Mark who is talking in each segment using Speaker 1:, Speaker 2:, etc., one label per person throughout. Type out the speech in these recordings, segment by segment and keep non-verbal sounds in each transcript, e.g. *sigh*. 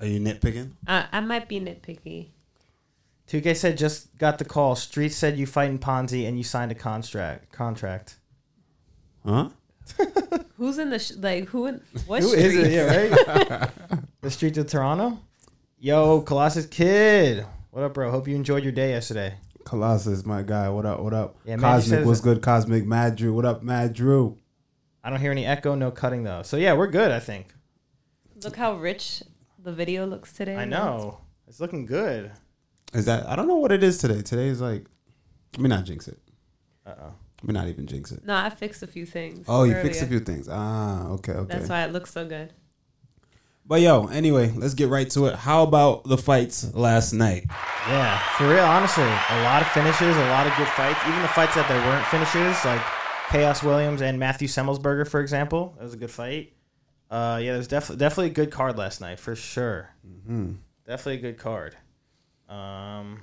Speaker 1: Are you nitpicking?
Speaker 2: Uh, I might be nitpicky.
Speaker 3: 2K said just got the call. Street said you fighting Ponzi and you signed a contract. Contract.
Speaker 1: Huh?
Speaker 2: Who's in the sh- like who? In, what
Speaker 3: Who
Speaker 2: street?
Speaker 3: is it? Yeah, right. *laughs* the streets of Toronto. Yo, Colossus Kid. What up, bro? Hope you enjoyed your day yesterday.
Speaker 1: Colossus, my guy. What up? What up?
Speaker 3: Yeah, Mandy
Speaker 1: Cosmic,
Speaker 3: says-
Speaker 1: what's good? Cosmic, Mad Drew. What up, Mad Drew?
Speaker 3: I don't hear any echo, no cutting though. So yeah, we're good. I think.
Speaker 2: Look how rich the video looks today.
Speaker 3: I know it's looking good.
Speaker 1: Is that? I don't know what it is today. Today is like, let me not jinx it.
Speaker 3: Uh oh.
Speaker 1: Let me not even jinx it.
Speaker 2: No, I fixed a few things.
Speaker 1: Oh, you
Speaker 2: earlier.
Speaker 1: fixed a few things. Ah, okay, okay.
Speaker 2: That's why it looks so good.
Speaker 1: But yo, anyway, let's get right to it. How about the fights last night?
Speaker 3: Yeah, for real. Honestly, a lot of finishes, a lot of good fights. Even the fights that there weren't finishes, like Chaos Williams and Matthew Semmelsberger, for example, that was a good fight. Uh, yeah, there was definitely definitely a good card last night for sure. Definitely a good card. Um,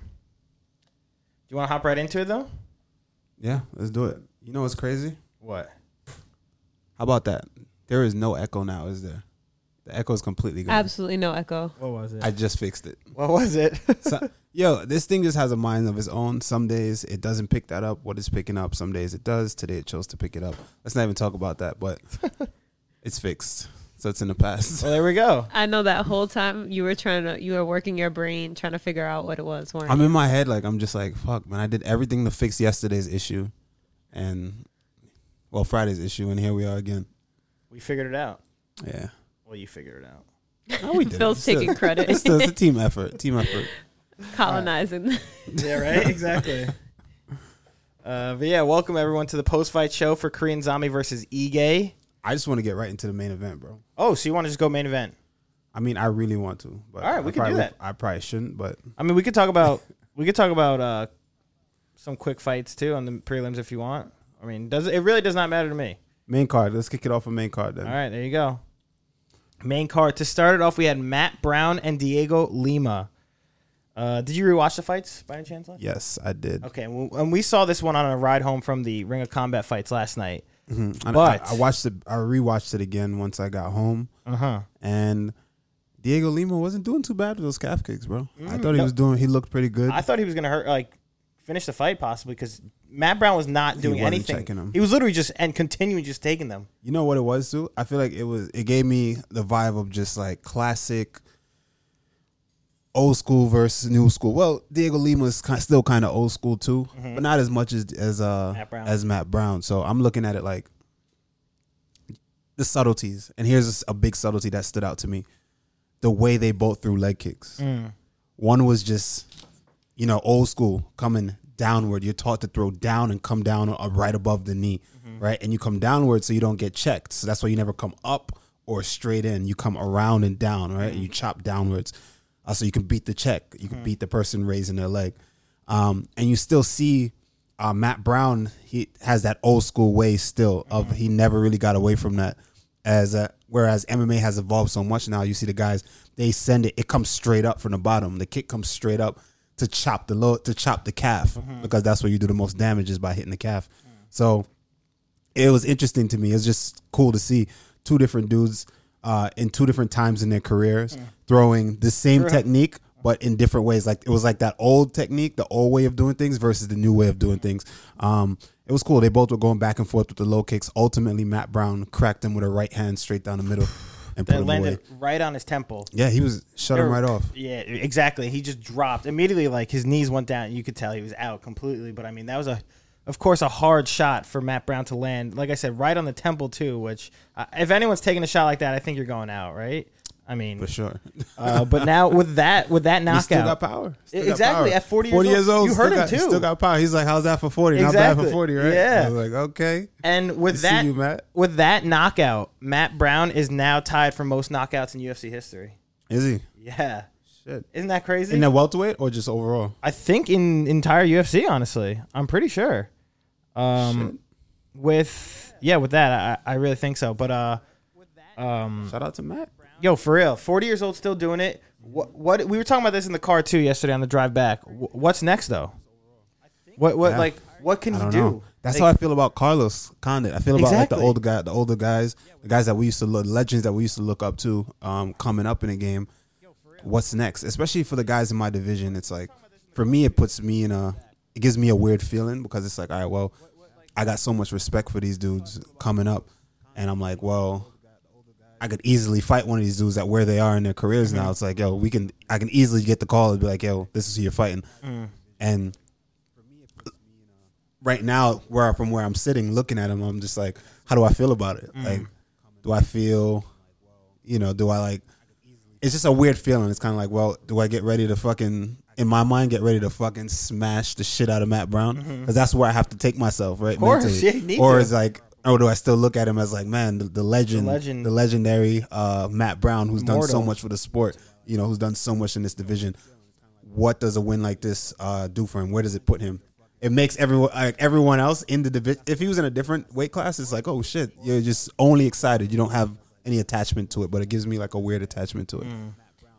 Speaker 3: do you want to hop right into it though?
Speaker 1: Yeah, let's do it. You know what's crazy?
Speaker 3: What?
Speaker 1: How about that? There is no echo now, is there? The echo is completely gone.
Speaker 2: Absolutely no echo.
Speaker 3: What was it?
Speaker 1: I just fixed it.
Speaker 3: *laughs* what was it?
Speaker 1: So, yo, this thing just has a mind of its own. Some days it doesn't pick that up. What it's picking up. Some days it does. Today it chose to pick it up. Let's not even talk about that.
Speaker 3: *laughs*
Speaker 1: But it's fixed, so it's in the past. *laughs*
Speaker 3: well, there we go.
Speaker 2: I know that whole time you were trying to, you were working your brain trying to figure out what it was. Weren't
Speaker 1: I'm
Speaker 2: you?
Speaker 1: in my head like I'm just like fuck, man. I did everything to fix yesterday's issue, and well, Friday's issue, and here we are again.
Speaker 3: We figured it out.
Speaker 1: Yeah,
Speaker 3: Well, you figured it out.
Speaker 1: no, we did.
Speaker 2: Phil's
Speaker 1: It's still-
Speaker 2: taking
Speaker 1: *laughs*
Speaker 2: credit,
Speaker 1: It's, still, it's a team effort. Team effort.
Speaker 2: colonizing.
Speaker 3: *laughs* Yeah, right? exactly. *laughs* Uh, but yeah, welcome everyone to the post fight show for Korean Zombie versus Ige.
Speaker 1: I just want to get right into the main event, bro.
Speaker 3: Oh, so you want to just go main event?
Speaker 1: I mean, I really want to. But
Speaker 3: All right,
Speaker 1: I
Speaker 3: we can do
Speaker 1: probably-
Speaker 3: that.
Speaker 1: I probably shouldn't, but
Speaker 3: I mean, we could
Speaker 1: *laughs*
Speaker 3: talk about we could talk about uh, some quick fights too on the prelims if you want. I mean, does it really does not matter to me?
Speaker 1: main card. Let's kick it off with main card then.
Speaker 3: All right, there you go. Main card to start it off, we had Matt Brown and Diego Lima. Uh, did you rewatch the fights by any chance? Lon?
Speaker 1: Yes, I did.
Speaker 3: Okay, well, and we saw this one on a ride home from the Ring of Combat fights last night.
Speaker 1: I-
Speaker 3: But-
Speaker 1: I, I watched it. I rewatched it again once I got home,
Speaker 3: Uh huh.
Speaker 1: and Diego Lima wasn't doing too bad with those calf kicks, bro. I
Speaker 3: Mm.
Speaker 1: thought he was doing. He looked pretty good.
Speaker 3: I thought he was gonna hurt, like finish the fight possibly because Matt Brown was not doing
Speaker 1: wasn't
Speaker 3: anything.
Speaker 1: checking him.
Speaker 3: He was literally just and continuing just taking them.
Speaker 1: you know what it was too? I feel like it was. It gave me the vibe of just like classic. Old school versus new school. Well, Diego Lima is ki- still kind of old school too, but not as much as as uh
Speaker 3: Mm-hmm. Matt Brown.
Speaker 1: as Matt Brown. So I'm looking at it like the subtleties, and here's a big subtlety that stood out to me: the way they both threw leg kicks.
Speaker 3: Mm.
Speaker 1: One was just, you know, old school coming downward. You're taught to throw down and come down uh, right above the knee, right? And you come downward so you don't get checked. So that's why you never come up or straight in. You come around and down, right? And you chop downwards. Uh, so you can beat the check. You can beat the person raising their leg. Um, and you still see uh, Matt Brown. He has that old school way still of he never really got away from that. As uh whereas MMA has evolved so much now, you see the guys they send it. It comes straight up from the bottom. The kick comes straight up to chop the low to chop the calf because that's where you do the most damage is by hitting the calf. So it was interesting to me. It's just cool to see two different dudes uh, in two different times in their careers throwing the same technique but in different ways. Like it was like that old technique, the old way of doing things versus the new way of doing things. Um, it was cool. They both were going back and forth with the low kicks. Ultimately, Matt Brown cracked him with a right hand straight down the middle
Speaker 3: *sighs*
Speaker 1: and put
Speaker 3: That
Speaker 1: him
Speaker 3: landed
Speaker 1: away.
Speaker 3: right on his temple.
Speaker 1: Yeah, he was shut him right off.
Speaker 3: Yeah, exactly. He just dropped immediately. Like his knees went down. You could tell he was out completely. But I mean, that was a, of course, a hard shot for Matt Brown to land. Like I said, right on the temple too. Which, uh, if anyone's taking a shot like that, I think you're going out, right? I mean,
Speaker 1: For sure. *laughs*
Speaker 3: uh, but now with that, with that
Speaker 1: He still got
Speaker 3: knockout, E,
Speaker 1: power. Still got
Speaker 3: Exactly,
Speaker 1: power.
Speaker 3: at 40 years old, you
Speaker 1: still
Speaker 3: heard him
Speaker 1: got-
Speaker 3: too.
Speaker 1: Still got power. He's like, "How's that for forty? Not bad
Speaker 3: Exactly.
Speaker 1: for forty, right?"
Speaker 3: Yeah.
Speaker 1: I was like, "Okay."
Speaker 3: and with
Speaker 1: see
Speaker 3: that,
Speaker 1: you, Matt.
Speaker 3: with that knockout, Matt Brown is now tied for most knockouts in UFC history.
Speaker 1: Is he?
Speaker 3: Yeah,
Speaker 1: Shit.
Speaker 3: isn't that crazy?
Speaker 1: In the welterweight or just overall?
Speaker 3: I think in entire UFC, honestly, I'm pretty sure. Um, with yeah, with that, I, I really think so. But uh, um,
Speaker 1: Shout out to Matt.
Speaker 3: yo, for real, 40 years old, still doing it. What, what we were talking about this in the car too yesterday on the drive back. Wh- What's next though? What what
Speaker 1: Yeah.
Speaker 3: like what can
Speaker 1: I
Speaker 3: he
Speaker 1: don't
Speaker 3: do?
Speaker 1: know. That's
Speaker 3: Like,
Speaker 1: how I feel about Carlos Condit. I feel about like
Speaker 3: Exactly.
Speaker 1: the older guy, the older guys, the guys that we used to look, legends that we used to look up to, um, coming up in the game. what's next, especially for the guys in my division. It's like for me, it puts me in a, it gives me a weird feeling because it's like, all right, well, I got so much respect for these dudes coming up, and I'm like, well, I could easily fight one of these dudes at where they are in their careers
Speaker 3: Mm-hmm.
Speaker 1: now. It's like, yo, we can, I can easily get the call and be like, yo, this is who you're fighting,
Speaker 3: Mm.
Speaker 1: and right now where from where I'm sitting looking at him, I'm just like, how do I feel about
Speaker 3: Mm.
Speaker 1: it? Like, do I feel, you know, do I like? It's just a weird feeling. It's kind of like, well, do I get ready to fucking in my mind get ready to fucking smash the shit out of Matt Brown? Because that's where I have to take myself, right? Of
Speaker 3: Mm-hmm. course, yeah, you need
Speaker 1: or
Speaker 3: to.
Speaker 1: is like. Or do I still look at him as like, man, the, the legend,
Speaker 3: The legend.
Speaker 1: the legendary uh, Matt Brown, who's done so
Speaker 3: Immortal.
Speaker 1: much for the sport, you know, who's done so much in this division. What does a win like this uh, do for him? Where does it put him? It makes everyone like everyone else in the division. If he was in a different weight class, it's like, oh shit, you're just only excited. You don't have any attachment to it, but it gives me like a weird attachment to it.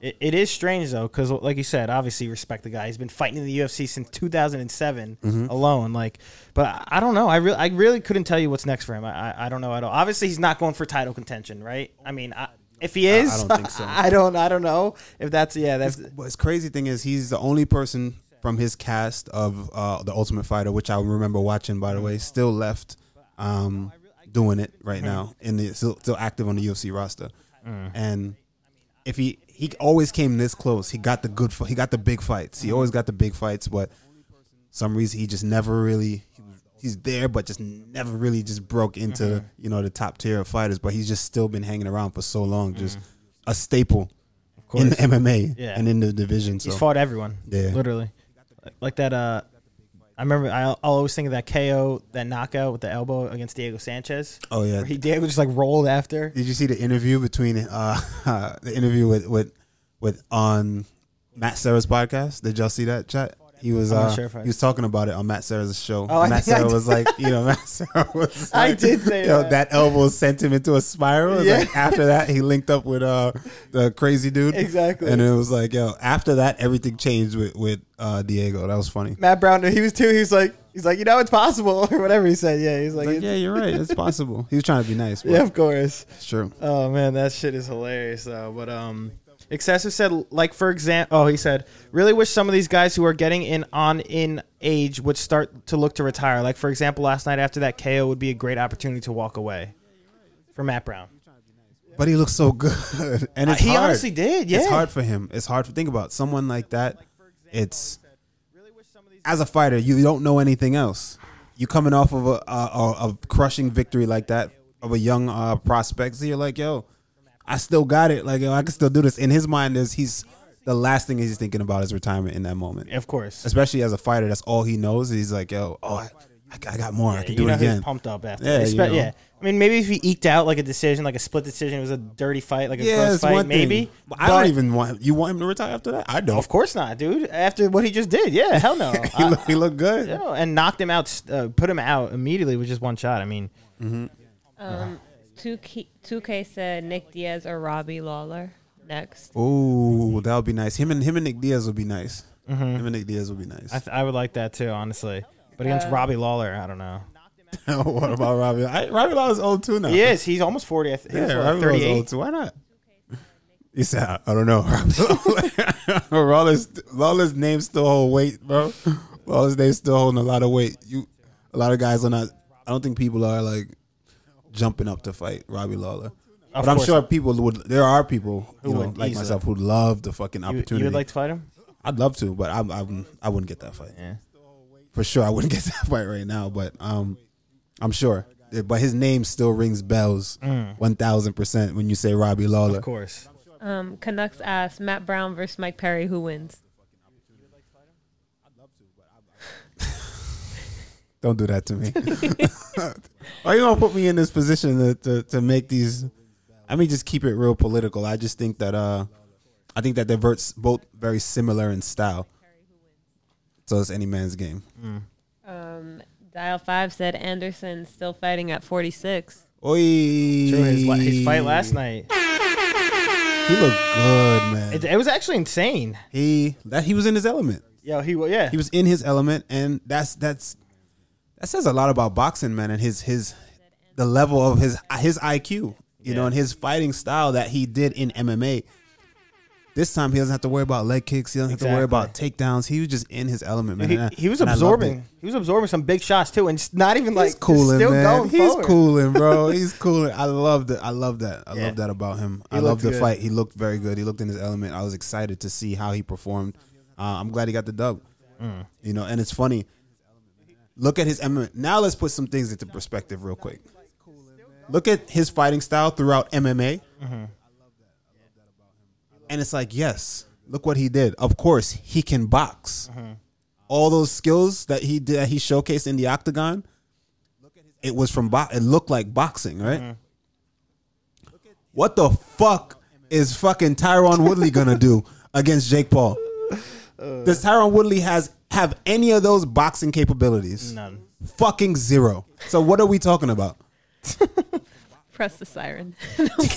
Speaker 3: It, it is strange though, because like you said, obviously respect the guy. He's been fighting in the UFC since 2007
Speaker 1: Mm-hmm.
Speaker 3: alone. Like, but I, I don't know. I really, I really couldn't tell you what's next for him. I, I, I don't know at all. Obviously, he's not going for title contention, right? I mean, I, if he is,
Speaker 1: don't think so.
Speaker 3: *laughs* I don't, I don't know if that's yeah. That's
Speaker 1: But his crazy thing is he's the only person from his cast of uh, the Ultimate Fighter, which I remember watching by the way, still left um, doing it right now in the still, still active on the UFC roster. And if he he always came this close, he got the good fi- he got the big fights. He always got the big fights, but some reason he just never really he was- he's there but just never really just broke into you know the top tier of fighters but he's just still been hanging around for so long just a staple in the MMA
Speaker 3: Yeah.
Speaker 1: and in the division so
Speaker 3: he's fought everyone.
Speaker 1: Yeah.
Speaker 3: literally, like that. Uh, I remember. I, I'll always think of that KO, that knockout with the elbow against Diego Sanchez.
Speaker 1: oh yeah
Speaker 3: Where he Diego just like rolled after.
Speaker 1: did you see the interview between uh *laughs* the interview with with with on Matt Sarah's podcast did y'all see that chat he was
Speaker 3: I'm not
Speaker 1: uh,
Speaker 3: sure if I-
Speaker 1: he was talking about it on Matt Sarah's show.
Speaker 3: Oh, *laughs* I
Speaker 1: Matt
Speaker 3: think I
Speaker 1: Sarah
Speaker 3: did.
Speaker 1: was like, you know, *laughs* Matt Sarah was.
Speaker 3: *laughs* I
Speaker 1: like,
Speaker 3: did say
Speaker 1: you know,
Speaker 3: that.
Speaker 1: elbow sent him into a spiral. It's
Speaker 3: Yeah.
Speaker 1: Like after that, he linked up with uh the crazy dude.
Speaker 3: Exactly.
Speaker 1: And it was like, yo, after that, everything changed with with uh, Diego. That was funny.
Speaker 3: Matt Brown, he was too. He was like, he's like, you know, it's possible *laughs* or whatever he said. Yeah, he's like,
Speaker 1: Like, yeah, you're right. It's possible. He was trying to be nice. But
Speaker 3: yeah, of course.
Speaker 1: it's true.
Speaker 3: Oh man, that shit is hilarious though. But um, excessive said like for example, oh he said really wish some of these guys who are getting in on in age would start to look to retire. Like for example, last night after that KO would be a great opportunity to walk away for Matt Brown.
Speaker 1: But he looks so good, *laughs* and it's
Speaker 3: he
Speaker 1: hard.
Speaker 3: honestly did, yeah.
Speaker 1: it's hard for him. It's hard to think about someone like that. It's as a fighter, you don't know anything else. You coming off of a, a, a, a crushing victory like that of a young uh, prospect, so you're like, yo, I still got it. Like, yo, I can still do this. In his mind, is he's the last thing he's thinking about is retirement in that moment.
Speaker 3: Of course,
Speaker 1: Especially as a fighter, that's all he knows. He's like, yo, oh, I, I got- I got more. I can
Speaker 3: you
Speaker 1: do
Speaker 3: know
Speaker 1: it
Speaker 3: he's
Speaker 1: again.
Speaker 3: pumped up after.
Speaker 1: Yeah,
Speaker 3: Yeah,
Speaker 1: you know.
Speaker 3: yeah. I mean, maybe if he eked out like a decision, like a split decision, it was a dirty fight, like a
Speaker 1: Yeah,
Speaker 3: gross
Speaker 1: it's
Speaker 3: fight,
Speaker 1: one thing.
Speaker 3: maybe.
Speaker 1: But I
Speaker 3: But-
Speaker 1: don't even want you want him to retire after that. I don't.
Speaker 3: Of course not, dude. After what he just did, yeah,
Speaker 1: *laughs*
Speaker 3: hell no.
Speaker 1: he,
Speaker 3: I-
Speaker 1: look, he look good.
Speaker 3: No, and knocked him out, uh, put him out immediately with just one shot. I mean,
Speaker 2: *laughs* Um, two K, two K said Nick Diaz or Robbie Lawler next.
Speaker 3: Mm-hmm.
Speaker 1: Oh, that would be nice. Him and him and Nick Diaz would be nice. Him and Nick Diaz would be nice. *laughs*
Speaker 3: I, th- I would like that too, honestly. But against
Speaker 2: Uh,
Speaker 3: Robbie Lawler, I
Speaker 1: *laughs*
Speaker 3: don't know.
Speaker 1: what about Robbie? I, Robbie Lawler's old too now.
Speaker 3: He is. He's almost 40. I th- he was,
Speaker 1: yeah,
Speaker 3: what,
Speaker 1: Robbie Lawler's
Speaker 3: 38.
Speaker 1: old too. Why not? He said, "I- "I don't know."
Speaker 3: *laughs*
Speaker 1: Lawler's Lawler's name still hold weight, bro. Lawler's name still holding a lot of weight. You, a lot of guys are not. I don't think people are like jumping up to fight Robbie Lawler.
Speaker 3: Of
Speaker 1: but I'm
Speaker 3: course.
Speaker 1: sure people would. There are people
Speaker 3: Who
Speaker 1: you know,
Speaker 3: would
Speaker 1: like
Speaker 3: easily.
Speaker 1: myself who love the fucking
Speaker 3: You,
Speaker 1: opportunity.
Speaker 3: you would like to fight him?
Speaker 1: I'd love to, but I'm, I'm I wouldn't get that fight.
Speaker 3: Yeah.
Speaker 1: for sure I wouldn't *laughs* get that fight right now, but um, I'm sure. But his name still rings bells, one thousand percent when you say Robbie Lawler.
Speaker 3: Mm. Of course.
Speaker 2: Um, Canucks asked Matt Brown versus Mike Perry, who wins?
Speaker 1: Don't do that to
Speaker 3: *laughs*
Speaker 1: me. *laughs* Are you gonna put me in this position to, to to make these? I mean, just keep it real political. I just think that uh, I think that they're ver- both very similar in style, so it's any man's game.
Speaker 2: Um, Dial Five said Anderson still fighting at 46.
Speaker 1: Oi,
Speaker 3: True. His, la- his fight last night,
Speaker 1: He looked good, man.
Speaker 3: it, it was actually insane.
Speaker 1: he that he was in his element.
Speaker 3: Yo, he wa- yeah.
Speaker 1: he was in his element and that's that's that says a lot about boxing man and his his the level of his his IQ you know
Speaker 3: Yeah.
Speaker 1: and his fighting style that he did in MMA This time he doesn't have to worry about leg kicks. He doesn't have to worry about takedowns. He was just in his element, man.
Speaker 3: He,
Speaker 1: And I-
Speaker 3: he was
Speaker 1: and I loved
Speaker 3: absorbing.
Speaker 1: it.
Speaker 3: He was absorbing some big shots too, and s- not even
Speaker 1: He's
Speaker 3: like
Speaker 1: cooling,
Speaker 3: still
Speaker 1: man.
Speaker 3: going
Speaker 1: He's
Speaker 3: forward.
Speaker 1: cooling,
Speaker 3: *laughs*
Speaker 1: bro. He's cooling. I loved it. I love that. I
Speaker 3: Yeah.
Speaker 1: love that about him.
Speaker 3: He
Speaker 1: I love
Speaker 3: looked
Speaker 1: the
Speaker 3: good.
Speaker 1: fight. He looked very good. He looked in his element. I was excited to see how he performed. Uh, I'm glad he got the dub.
Speaker 3: Mm.
Speaker 1: You know, and it's funny. Look at his MMA. Now let's put some things into perspective real quick. Look at his fighting style throughout MMA.
Speaker 3: Mm-hmm.
Speaker 1: And it's like, yes, look what he did. Of course, he can box.
Speaker 3: Mm-hmm.
Speaker 1: All those skills that he did, that he showcased in the octagon, it was from bo- it looked like boxing, right?
Speaker 3: Mm-hmm.
Speaker 1: What the fuck is fucking Tyron Woodley gonna do against Jake Paul? Does Tyron Woodley has have any of those boxing capabilities?
Speaker 3: None.
Speaker 1: Fucking zero. So what are we talking about?
Speaker 2: Press the
Speaker 1: *laughs*
Speaker 2: siren.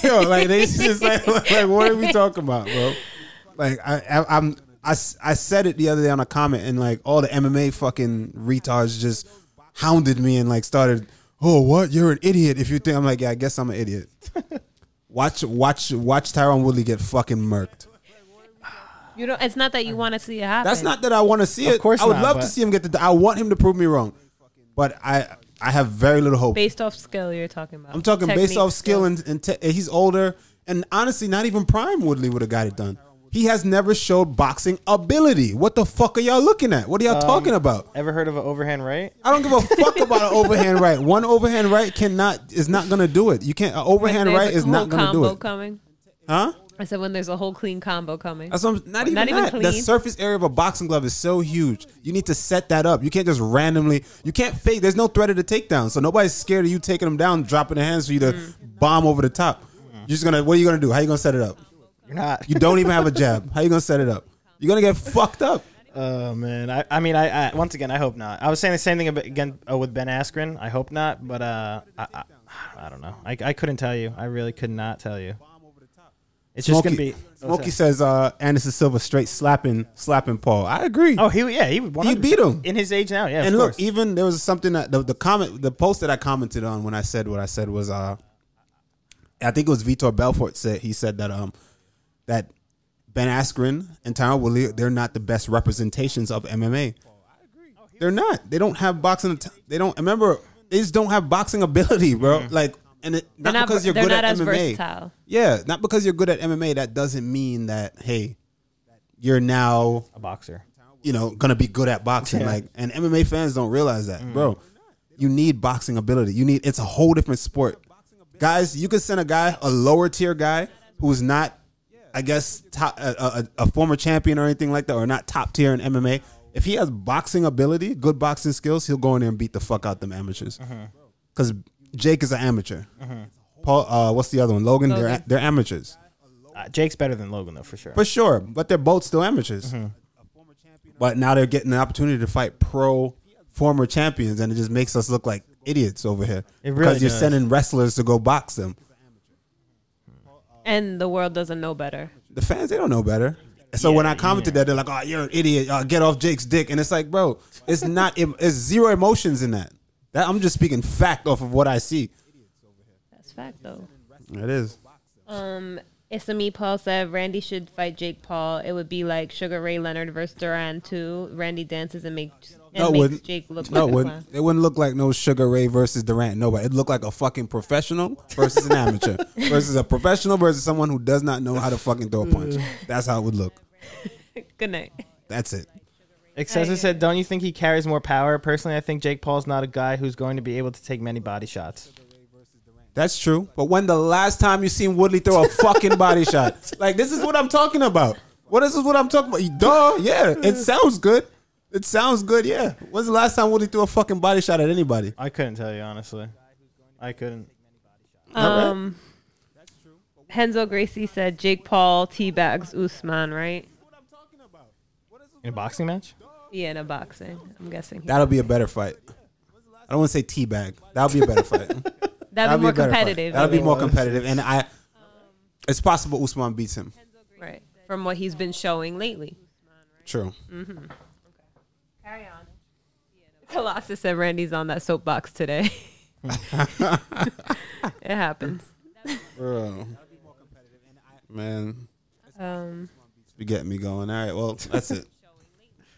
Speaker 1: Yo, like they just like, *laughs* like what are
Speaker 3: *laughs*
Speaker 1: we talking about, bro? Like I, I I'm I, s- I said it the other day on a comment and like all the MMA fucking retards just hounded me and like started, "Oh, what? You're an idiot if you think." I'm like, "Yeah, I guess I'm an
Speaker 3: *laughs*
Speaker 1: idiot." watch watch watch Tyron Woodley get fucking murked.
Speaker 2: You don't. It's not that you want to see it happen.
Speaker 1: That's not that I want to see it.
Speaker 3: Of course
Speaker 1: I would
Speaker 3: not,
Speaker 1: love to
Speaker 3: but-
Speaker 1: see him get the I want him to prove me wrong. But I I have very little hope.
Speaker 2: based off skill you're talking about.
Speaker 1: I'm talking based
Speaker 2: Technique,
Speaker 1: off skill and, and te- and he's older. And honestly, not even Prime Woodley would have got it done. He has never showed boxing ability. What the fuck are y'all looking at? What are y'all talking about?
Speaker 3: Ever heard of an overhand right?
Speaker 1: I don't give a
Speaker 2: *laughs*
Speaker 1: fuck about an overhand right. One overhand right cannot is not gonna do it. You can't. An
Speaker 2: When
Speaker 1: overhand
Speaker 2: there's
Speaker 1: right
Speaker 2: a
Speaker 1: is not
Speaker 2: whole
Speaker 1: gonna do
Speaker 2: combo
Speaker 1: it.
Speaker 2: coming.
Speaker 1: Huh?
Speaker 2: I said when there's a whole clean combo coming.
Speaker 1: That's what I'm, not even
Speaker 2: Not even
Speaker 1: that. The
Speaker 2: clean.
Speaker 1: surface area of a boxing glove is so huge. You need to set that up. You can't just randomly. You can't fake. There's no threat of the takedown, so nobody's scared of you taking them down, dropping the hands for you to
Speaker 2: Mm.
Speaker 1: bomb over the top. You're just gonna. What are you gonna do? How you gonna set it up?
Speaker 3: You're not.
Speaker 1: You don't even have a jab. How you gonna set it up? You're gonna get fucked up.
Speaker 3: Oh man, I, I mean, I, I once again, I hope not. I was saying the same thing ab- again uh, with Ben Askren. I hope not, but uh, I, I, I don't know. I, I couldn't tell you. I really could not tell you. It's just gonna be
Speaker 1: Smokey says uh, Anderson Silva straight slapping slapping Paul. I agree.
Speaker 3: Oh, he yeah, he would. 100%.
Speaker 1: beat him.
Speaker 3: in his age now. Yeah,
Speaker 1: and
Speaker 3: of
Speaker 1: look,
Speaker 3: course.
Speaker 1: even there was something that the, the comment, the post that I commented on when I said what I said was, uh, I think it was Vitor Belfort said he said that um that Ben Askren and Tyron Woodley they're not the best representations of MMA. They're not. They don't have boxing. They don't. Remember, they just don't have boxing ability, bro. Like, and it, not,
Speaker 2: not-
Speaker 1: because you're
Speaker 2: they're
Speaker 1: good
Speaker 2: not
Speaker 1: at
Speaker 2: as
Speaker 1: MMA.
Speaker 2: versatile.
Speaker 1: Yeah, not because you're good at MMA. That doesn't mean that hey, you're now
Speaker 3: a boxer.
Speaker 1: you know, gonna be good at boxing.
Speaker 3: Yeah.
Speaker 1: Like, and MMA fans don't realize that, bro. You need boxing ability. You need it's a whole different sport. Guys, you could send a guy, a lower tier guy, who's not, I guess, top, a, a, a former champion or anything like that, or not top tier in MMA. If he has boxing ability, good boxing skills, he'll go in there and beat the fuck out them amateurs. Because Jake is an amateur. Paul, uh, what's the other one? Logan, They're
Speaker 2: Logan.
Speaker 1: they're amateurs
Speaker 3: Uh, Jake's better than Logan though, for sure.
Speaker 1: for sure. But they're both still amateurs.
Speaker 3: Mm-hmm.
Speaker 1: But now they're getting the opportunity to fight pro former champions, and it just makes us look like idiots over here
Speaker 3: It really
Speaker 1: because you're
Speaker 3: does.
Speaker 1: sending wrestlers to go box them.
Speaker 2: and the world doesn't know better.
Speaker 1: The fans they don't know better. So when I commented that, they're like, "Oh, you're an idiot! Uh, get off Jake's dick!" And it's like, bro, it's not. It, it's zero emotions in that. That I'm just speaking fact off of what I see.
Speaker 2: That's fact though.
Speaker 1: It is.
Speaker 2: Isami Paul said Randy should fight Jake Paul. It would be like Sugar Ray Leonard versus Duran too. Randy dances and makes and
Speaker 1: No, it
Speaker 2: makes
Speaker 1: wouldn't.
Speaker 2: Jake look
Speaker 1: No,
Speaker 2: like
Speaker 1: it
Speaker 2: a
Speaker 1: wouldn't.
Speaker 2: clown.
Speaker 1: It wouldn't look like no Sugar Ray versus Durant. Nobody. It looked like a fucking professional versus
Speaker 2: *laughs*
Speaker 1: an amateur versus a professional versus someone who does not know how to fucking throw a punch. That's how it would look.
Speaker 2: *laughs* Good night.
Speaker 1: That's it.
Speaker 3: Excessive said, "Don't you think he carries more power? Personally, I think Jake Paul's not a guy who's going to be able to take many body shots.
Speaker 1: That's true. But when the last time you seen Woodley throw a fucking body shot? Like this is what I'm talking about. What is this? What I'm talking about? Duh. Yeah. It sounds good. It sounds good. Yeah. When's the last time Woodley threw a fucking body shot at anybody?
Speaker 3: I couldn't tell you honestly. I couldn't.
Speaker 2: Um, Henzo Gracie said Jake Paul teabags Usman, right?
Speaker 3: In a boxing match,
Speaker 2: Yeah, in a boxing. I'm guessing.
Speaker 1: That'll be a better fight. I don't want to say teabag. That'll be a
Speaker 2: *laughs*
Speaker 1: better fight.
Speaker 2: That'd be more
Speaker 1: better fight.
Speaker 2: competitive. Um,
Speaker 1: That'll be
Speaker 2: yeah.
Speaker 1: more competitive, and I. It's possible Usman beats him.
Speaker 2: right from what he's been showing lately.
Speaker 1: True.
Speaker 2: Carry on. Colossus said Randy's on that soapbox today. *laughs* it happens.
Speaker 1: Bro. Man.
Speaker 2: Um,
Speaker 1: You're getting me going. All right.
Speaker 2: *laughs*
Speaker 1: Well, that's it.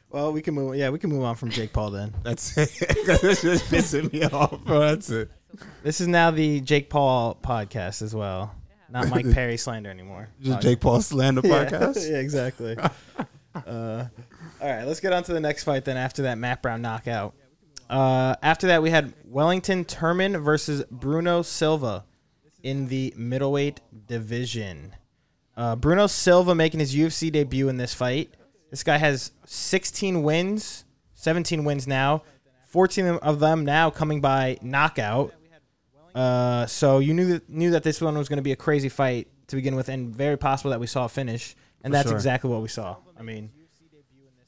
Speaker 3: Well, we can move. Yeah, we can move on from Jake Paul then.
Speaker 1: That's it. *laughs* 'Cause this just pissing me off, bro. That's it.
Speaker 3: *laughs* This is now the Jake Paul podcast as well, *laughs* not Mike Perry slander anymore. Uh,
Speaker 1: Just Jake Paul slander
Speaker 3: Yeah.
Speaker 1: podcast.
Speaker 3: *laughs* yeah, exactly. uh, all right, let's get on to the next fight then. After that, Matt Brown knockout. Uh, after that, we had Wellington Terman versus Bruno Silva in the middleweight division. Uh, Bruno Silva making his UFC debut in this fight. This guy has 16 wins, 17 wins now, 14 of them now coming by knockout. Uh, so you knew that, knew that this one was going to be a crazy fight to begin with, and very possible that we saw a finish, and that's
Speaker 1: sure.
Speaker 3: exactly what we saw. I mean,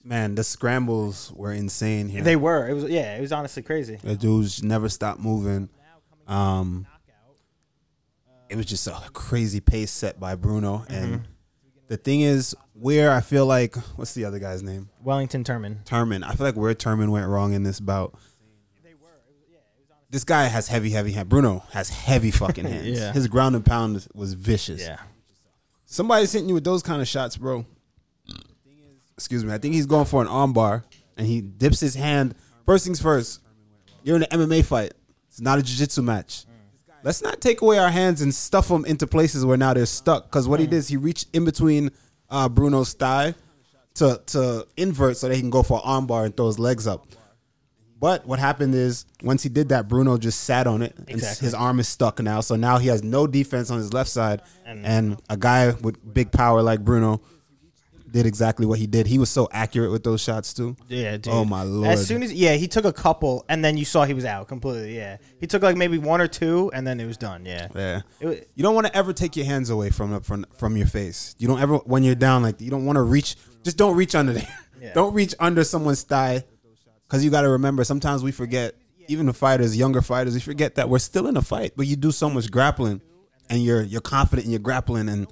Speaker 1: Man, the scrambles were insane here.
Speaker 3: they were. It was yeah, it was honestly crazy.
Speaker 1: The dudes never stopped moving. Um, it was just a crazy pace set by Bruno. And
Speaker 2: Mm-hmm.
Speaker 1: the thing is, where I feel like, what's the other guy's name?
Speaker 3: Wellington Terman.
Speaker 1: Terman. I feel like where Terman went wrong in this bout. This guy has heavy, heavy hand. Bruno has heavy fucking hands.
Speaker 3: Yeah.
Speaker 1: His ground and pound was vicious. Somebody's hitting you with those kind of shots, bro. Excuse me. I think he's going for an armbar, and he dips his hand. First things first, you're in an MMA fight. It's not a jiu-jitsu match. Let's not take away our hands and stuff them into places where now they're stuck. Because what he did is he reached in between uh, Bruno's thigh to to invert so that he can go for an armbar and throw his legs up. But what happened is once he did that, Bruno just sat on it, and s-
Speaker 3: Exactly.
Speaker 1: his arm is stuck now. So now he has no defense on his left side, and a guy with big power like Bruno did exactly what he did. He was so accurate with those shots too.
Speaker 3: Yeah, dude.
Speaker 1: Oh my lord!
Speaker 3: As soon as yeah, he took a couple, and then you saw he was out completely. Yeah, he took like maybe one or two, and then it was done. Yeah,
Speaker 1: Yeah.
Speaker 3: It wa-
Speaker 1: You don't want to ever take your hands away from from from your face. You don't ever when you're down like you don't want to reach. Just don't reach under there. *laughs*
Speaker 3: Yeah.
Speaker 1: Don't reach under someone's thigh, because you got to remember. Sometimes we forget. Even the fighters, younger fighters, we forget that we're still in a fight. But you do so much grappling, and you're you're confident in your grappling, and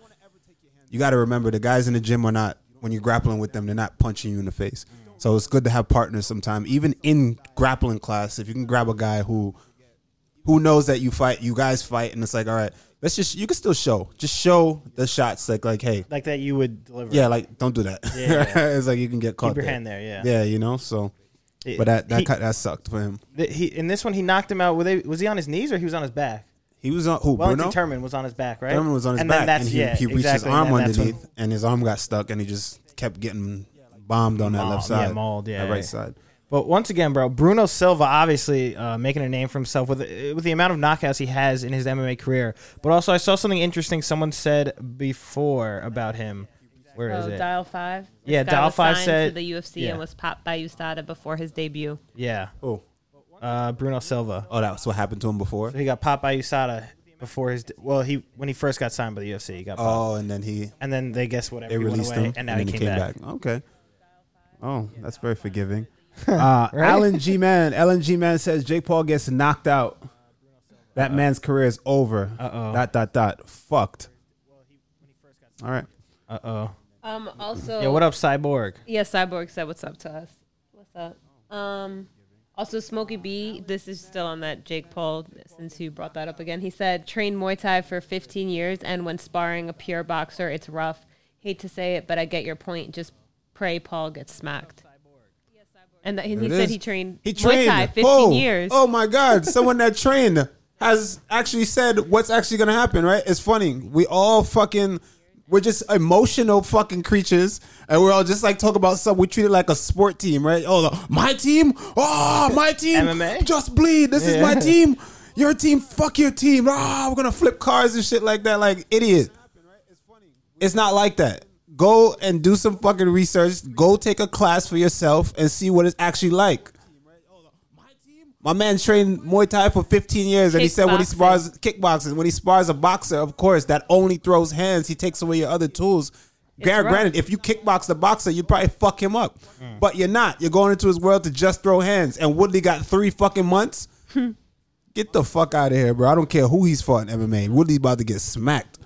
Speaker 1: you got to remember the guys in the gym are not when you're grappling with them, they're not punching you in the face. So it's good to have partners sometime. Even in grappling class, if you can grab a guy who who knows that you fight, you guys fight, and it's like, all right, let's just you can still show, just show the shots, like like hey,
Speaker 3: like that you would deliver.
Speaker 1: yeah, like don't do that. *laughs*
Speaker 3: Yeah.
Speaker 1: it's like you can get caught.
Speaker 3: Keep your hand there, yeah.
Speaker 1: yeah, you know. So,
Speaker 3: It-
Speaker 1: but that that
Speaker 3: he,
Speaker 1: cut, that sucked for him.
Speaker 3: th- he in this one he knocked him out. Were they, was he on his knees or he was on his back?
Speaker 1: He was on who
Speaker 3: Wellington
Speaker 1: Bruno.
Speaker 3: Terman was on his back, right?
Speaker 1: Thurman was on his
Speaker 3: and Then
Speaker 1: back,
Speaker 3: that's,
Speaker 1: and he,
Speaker 3: yeah,
Speaker 1: he reached
Speaker 3: exactly.
Speaker 1: his arm
Speaker 3: and then that's when-
Speaker 1: underneath, and his arm got stuck, and he just kept getting bombed on that left
Speaker 3: Mauled, yeah,
Speaker 1: side,
Speaker 3: mauled, yeah,
Speaker 1: that right
Speaker 3: yeah.
Speaker 1: side.
Speaker 3: But once again, bro, Bruno Silva obviously uh, making a name for himself with uh, with the amount of knockouts he has in his MMA career. But also, I saw something interesting someone said before about him. Where is
Speaker 2: Oh,
Speaker 3: it?
Speaker 2: Dial Five. This
Speaker 3: Yeah,
Speaker 2: guy
Speaker 3: Dial
Speaker 2: was
Speaker 3: 5
Speaker 2: signed
Speaker 3: said-
Speaker 2: to the UFC
Speaker 3: yeah.
Speaker 2: and was popped by USADA before his debut.
Speaker 3: Yeah,
Speaker 1: Oh,
Speaker 3: uh, Bruno Silva.
Speaker 1: oh, that's what happened to him before.
Speaker 3: He got popped by USADA before his. Well, he when he first got signed by the UFC, he got popped.
Speaker 1: Oh, and then he
Speaker 3: and then they guess whatever.
Speaker 1: they
Speaker 3: he went
Speaker 1: released
Speaker 3: away,
Speaker 1: him,
Speaker 3: and now he
Speaker 1: then
Speaker 3: came, back.
Speaker 1: Okay. Oh, that's very forgiving. *laughs* Uh, Alan G. Man, Alan G. Man says Jake Paul gets knocked out. That man's career is over.
Speaker 3: Uh-oh.
Speaker 1: Dot dot dot. Fucked. All right.
Speaker 3: Uh oh.
Speaker 2: Um. Also,
Speaker 3: Yeah, what up, Cyborg?
Speaker 2: Yeah, Cyborg said what's up to us. What's up? Um also Smokey B, this is still on that Jake Paul since you brought that up again. He said trained Muay Thai for 15 years and when sparring a pure boxer, it's rough. Hate to say it, but I get your point. Just pray Paul gets smacked. And that, and he
Speaker 1: It
Speaker 2: said
Speaker 1: is.
Speaker 2: he trained,
Speaker 1: He trained
Speaker 2: Muay Thai 15
Speaker 1: Oh,
Speaker 2: years.
Speaker 1: Oh
Speaker 2: *laughs*
Speaker 1: my God! Someone that trained has actually said what's actually going to happen. Right? It's funny. We all fucking. We're just emotional fucking creatures, and we're all just like talk about some. We treat it like a sport team, right? Oh, the- my team! Oh, my team!
Speaker 3: MMA?
Speaker 1: Just bleed. This is my
Speaker 3: Yeah.
Speaker 1: team. Your team. Fuck your team. Ah, we're gonna flip cars and shit like that. Like idiot. It's not like that. Go and do some fucking research. Go take a class for yourself and see what it's actually like. My man trained Muay Thai for 15 years, and he said when he
Speaker 2: Kickboxing.
Speaker 1: spars kickboxing, when he spars a boxer, of course, that only throws hands. He takes away your other tools. Gra-
Speaker 2: rough.
Speaker 1: Granted, if you kickbox the boxer, you'd probably fuck him up. But you're not. You're going into his world to just throw hands. And Woodley got three
Speaker 2: *laughs*
Speaker 1: fucking months. Get the fuck out of here, bro. I don't care who he's fought in MMA. Woodley's about to get smacked.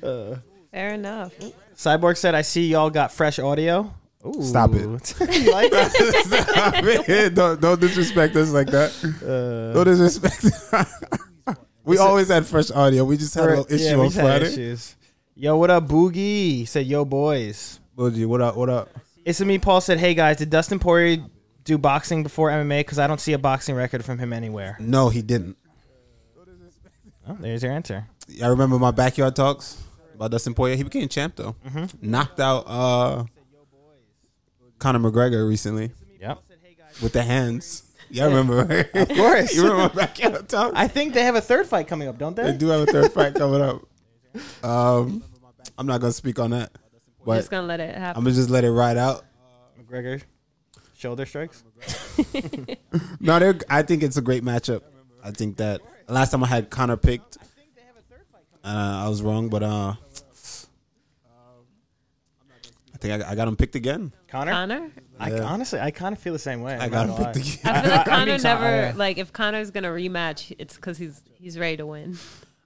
Speaker 2: Fair enough.
Speaker 3: Cyborg said, "I see y'all got fresh audio." Ooh.
Speaker 1: Stop it.
Speaker 3: *laughs* You
Speaker 1: *laughs*
Speaker 3: like that?
Speaker 1: I mean, don't, don't disrespect us like that.
Speaker 3: Uh,
Speaker 1: don't *laughs* disrespect. we always had fresh audio. We just had a little issue
Speaker 3: yeah, we
Speaker 1: on
Speaker 3: just had
Speaker 1: Friday.
Speaker 3: issues. Yo, what up, Boogie? He said, yo, boys.
Speaker 1: Boogie, what up? What up?
Speaker 3: It's me, Paul said, hey, guys, did Dustin Poirier do boxing before MMA? Because I don't see a boxing record from him anywhere.
Speaker 1: No, he didn't.
Speaker 3: Oh, there's your answer.
Speaker 1: I remember my backyard talks about Dustin Poirier. He became champ though.
Speaker 3: Mm-hmm.
Speaker 1: Knocked out uh, Conor McGregor recently
Speaker 3: Yep.
Speaker 1: with the hands. Yeah, I
Speaker 3: *laughs*
Speaker 1: remember. of
Speaker 3: course.
Speaker 1: *laughs* you remember my
Speaker 3: *laughs*
Speaker 1: backyard talks?
Speaker 3: I think they have a third fight coming up, don't they?
Speaker 1: they do have a third fight coming up. Um, I'm not gonna speak on that, but
Speaker 2: just gonna let it
Speaker 1: I'm
Speaker 2: happen.
Speaker 1: gonna just let it ride out.
Speaker 3: McGregor, shoulder strikes.
Speaker 1: No, they're, I think it's a great matchup. I think that last time I had Connor picked, uh, I was wrong, but uh, I think I, I got him picked again. *laughs*
Speaker 3: Connor?
Speaker 2: Connor.
Speaker 3: I,
Speaker 1: Yeah.
Speaker 3: honestly, I kind of feel the same way.
Speaker 1: I got him picked again.
Speaker 2: I feel like
Speaker 3: I- I mean,
Speaker 2: Connor
Speaker 3: Connor,
Speaker 2: never
Speaker 3: yeah.
Speaker 2: like if Connor's gonna rematch, it's because he's he's ready to win.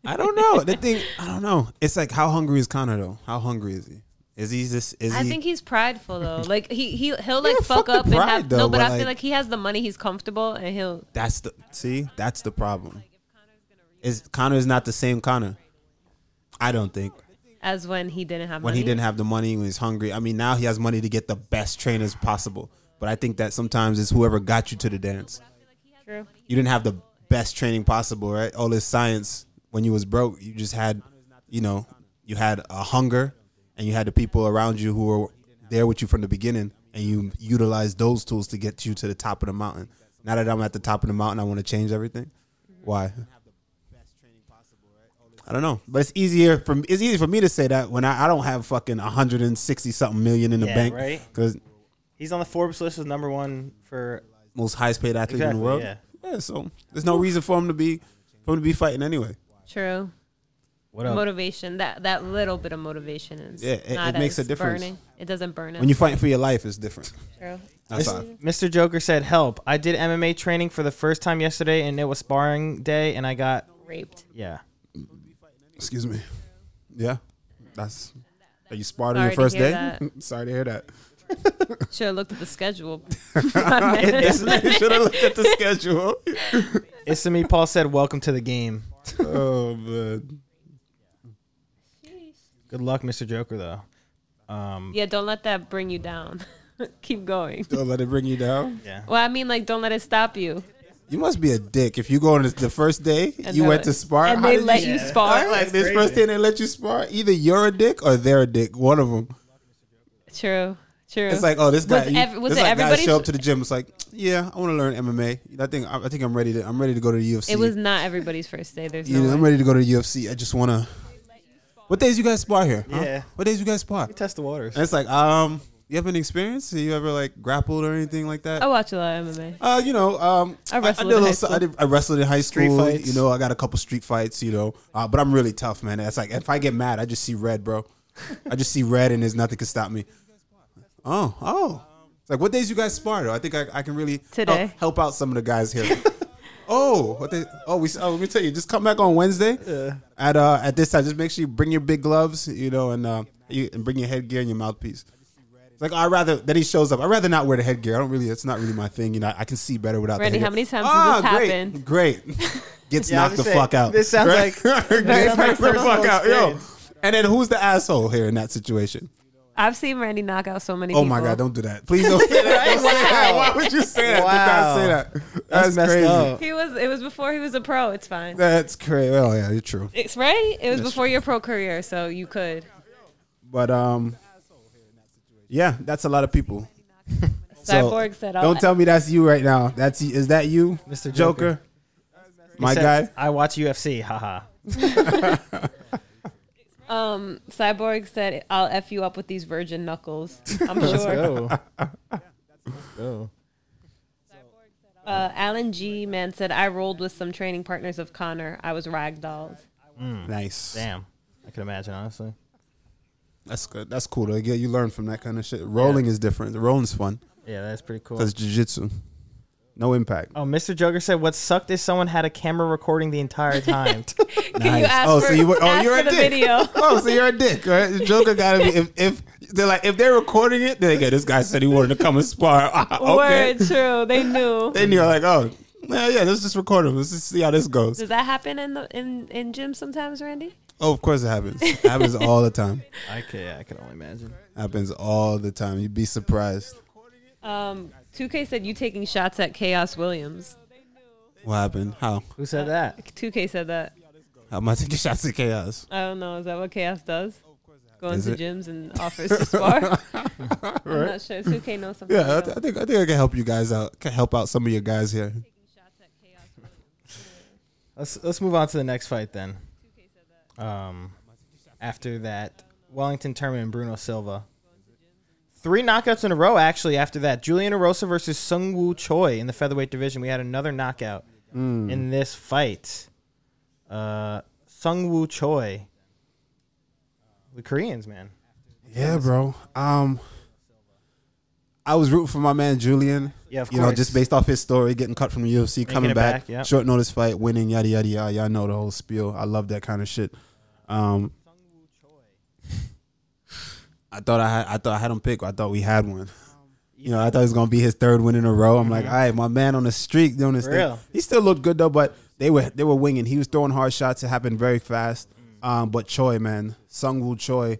Speaker 1: I don't know. The thing, I don't know. It's like how hungry is Connor though? How hungry is he? Is he this? Is
Speaker 2: I
Speaker 1: he?
Speaker 2: think he's prideful
Speaker 1: *laughs*
Speaker 2: though. Like he he he'll like
Speaker 1: Yeah,
Speaker 2: fuck,
Speaker 1: fuck the
Speaker 2: up and
Speaker 1: pride,
Speaker 2: have
Speaker 1: though,
Speaker 2: no, but,
Speaker 1: but,
Speaker 2: I
Speaker 1: like-
Speaker 2: feel like he has the money, he's comfortable, and he'll.
Speaker 1: that's the see. That's the problem. Is Connor is not the same Connor? I don't think.
Speaker 2: As when he didn't have
Speaker 1: when
Speaker 2: money.
Speaker 1: he didn't have the money, when he's hungry. I mean, now he has money to get the best trainers possible. But I think that sometimes it's whoever got you to the dance.
Speaker 2: True.
Speaker 1: You didn't have the best training possible, right? All this science when you was broke, you just had, you know, you had a hunger, and you had the people around you who were there with you from the beginning, and you utilized those tools to get you to the top of the mountain. Now that I'm at the top of the mountain, I want to change everything. Why? I don't know, but it's easier for me, it's easy for me to say that when I, I don't have fucking 160 something million in the
Speaker 3: Yeah,
Speaker 1: bank,
Speaker 3: right.
Speaker 1: Because
Speaker 3: He's on the Forbes list as number one for.
Speaker 1: most highest paid athlete in
Speaker 3: Exactly,
Speaker 1: the world.
Speaker 3: yeah.
Speaker 1: yeah, so there's no reason for him to be for him to be fighting anyway.
Speaker 2: True.
Speaker 3: What
Speaker 2: Motivation. That that little bit of motivation is.
Speaker 1: Yeah, it- it
Speaker 2: not
Speaker 1: makes a
Speaker 2: as
Speaker 1: difference.
Speaker 2: Burning. It doesn't burn.
Speaker 1: When you fight for your life, it's different.
Speaker 2: True.
Speaker 1: That's all.
Speaker 3: Mr. Joker said, "Help! I did MMA training for the first time yesterday, and it was sparring day, and I got
Speaker 2: Raped.
Speaker 3: yeah."
Speaker 1: Excuse me. Yeah, that's. Are you sparred on
Speaker 2: Sorry
Speaker 1: your
Speaker 2: to
Speaker 1: first
Speaker 2: hear
Speaker 1: day? *laughs* Sorry to hear that.
Speaker 2: Should have looked at the
Speaker 1: *laughs*
Speaker 2: schedule. *laughs*
Speaker 1: Should have looked at the schedule. *laughs*
Speaker 3: Isami Paul said, "Welcome to the game."
Speaker 1: Oh man.
Speaker 3: Good luck, Mr. Joker, though. Um,
Speaker 2: yeah, don't let that bring you down. *laughs* Keep going.
Speaker 1: Don't let it bring you down.
Speaker 3: yeah.
Speaker 2: Well, I mean, like, don't let it stop you.
Speaker 1: You must be a dick if you go on the first day
Speaker 2: And
Speaker 1: you
Speaker 2: they're
Speaker 1: went
Speaker 2: like-
Speaker 1: to spar.
Speaker 2: and
Speaker 1: how
Speaker 2: they
Speaker 1: did
Speaker 2: let you spar?
Speaker 1: Like
Speaker 3: That's
Speaker 1: this
Speaker 3: crazy.
Speaker 1: first day they let you spar. Either you're a dick or they're a dick. One of them.
Speaker 2: True. True.
Speaker 1: It's like, oh, this guy.
Speaker 2: Was
Speaker 1: you-
Speaker 2: ev- was
Speaker 1: this
Speaker 2: it
Speaker 1: like guy
Speaker 2: everybody's-
Speaker 1: show up to the gym. It's like, yeah, I want to learn MMA. I think I, I think I'm ready to. I'm ready to go to the UFC.
Speaker 2: it was not everybody's first day. There's
Speaker 1: Yeah,
Speaker 2: no.
Speaker 1: I'm
Speaker 2: way.
Speaker 1: ready to go to the UFC. I just want to. What days you guys spar here? huh?
Speaker 3: Yeah.
Speaker 1: What days you guys spar?
Speaker 3: We test the waters.
Speaker 1: *laughs* And it's like, um, you have any experience? Have you ever like grappled or anything like that?
Speaker 2: I watch a lot of MMA.
Speaker 1: Uh, you know, um,
Speaker 2: I wrestled
Speaker 1: did a
Speaker 2: in high
Speaker 1: little- I,
Speaker 2: school.
Speaker 1: did, I wrestled in high
Speaker 3: Street
Speaker 1: school.
Speaker 3: fights.
Speaker 1: You know, I got a couple street fights. You know, uh, but I'm really tough, man. It's like if I get mad, I just see red, bro. I just see red, and there's nothing can stop me. Oh, oh. It's like what days you guys spar? Though I think I, I can really
Speaker 2: Today.
Speaker 1: help, help out some of the guys here. *laughs* oh, what they? Oh, we. Oh, let me tell you. Just come back on Wednesday at uh at this time. Just make sure you bring your big gloves, you know, and uh you, and bring your headgear and your mouthpiece. It's like I would rather then he shows up. I would rather not wear the headgear. I don't really. It's not really my thing. You know, I can see better without.
Speaker 2: Randy,
Speaker 1: the
Speaker 2: how
Speaker 1: headgear.
Speaker 2: many times
Speaker 1: ah,
Speaker 2: has this
Speaker 1: great,
Speaker 2: happened? *laughs*
Speaker 1: Great. Gets
Speaker 3: Yeah, I
Speaker 1: knocked
Speaker 3: was
Speaker 1: the
Speaker 3: gonna say,
Speaker 1: fuck out.
Speaker 3: this
Speaker 1: *laughs*
Speaker 3: sounds like
Speaker 1: Gets knocked the
Speaker 3: personal
Speaker 1: fuck out, yo.
Speaker 3: experience.
Speaker 1: And then who's the asshole here in that situation?
Speaker 2: I've seen Randy knock out so many
Speaker 1: Oh
Speaker 2: people.
Speaker 1: my god, don't do that. Please
Speaker 3: *laughs*
Speaker 1: don't say that. *laughs* Don't say that. Why would you say that?
Speaker 3: Wow.
Speaker 1: Do not say that.
Speaker 3: That's
Speaker 1: That's,
Speaker 3: messed
Speaker 1: crazy.
Speaker 3: up.
Speaker 2: He was. It was before he was a pro. It's fine.
Speaker 1: That's crazy. Oh yeah, you're true.
Speaker 2: It's right. It was before your pro career, so you could.
Speaker 1: But um Yeah, that's a lot of people. So,
Speaker 2: Cyborg said, "I'll
Speaker 1: Don't tell me that's you right now. That's is that you,
Speaker 3: Mr.
Speaker 1: Joker?
Speaker 3: Joker.
Speaker 1: My guy.
Speaker 3: I watch UFC. Haha.
Speaker 2: Um, Cyborg said, "I'll f you up with these virgin knuckles."
Speaker 1: *laughs*
Speaker 2: I'm sure.
Speaker 3: Go. Go.
Speaker 2: Uh, Alan G. Man said, "I rolled with some training partners of Connor. I was ragdolled."
Speaker 1: Nice.
Speaker 3: Mm. Damn. I can imagine, honestly.
Speaker 1: That's good. That's cool. though. Yeah, you learn from that kind of shit. Rolling is different. Rolling's fun.
Speaker 3: Yeah, that's pretty cool.
Speaker 1: That's jujitsu. No impact.
Speaker 3: Oh, Mr. Joker said, "What sucked is someone had a camera recording the entire time."
Speaker 2: Can you ask
Speaker 1: oh,
Speaker 2: for,
Speaker 1: so you were, oh,
Speaker 2: ask
Speaker 1: you're
Speaker 2: for
Speaker 1: a
Speaker 2: the
Speaker 1: dick.
Speaker 2: video?
Speaker 1: *laughs* oh, so you're a dick, right? The Joker gotta be if, if they're like if they're recording it, they go, this guy said he wanted to come and spar. *laughs* Ah, okay.
Speaker 2: Word, true.
Speaker 1: *laughs*
Speaker 2: They knew.
Speaker 1: Then you're like, oh, yeah, yeah, let's just record him. Let's just see how this goes.
Speaker 2: Does that happen in the in in gym sometimes, Randy?
Speaker 1: Oh, of course it happens. It happens all the time.
Speaker 3: *laughs* *laughs* I could, I could only imagine.
Speaker 1: Happens all the time. You'd be surprised
Speaker 2: Um, 2K said you taking shots at Chaos Williams.
Speaker 1: what happened. How?
Speaker 3: Who said that?
Speaker 2: 2K said that.
Speaker 1: How am I taking shots at chaos?
Speaker 2: I don't know. Is that what Chaos does? Goes
Speaker 1: Is
Speaker 2: to
Speaker 1: it?
Speaker 2: gyms and offers to spar. I'm not sure. 2K knows something.
Speaker 1: Yeah, I,
Speaker 2: about
Speaker 1: th-
Speaker 2: that.
Speaker 1: I think I think I can help you guys out. Can help out some of your guys here.
Speaker 3: Let's let's move on to the next fight then. Um, after that, Wellington Terman and Bruno Silva. Three knockouts in a row, actually. After that, Julian Erosa versus Sung Woo Choi in the featherweight division. We had another knockout in this fight. Uh, Sung Woo Choi, the Koreans, man.
Speaker 1: Yeah, bro. Um, I was rooting for my man Julian.
Speaker 3: Yeah, of
Speaker 1: you know,
Speaker 3: course.
Speaker 1: just based off his story, getting cut from the UFC, coming
Speaker 3: it
Speaker 1: back,
Speaker 3: back, yep.
Speaker 1: short notice fight, winning, yada yada yada. Y'all know the whole spiel. I love that kind of shit. Um, I thought I had, I thought I had him pick. I thought we had
Speaker 3: Um,
Speaker 1: one. You know, I thought it was gonna be his third win in a row. I'm like, all right, my man on the streak doing his
Speaker 3: Mm-hmm. For
Speaker 1: thing.
Speaker 3: real.
Speaker 1: He still looked good though, but they were they were winging. He was throwing hard shots. It happened very fast.
Speaker 3: Mm.
Speaker 1: Um, but Choi, man, Sung Woo
Speaker 3: *laughs*
Speaker 1: Choi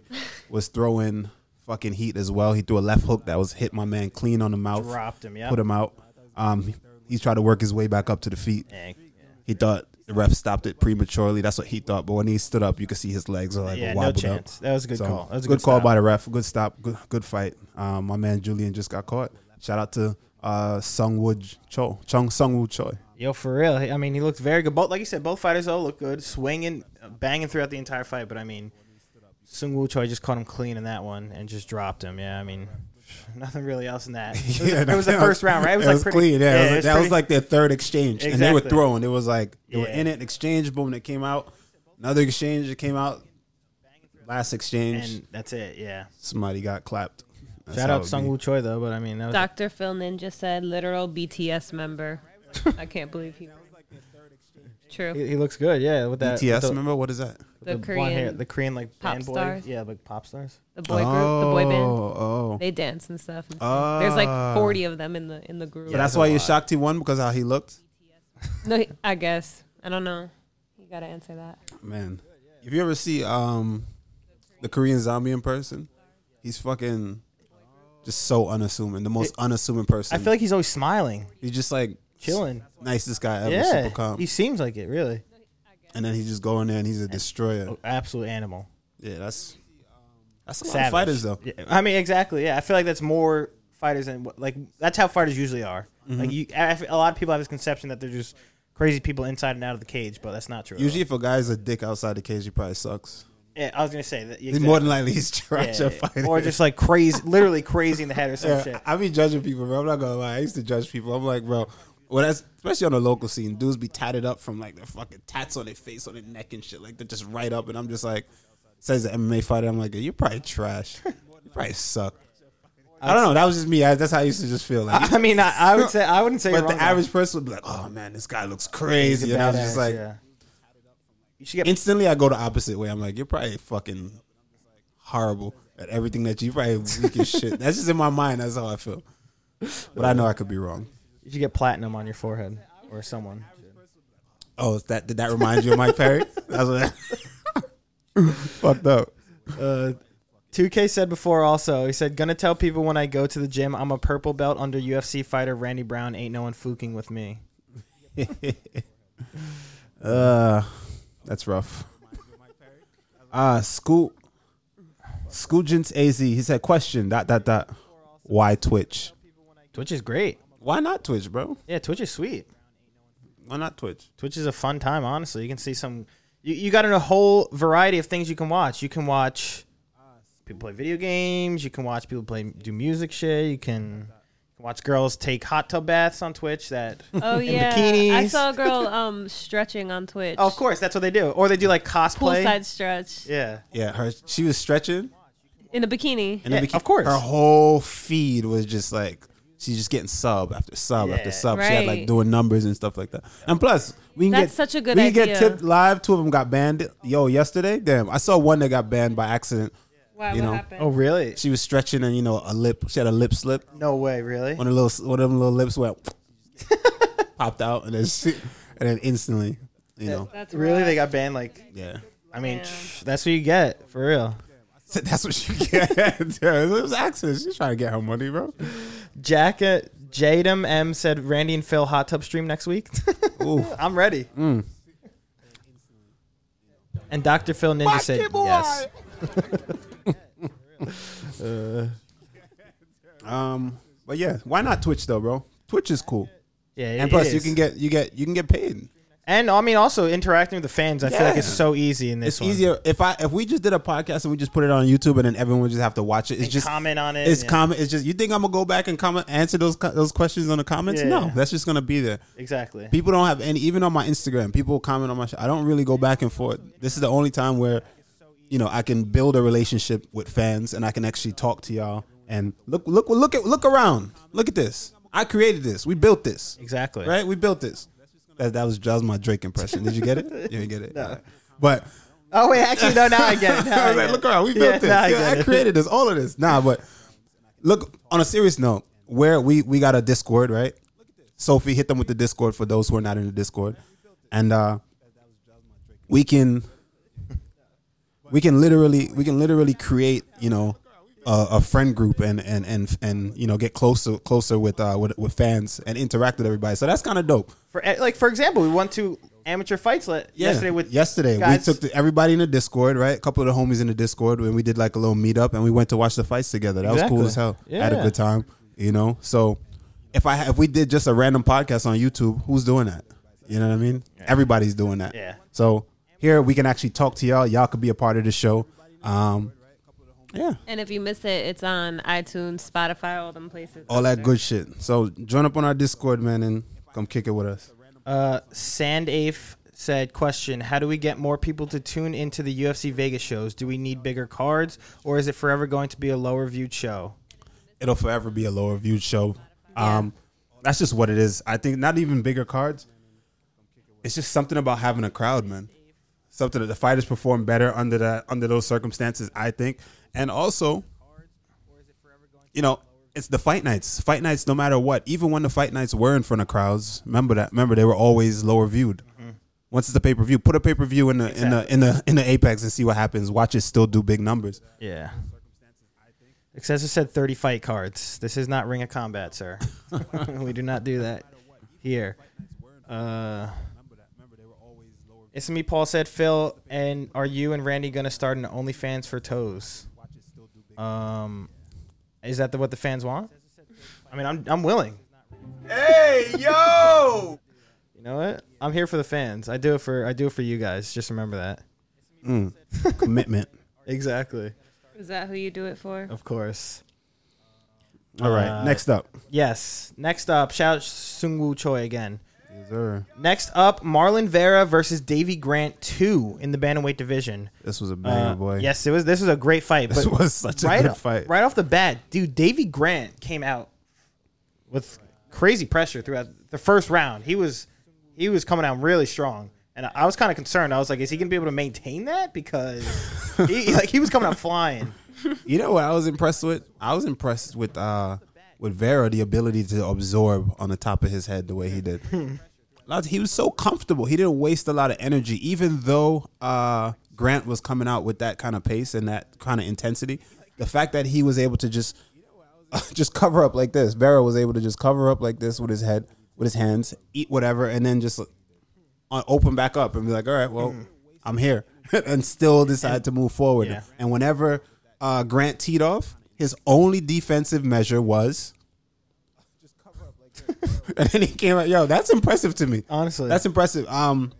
Speaker 1: was throwing fucking heat as well. He threw a left hook that was hit my man clean on the mouth,
Speaker 3: Dropped him, yeah.
Speaker 1: put him out. Um, he tried to work his way back up to the feet.
Speaker 3: Yeah,
Speaker 1: He thought the ref stopped it prematurely. That's what he thought. But when he stood up, you could see his legs are like
Speaker 3: yeah, no
Speaker 1: wobbled up.
Speaker 3: chance. That was a good
Speaker 1: So,
Speaker 3: call. That was a
Speaker 1: good,
Speaker 3: good,
Speaker 1: call
Speaker 3: stop.
Speaker 1: by the ref. Good stop. Good, good fight. Um, my man Julian just got caught. Shout out to uh, Sungwoo Cho, Chung Sungwoo Choi.
Speaker 3: Yo, for real. I mean, he looked very good. Both, like you said, both fighters all look good, swinging, uh, banging throughout the entire fight. But I mean, Sung Woo Choi just caught him clean in that one and just dropped him. Yeah, I mean, *laughs* nothing really else
Speaker 1: *laughs*
Speaker 3: in that. It was,
Speaker 1: Yeah,
Speaker 3: the, it was the
Speaker 1: that
Speaker 3: first round, right?
Speaker 1: It was,
Speaker 3: pretty-
Speaker 1: clean. Yeah, it was-
Speaker 3: it was
Speaker 1: that was
Speaker 3: pretty-
Speaker 1: like their third exchange, and they were
Speaker 3: Exactly.
Speaker 1: throwing. It was like they were
Speaker 3: Yeah.
Speaker 1: in it. Exchange, boom, that came out. Another exchange that came out. Last exchange,
Speaker 3: *laughs* and that's it. Yeah.
Speaker 1: somebody got clapped. That's
Speaker 3: Shout
Speaker 1: how
Speaker 3: out
Speaker 1: it
Speaker 3: Sung
Speaker 1: be.
Speaker 3: Woo Choi though, but I mean, that was
Speaker 2: Dr. Phil Ninja said literal BTS member. I can't believe he. True.
Speaker 3: he, he looks good. Yeah, with that
Speaker 1: BTS.
Speaker 3: with the,
Speaker 1: remember what is that?
Speaker 2: The
Speaker 3: the blonde hair,
Speaker 2: Korean,
Speaker 3: the Korean like
Speaker 2: pop
Speaker 3: band boy.
Speaker 2: stars.
Speaker 3: Yeah, like pop stars.
Speaker 2: the boy group, the boy band.
Speaker 1: Oh,
Speaker 2: They dance and stuff. and sing. There's
Speaker 1: Ah.
Speaker 2: like 40 of them in the in the group.
Speaker 1: but that's
Speaker 3: a
Speaker 1: why you're
Speaker 3: lot.
Speaker 1: shocked he won because how he looked.
Speaker 2: No, he- I guess. I don't know. You got to answer that.
Speaker 1: Man, if you ever see um the Korean zombie in person, he's fucking just so unassuming. The most unassuming person.
Speaker 3: I feel like he's always smiling,
Speaker 1: he's just like
Speaker 3: chilling.
Speaker 1: nicest guy ever.
Speaker 3: Yeah,
Speaker 1: Super calm.
Speaker 3: he seems like it really.
Speaker 1: and then he just go in there and he's a
Speaker 3: oh.
Speaker 1: destroyer.
Speaker 3: Absolute animal.
Speaker 1: Yeah, that's that's a lot
Speaker 3: Savage.
Speaker 1: of fighters though.
Speaker 3: Yeah, I mean, exactly. Yeah, I feel like that's more fighters than what- like that's how fighters usually are.
Speaker 1: Mm-hmm.
Speaker 3: Like you, I, I- a lot of people have this conception that they're just crazy people inside and out of the cage, but that's not true. at all.
Speaker 1: Usually, if a guy's a dick outside the cage, he probably sucks.
Speaker 3: yeah, I was gonna say that.
Speaker 1: He's more than likely he's *laughs* trash at fighting.
Speaker 3: or just
Speaker 1: *laughs*
Speaker 3: like crazy, literally crazy in the head or some
Speaker 1: Yeah,
Speaker 3: shit.
Speaker 1: I I be judging people, bro. I'm not gonna lie. I used to judge people. I'm like, bro, well, that's especially on the local scene. Dudes be tatted up from like their fucking tats on their face, on their neck and shit. Like they're just right up, and I'm just like, says the MMA fighter. I'm like, you're probably trash. you probably suck. I don't know. That was just me. I, that's how I used to just
Speaker 3: *laughs*
Speaker 1: feel. Like,
Speaker 3: I mean, I, I would say I wouldn't say.
Speaker 1: but the
Speaker 3: you're wrong, though.
Speaker 1: average person would be like, oh man, this guy looks
Speaker 3: He's a
Speaker 1: crazy, and I was just
Speaker 3: badass,
Speaker 1: like,
Speaker 3: yeah. you should get
Speaker 1: instantly I go the opposite way. I'm like, you're probably fucking horrible at everything that you you're probably weak as shit. That's just in my mind. That's how I feel. But I know I could be wrong.
Speaker 3: you should get platinum on your forehead or someone.
Speaker 1: Oh, is that did that remind you of Mike Perry? That's what that *laughs* fucked up.
Speaker 3: Uh, 2K said before also, he said, Gonna tell people when I go to the gym I'm a purple belt under UFC fighter Randy Brown. Ain't no one fooking with me.
Speaker 1: *laughs* Uh, that's rough. Ah, Scoot, Scoogents AZ. He said, "Question dot dot dot. Why Twitch?
Speaker 3: Twitch is great.
Speaker 1: Why not Twitch, bro?
Speaker 3: Yeah, Twitch is sweet.
Speaker 1: Why not Twitch?
Speaker 3: Twitch is a fun time, honestly. You can see some. You, you got a whole variety of things you can watch. You can watch people play video games. You can watch people play do music shit. You can watch girls take hot tub baths on Twitch. *laughs* That
Speaker 2: Oh,
Speaker 3: in
Speaker 2: yeah.
Speaker 3: bikinis.
Speaker 2: I saw a girl um stretching on Twitch.
Speaker 3: Oh, of course, that's what they do. Or they do like cosplay.
Speaker 2: Poolside stretch
Speaker 3: Yeah,
Speaker 1: Yeah, her. She was stretching."
Speaker 2: in a bikini.
Speaker 1: And then
Speaker 3: Yeah,
Speaker 1: became,
Speaker 3: of course.
Speaker 1: her whole feed was just like she's just getting sub after sub
Speaker 3: Yeah.
Speaker 1: after sub. She had like
Speaker 2: Right.
Speaker 1: doing numbers and stuff like that. And plus, we can
Speaker 2: That's
Speaker 1: get
Speaker 2: such a good
Speaker 1: we can
Speaker 2: idea.
Speaker 1: get tipped live. Two of them got banned. Yo, yesterday, damn, I saw one that got banned by accident.
Speaker 2: Wow,
Speaker 1: You
Speaker 2: what
Speaker 1: know.
Speaker 2: happened?
Speaker 3: Oh, really?
Speaker 1: She was stretching and you know a lip. She had a lip slip.
Speaker 3: No way, really?
Speaker 1: One of the little one of them little lips went *laughs* popped out and then she, and then instantly, you know,
Speaker 2: That's
Speaker 3: Really,
Speaker 2: rough.
Speaker 3: they got banned like
Speaker 1: yeah.
Speaker 3: I mean,
Speaker 2: Yeah.
Speaker 3: that's what you get for real.
Speaker 1: So that's what she get. *laughs* Yeah, it was accident. She's trying to get her money, bro.
Speaker 3: Jack uh, Jadem M said Randy and Phil hot tub stream next week. *laughs*
Speaker 1: Ooh.
Speaker 3: I'm ready.
Speaker 1: Mm.
Speaker 3: And Dr. Phil Ninja said yes.
Speaker 1: Uh, Um, but yeah, why not Twitch though, bro? Twitch is cool,
Speaker 3: Yeah,
Speaker 1: and plus you can get you get you can get paid.
Speaker 3: and I mean also interacting with the fans. I feel like it's
Speaker 1: Yeah.
Speaker 3: so easy in this
Speaker 1: It's
Speaker 3: one.
Speaker 1: easier if I if we just did a podcast and we just put it on YouTube and then everyone would just have to watch it. It's
Speaker 3: And
Speaker 1: just
Speaker 3: comment on it.
Speaker 1: It's
Speaker 3: yeah.
Speaker 1: comment. It's just you think I'm gonna go back and comment answer those co- those questions on the comments?
Speaker 3: Yeah.
Speaker 1: No, that's just gonna be there.
Speaker 3: exactly.
Speaker 1: People don't have any even on my Instagram. People comment on my. Sh- I don't really go back and forth. This is the only time where, you know, I can build a relationship with fans and I can actually talk to y'all and look look look at look around. Look at this. I created this. We built this.
Speaker 3: Exactly.
Speaker 1: Right? We built this. That, that was that was my Drake impression. Did you get it?
Speaker 3: *laughs*
Speaker 1: You didn't get it. Alright. But
Speaker 3: Oh wait, actually no, now I
Speaker 1: *laughs*
Speaker 3: get it. Now
Speaker 1: I
Speaker 3: I
Speaker 1: was like,
Speaker 3: get
Speaker 1: look
Speaker 3: it.
Speaker 1: around, we
Speaker 3: Yeah, *laughs*
Speaker 1: built this.
Speaker 3: now I
Speaker 1: Yeah, *laughs*
Speaker 3: get
Speaker 1: I,
Speaker 3: it.
Speaker 1: created this, all of this. Nah, but look, on a serious note, where we we got a Discord, right? Sophie hit them with the Discord for those who are not in the Discord. And uh we can we can literally we can literally create, you know, a, a friend group and and and and you know get closer closer with uh with, with fans and interact with everybody. So that's kind of dope.
Speaker 3: For, eh, like for example, we went to amateur fights le-
Speaker 1: Yeah.
Speaker 3: yesterday with
Speaker 1: yesterday
Speaker 3: guys-
Speaker 1: we took the, everybody in the Discord, right? A couple of the homies in the Discord, and we did like a little meetup, and we went to watch the fights together. That was cool
Speaker 3: Exactly.
Speaker 1: as hell. I had a
Speaker 3: Yeah.
Speaker 1: good time, you know. So if I if we did just a random podcast on YouTube, who's doing that? You know what I mean? Everybody's doing that.
Speaker 3: Yeah.
Speaker 1: So here we can actually talk to y'all. Y'all could be a part of the show. Um, yeah,
Speaker 2: And if you miss it, it's on iTunes, Spotify, all them places.
Speaker 1: all that good shit. So join up on our Discord, man, and come kick it with us.
Speaker 3: Uh, Sand Afe said, "Question: How do we get more people to tune into the UFC Vegas shows? Do we need bigger cards, or is it forever going to be a lower viewed show?"
Speaker 1: it'll forever be a lower viewed show. Um, that's just what it is. I think not even bigger cards. It's just something about having a crowd, man. Something that the fighters perform better under that under those circumstances, I think. And also, you know, it's the fight nights. Fight nights, no matter what, even when the fight nights were in front of crowds, remember that. Remember they were always lower viewed. Once it's a pay per view, put a pay per view in the in the in the in the apex and see what happens. Watch it still do big numbers.
Speaker 3: Yeah. Excessor said 30 fight cards. This is not Ring of Combat, sir. *laughs* we do not do that here. Uh, SME Paul said, Phil, and are you and Randy going to start an OnlyFans for toes? Um, is that the, what the fans want? I mean, I'm, I'm willing.
Speaker 4: Hey, yo!
Speaker 3: You know what? I'm here for the fans. I do it for I do it for you guys. Just remember that.
Speaker 1: Commitment.
Speaker 3: Exactly.
Speaker 2: Is that who you do it for?
Speaker 3: Of course.
Speaker 1: All right.
Speaker 3: Uh,
Speaker 1: next up.
Speaker 3: Yes. Next up, shout out Sungwoo Choi again.
Speaker 1: Yes, sir.
Speaker 3: Next up, Marlon Vera versus Davy Grant two in the bantamweight division.
Speaker 1: This was a banger,
Speaker 3: Uh,
Speaker 1: Oh, boy.
Speaker 3: yes, it was. This was a great fight.
Speaker 1: this
Speaker 3: but
Speaker 1: was such a
Speaker 3: right,
Speaker 1: good
Speaker 3: off-
Speaker 1: fight.
Speaker 3: right off the bat, dude, Davy Grant came out with crazy pressure throughout the first round. He was he was coming out really strong, and I, I was kind of concerned. I was like, is he gonna be able to maintain that?
Speaker 1: *laughs*
Speaker 3: Because he like he was coming out flying.
Speaker 1: You know what I was impressed with? I was impressed with uh with Vera the ability to absorb on the top of his head the way he
Speaker 3: *laughs*
Speaker 1: did. Lots- he was so comfortable. He didn't waste a lot of energy, even though uh Grant was coming out with that kind of pace and that kind of intensity. The fact that he was able to just *laughs* just cover up like this. Vera was able to just cover up like this with his head, with his hands, eat whatever, and then just on, open back up and be like, all right, well, I'm here, *laughs* and still decide to move forward.
Speaker 3: Mm. Yeah.
Speaker 1: And whenever uh, Grant teed off, his only defensive measure was. *laughs* and then he came out, yo, that's impressive to me.
Speaker 3: Honestly.
Speaker 1: that's impressive. Um,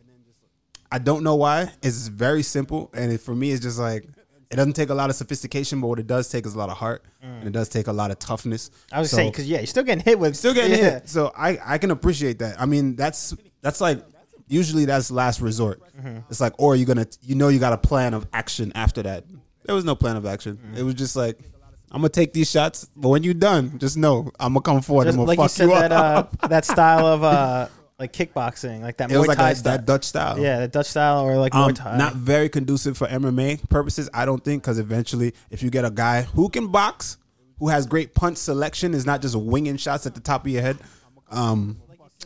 Speaker 1: I don't know why. It's very simple, and it, for me, it's just like it doesn't take a lot of sophistication, but what it does take is a lot of heart, and it does take a lot of toughness.
Speaker 3: I was
Speaker 1: So-
Speaker 3: saying because yeah, you're still getting hit with
Speaker 1: still getting
Speaker 3: yeah.
Speaker 1: hit. So I I can appreciate that. I mean, that's that's like usually that's last resort.
Speaker 3: Mm-hmm.
Speaker 1: It's like or you're gonna you know you got a plan of action after that. There was no plan of action.
Speaker 3: Mm-hmm.
Speaker 1: It was just like I'm gonna take these shots, but when you're done, just know I'm gonna come forward.
Speaker 3: Just
Speaker 1: I'm gonna
Speaker 3: like
Speaker 1: fuck
Speaker 3: you said that uh,
Speaker 1: up.
Speaker 3: *laughs* that style of uh, like kickboxing, like
Speaker 1: *laughs*
Speaker 3: that
Speaker 1: it was
Speaker 3: Muay
Speaker 1: like
Speaker 3: Thai
Speaker 1: that,
Speaker 3: style.
Speaker 1: that Dutch style.
Speaker 3: yeah, the Dutch style or like Muay
Speaker 1: Um,
Speaker 3: Thai.
Speaker 1: not very conducive for MMA purposes, I don't think, because eventually, if you get a guy who can box, who has great punch selection, is not just winging shots at the top of your head, um,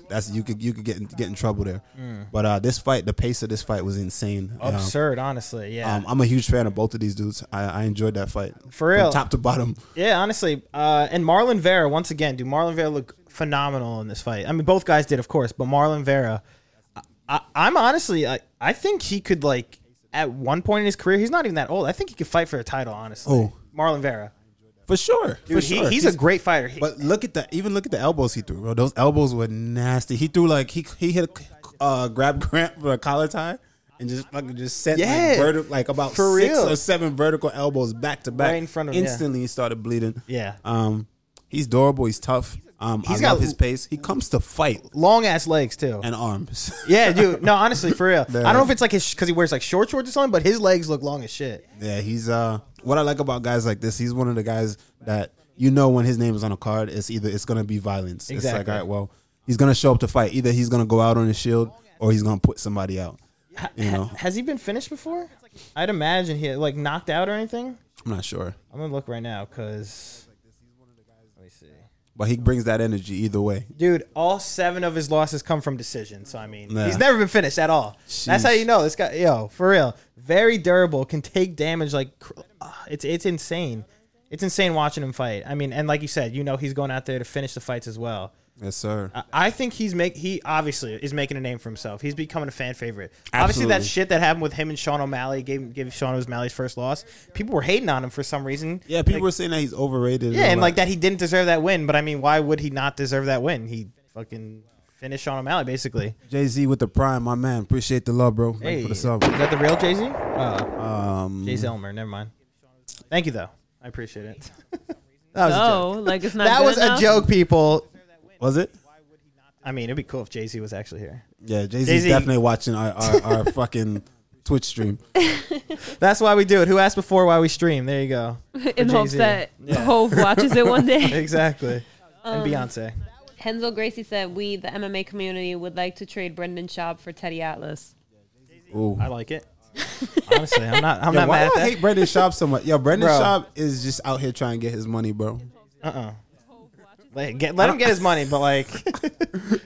Speaker 1: That's you could you could get in, get in trouble there.
Speaker 3: Mm.
Speaker 1: But uh, this fight, the pace of this fight was insane. Um,
Speaker 3: Absurd, honestly. Yeah.
Speaker 1: um, I'm a huge fan of both of these dudes. I, I enjoyed that fight
Speaker 3: For real.
Speaker 1: From top to bottom.
Speaker 3: Yeah, honestly. Uh, and Marlon Vera, once again, do Marlon Vera look phenomenal in this fight? I mean, both guys did, of course, but Marlon Vera, I, I, I'm honestly, I, I think he could, like, at one point in his career, he's not even that old. I think he could fight for a title, honestly.
Speaker 1: Who?
Speaker 3: Marlon Vera.
Speaker 1: For sure,
Speaker 3: Dude,
Speaker 1: for
Speaker 3: he,
Speaker 1: sure.
Speaker 3: he's, a great fighter. He-
Speaker 1: But look at that. Even look at the elbows he threw, bro. Those elbows were nasty. He threw like he he hit a uh, grab Grant with a collar tie and just fucking just sent
Speaker 3: Yeah.
Speaker 1: like, verti- like about
Speaker 3: For
Speaker 1: six
Speaker 3: real.
Speaker 1: or seven vertical elbows back to back
Speaker 3: Right in front of him, yeah.
Speaker 1: Instantly, he started bleeding.
Speaker 3: Yeah.
Speaker 1: Um, he's durable. He's tough. Um,
Speaker 3: He's
Speaker 1: I
Speaker 3: got-
Speaker 1: love his pace. He comes to fight
Speaker 3: Long ass legs, too.
Speaker 1: and arms. *laughs*
Speaker 3: yeah, dude. No, honestly, for real. I
Speaker 1: They're-
Speaker 3: don't know if it's like his because he wears like short shorts or something, but his legs look long as shit.
Speaker 1: yeah. He's uh, what I like about guys like this. He's one of the guys that you know when his name is on a card, it's either it's gonna be violence. It's
Speaker 3: Exactly.
Speaker 1: like all right, well, he's gonna show up to fight. Either he's gonna go out on his shield or he's gonna put somebody out. You know,
Speaker 3: Has he been finished before? I'd imagine he like knocked out or anything.
Speaker 1: I'm not sure,
Speaker 3: I'm gonna look right now because let me see,
Speaker 1: but he brings that energy either way.
Speaker 3: dude. All seven of his losses come from decision. So I mean,
Speaker 1: Nah.
Speaker 3: he's never been finished at all. That's how
Speaker 1: Sheesh.
Speaker 3: you know this guy. Yo, for real, very durable. Can take damage like cr- ah, it's it's insane. It's insane watching him fight. I mean, and like you said, you know he's going out there to finish the fights as well.
Speaker 1: Yes, sir.
Speaker 3: I- I think he's make he obviously is making a name for himself. He's becoming a fan favorite. Obviously, that
Speaker 1: Absolutely.
Speaker 3: shit that happened with him and Sean O'Malley gave gave Sean O'Malley's first loss. People were hating on him for some reason.
Speaker 1: yeah, people
Speaker 3: Like-
Speaker 1: were saying that he's overrated.
Speaker 3: yeah, and like that he didn't deserve that win. But I mean, why would he not deserve that win? He fucking finished Sean O'Malley basically.
Speaker 1: Jay Z with the prime, my man. Appreciate the love, bro. Thank you for the
Speaker 3: is
Speaker 1: sub.
Speaker 3: that the real Jay Z? Oh,
Speaker 1: Um,
Speaker 3: Jay Z Elmer. Never mind. Thank you though. I appreciate it. *laughs* that was a
Speaker 2: No,
Speaker 3: joke. *laughs*
Speaker 2: like it's Oh, not.
Speaker 3: That
Speaker 2: good *laughs*
Speaker 3: was
Speaker 2: enough?
Speaker 3: a joke, people.
Speaker 1: was it?
Speaker 3: I mean, it'd be cool if Jay Z was actually here.
Speaker 1: Yeah, Jay Z's
Speaker 3: Jay-Z.
Speaker 1: definitely watching our our,
Speaker 3: *laughs*
Speaker 1: our fucking Twitch stream.
Speaker 3: That's why we do it. Who asked before why we stream? There you go.
Speaker 2: In
Speaker 3: For
Speaker 2: hopes
Speaker 3: Jay-Z.
Speaker 2: that Hove watches it one day.
Speaker 3: *laughs* Exactly. and Beyonce.
Speaker 2: *laughs* Hensel Gracie said, "We, the MMA community, would like to trade Brendan Schaub for Teddy Atlas."
Speaker 1: Ooh.
Speaker 3: I like it. Honestly, I'm not. I'm
Speaker 1: Yo,
Speaker 3: not
Speaker 1: why
Speaker 3: mad
Speaker 1: do I
Speaker 3: at
Speaker 1: hate Brendan Schaub so much? Yo, Brendan
Speaker 3: Bro.
Speaker 1: Schaub is just out here trying to get his money, bro.
Speaker 3: that. Uh. uh Like, get, let him get his money, but *laughs* like,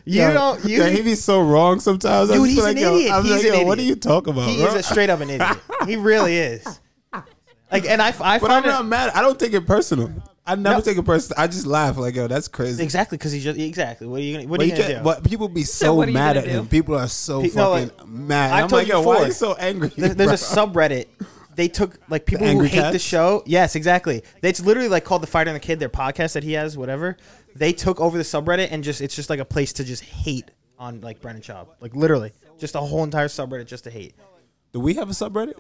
Speaker 3: you
Speaker 1: Yo,
Speaker 3: don't. You
Speaker 1: yo, he be so wrong sometimes. I
Speaker 3: Dude,
Speaker 1: just
Speaker 3: he's
Speaker 1: feel
Speaker 3: an
Speaker 1: like, yo,
Speaker 3: idiot.
Speaker 1: I'm
Speaker 3: He's
Speaker 1: like,
Speaker 3: an
Speaker 1: yo, what are you
Speaker 3: idiot.
Speaker 1: talking about?
Speaker 3: he
Speaker 1: bro?
Speaker 3: is a straight up an idiot. He really is. Like, and I,
Speaker 1: *laughs*
Speaker 3: I
Speaker 1: But I'm
Speaker 3: find
Speaker 1: not
Speaker 3: it
Speaker 1: mad. I don't take it personal. I never
Speaker 3: No.
Speaker 1: take it personal. I just laugh like, yo, that's crazy.
Speaker 3: exactly because he's just exactly. What are you gonna? What
Speaker 1: But,
Speaker 3: are
Speaker 1: you
Speaker 3: you gonna
Speaker 1: can't-
Speaker 3: do?
Speaker 1: but people be so
Speaker 2: what are you
Speaker 1: mad
Speaker 2: gonna
Speaker 1: at him.
Speaker 2: do?
Speaker 1: People are so
Speaker 3: He- no,
Speaker 1: fucking
Speaker 3: like,
Speaker 1: mad.
Speaker 3: I
Speaker 1: I'm
Speaker 3: told
Speaker 1: like,
Speaker 3: you
Speaker 1: yo, why are
Speaker 3: before.
Speaker 1: you so angry?
Speaker 3: There- there's
Speaker 1: *laughs*
Speaker 3: a
Speaker 1: bro?
Speaker 3: subreddit. They took like people who
Speaker 1: Angry
Speaker 3: hate the
Speaker 1: Cats?
Speaker 3: show. Yes, exactly. It's literally like called the Fighter and the Kid, their podcast that he has, whatever. They took over the subreddit and just it's just like a place to just hate on like Brennan Schaub. Like literally, just a whole entire subreddit just to hate. *laughs*
Speaker 1: Do we have a subreddit?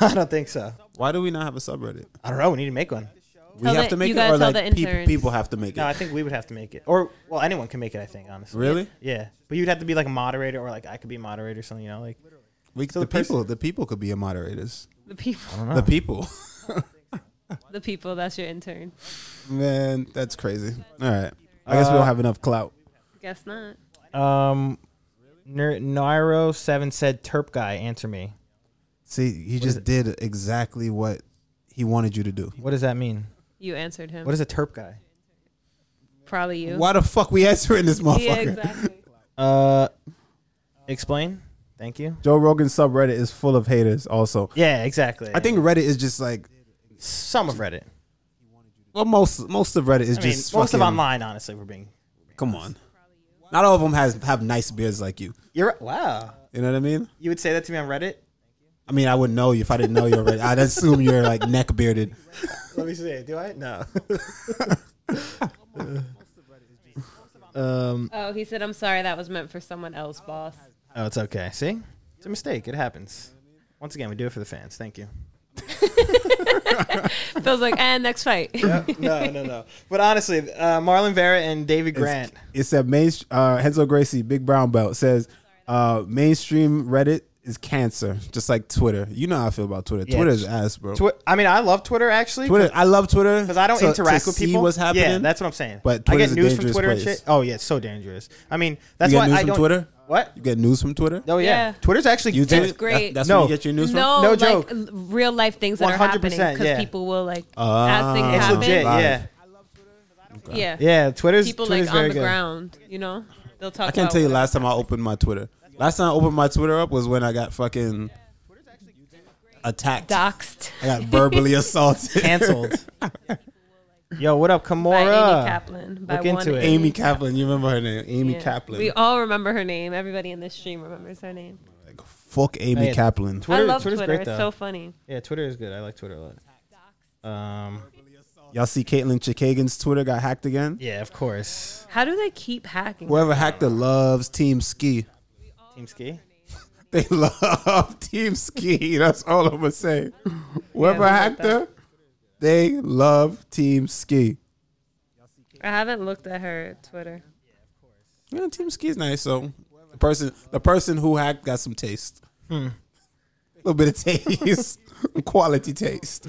Speaker 3: I don't think so.
Speaker 1: Why do we not have a subreddit?
Speaker 3: I don't know. We need to make one.
Speaker 1: We
Speaker 2: Tell
Speaker 1: have
Speaker 2: the-
Speaker 1: to make
Speaker 2: you
Speaker 1: it,
Speaker 2: gotta
Speaker 1: or
Speaker 2: tell
Speaker 1: like
Speaker 2: the
Speaker 1: peop-
Speaker 2: interns.
Speaker 1: people have to make it.
Speaker 3: No, I think we would have to make it, or well, anyone can make it. I think honestly.
Speaker 1: Really?
Speaker 3: Yeah, but you'd have to be like a moderator, or like I could be a moderator, or something. You know, like
Speaker 1: We,
Speaker 3: So
Speaker 1: the
Speaker 3: the person-
Speaker 1: people, the people could be a moderators.
Speaker 2: The people,
Speaker 1: The people, *laughs*
Speaker 2: the people. That's your intern.
Speaker 1: man, that's crazy. All right, I
Speaker 3: Uh,
Speaker 1: guess we don't have enough clout.
Speaker 2: Guess not.
Speaker 3: um, Ner- Nairo Seven said, "Terp guy, answer me."
Speaker 1: See, he just did exactly what he wanted you to do.
Speaker 3: What does that mean?
Speaker 2: You answered him.
Speaker 3: What is a terp guy?
Speaker 2: Probably you.
Speaker 1: Why the fuck we *laughs* answering
Speaker 3: *laughs*
Speaker 1: this motherfucker?
Speaker 2: Yeah, exactly.
Speaker 3: Uh, explain. Thank you.
Speaker 1: Joe Rogan's subreddit is full of haters. Also,
Speaker 3: Yeah, exactly.
Speaker 1: I think Reddit is just like
Speaker 3: some of Reddit.
Speaker 1: well, most most of Reddit is
Speaker 3: I mean,
Speaker 1: just
Speaker 3: most of
Speaker 1: fucking-
Speaker 3: online, honestly, we're being.
Speaker 1: Come on, not all of them has have nice beards like you.
Speaker 3: You're right. wow.
Speaker 1: You know what I mean?
Speaker 3: You would say that to me on Reddit.
Speaker 1: I mean, I wouldn't know you if I didn't know you already. I'd assume you're like *laughs* neck bearded.
Speaker 3: Let me see. Do I? *laughs* No. um.
Speaker 2: Oh, he said, "I'm sorry. That was meant for someone else, *laughs* boss."
Speaker 3: Oh, it's okay. See, it's a mistake. It happens. Once again, we do it for the fans. Thank you.
Speaker 2: Phil's like, "And next fight."
Speaker 3: *laughs* no, no, no. But honestly, uh, Marlon Vera and David Grant.
Speaker 1: It said main uh, Henzo Gracie, Big Brown Belt says uh, mainstream Reddit is cancer, just like Twitter. You know how I feel about Twitter.
Speaker 3: Yeah.
Speaker 1: Twitter is ass, bro.
Speaker 3: Twi- I mean, I love Twitter actually.
Speaker 1: Twitter, I love Twitter
Speaker 3: because I don't
Speaker 1: to-
Speaker 3: interact
Speaker 1: to
Speaker 3: with
Speaker 1: see
Speaker 3: people.
Speaker 1: what's happening.
Speaker 3: Yeah, that's what I'm saying.
Speaker 1: But
Speaker 3: I
Speaker 1: Twitter's
Speaker 3: get
Speaker 1: a
Speaker 3: news from
Speaker 1: dangerous
Speaker 3: Twitter and
Speaker 1: place.
Speaker 3: shit. Oh yeah, it's so dangerous. I mean, that's
Speaker 1: you
Speaker 3: why
Speaker 1: get news
Speaker 3: I
Speaker 1: from
Speaker 3: don't.
Speaker 1: Twitter.
Speaker 3: What?
Speaker 1: You get news from Twitter.
Speaker 3: Oh yeah.
Speaker 2: Yeah.
Speaker 3: Twitter's actually.
Speaker 1: You
Speaker 2: That's
Speaker 1: do?
Speaker 2: great.
Speaker 1: That- that's
Speaker 3: No.
Speaker 1: where you get your news from.
Speaker 2: No,
Speaker 3: No
Speaker 2: like,
Speaker 3: joke.
Speaker 2: l- real life things that are happening
Speaker 3: 100%,
Speaker 2: because
Speaker 3: yeah.
Speaker 2: people will like
Speaker 1: Ah.
Speaker 2: as things
Speaker 1: It's
Speaker 2: happen.
Speaker 3: legit.
Speaker 1: Live.
Speaker 3: Yeah.
Speaker 2: Yeah,
Speaker 3: Yeah. Twitter's
Speaker 2: people
Speaker 3: Twitter's
Speaker 2: like on
Speaker 3: very
Speaker 2: the
Speaker 3: good.
Speaker 2: ground. You know, They'll talk.
Speaker 1: I can't
Speaker 2: about
Speaker 1: tell you
Speaker 2: whatever.
Speaker 1: last time I opened my Twitter. Last time I opened my Twitter up was when I got fucking attacked.
Speaker 2: Doxed.
Speaker 1: I
Speaker 2: *laughs*
Speaker 1: got verbally assaulted.
Speaker 3: Canceled. Yo, what up,
Speaker 2: By Amy
Speaker 3: Kimora?
Speaker 2: Kaplan. By
Speaker 3: Look into
Speaker 2: one
Speaker 3: it.
Speaker 1: Amy Kaplan, you remember her name? Amy
Speaker 2: Yeah.
Speaker 1: Kaplan.
Speaker 2: We all remember her name. Everybody in this stream remembers her name.
Speaker 1: like, fuck Amy
Speaker 3: Man.
Speaker 1: Kaplan.
Speaker 3: Twitter-
Speaker 2: I love
Speaker 3: Twitter's
Speaker 2: Twitter. it's
Speaker 3: great, though.
Speaker 2: so funny.
Speaker 3: Yeah, Twitter is good. I like Twitter a lot. Um,
Speaker 1: Y'all see Caitlyn Chikagan's Twitter got hacked again?
Speaker 3: yeah, of course.
Speaker 2: How do they keep hacking?
Speaker 1: Whoever hacked it loves Team Ski.
Speaker 3: Team Ski.
Speaker 1: *laughs* They love Team Ski. That's all I'm gonna say. Whoever
Speaker 2: we like
Speaker 1: hacked
Speaker 2: that.
Speaker 1: her, they love Team Ski.
Speaker 2: I haven't looked at her Twitter.
Speaker 1: Yeah, Team Ski's nice. So the person, the person who hacked got some taste.
Speaker 2: Hmm.
Speaker 1: A little bit of taste, *laughs* quality taste.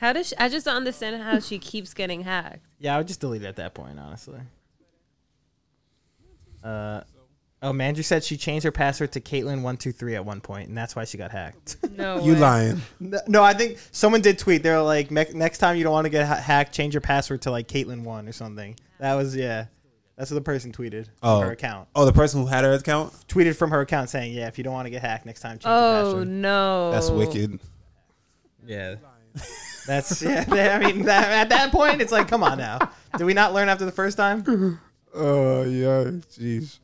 Speaker 2: How does she, I just don't understand how she keeps getting
Speaker 1: *laughs*
Speaker 2: hacked?
Speaker 3: Yeah, I would just delete it at that point, honestly. Uh, oh, Mandrew said she changed her password to Caitlin123 at one point, and that's why she got hacked. *laughs*
Speaker 2: No,
Speaker 1: You
Speaker 2: way.
Speaker 1: lying?
Speaker 3: No, no, I think someone did tweet. They're like, "Nex- next time you don't want to get ha- hacked, change your password to like Caitlyn one or something. That was yeah. That's what the person tweeted
Speaker 1: Oh,
Speaker 3: from her account.
Speaker 1: Oh, the person who had her account.
Speaker 3: Tweeted from her account saying, "Yeah, if you don't want to get hacked, next time change your
Speaker 2: Oh
Speaker 3: password."
Speaker 2: no,
Speaker 1: That's wicked.
Speaker 3: Yeah, that's *laughs* yeah. they- I mean, that, at that point, it's like, come on now. Did we not learn after the first time?
Speaker 1: Oh yeah, jeez.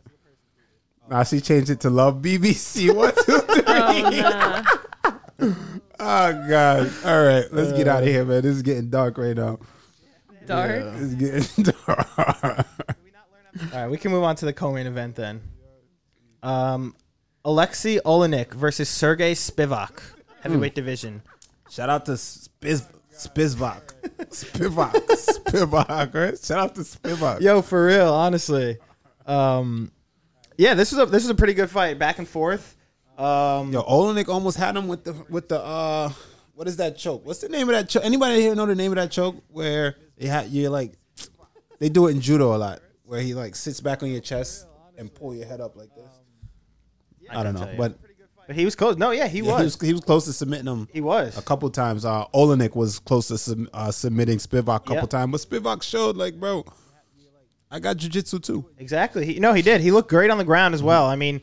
Speaker 1: Now she changed it to love BBC. One, two, three.
Speaker 2: *laughs* Oh,
Speaker 1: *laughs*
Speaker 2: nah.
Speaker 1: Oh god. All right, let's
Speaker 2: Uh.
Speaker 1: get out of here, man. This is getting dark right now.
Speaker 2: Dark.
Speaker 1: It's getting *laughs* dark.
Speaker 3: All right, we can move on to the co-main event then. Um, Alexei Olenik versus Sergey Spivak, heavyweight division.
Speaker 1: Shout out to Spiz Spizvok. Spivak. Spivak, right? Shout out to Spivak.
Speaker 3: Yo, for real, honestly. Um, yeah, this is a this is a pretty good fight, back and forth. Um,
Speaker 1: Yo, Olenek almost had him with the with the uh what is that choke? What's the name of that choke? Anybody here know the name of that choke where they ha- you're like they do it in judo a lot where he like sits back on your chest and pull your head up like this. I don't know,
Speaker 3: tell you.
Speaker 1: but
Speaker 3: but he was close. No, yeah, he
Speaker 1: yeah, he was
Speaker 3: was.
Speaker 1: he was close to submitting him.
Speaker 3: He was.
Speaker 1: a couple times. Uh, Olenek was close to sub, uh, submitting Spivak a couple
Speaker 3: Yeah.
Speaker 1: times, but Spivak showed like, bro, I got jujitsu too.
Speaker 3: Exactly. He, no, he did. He looked great on the ground as well. I mean,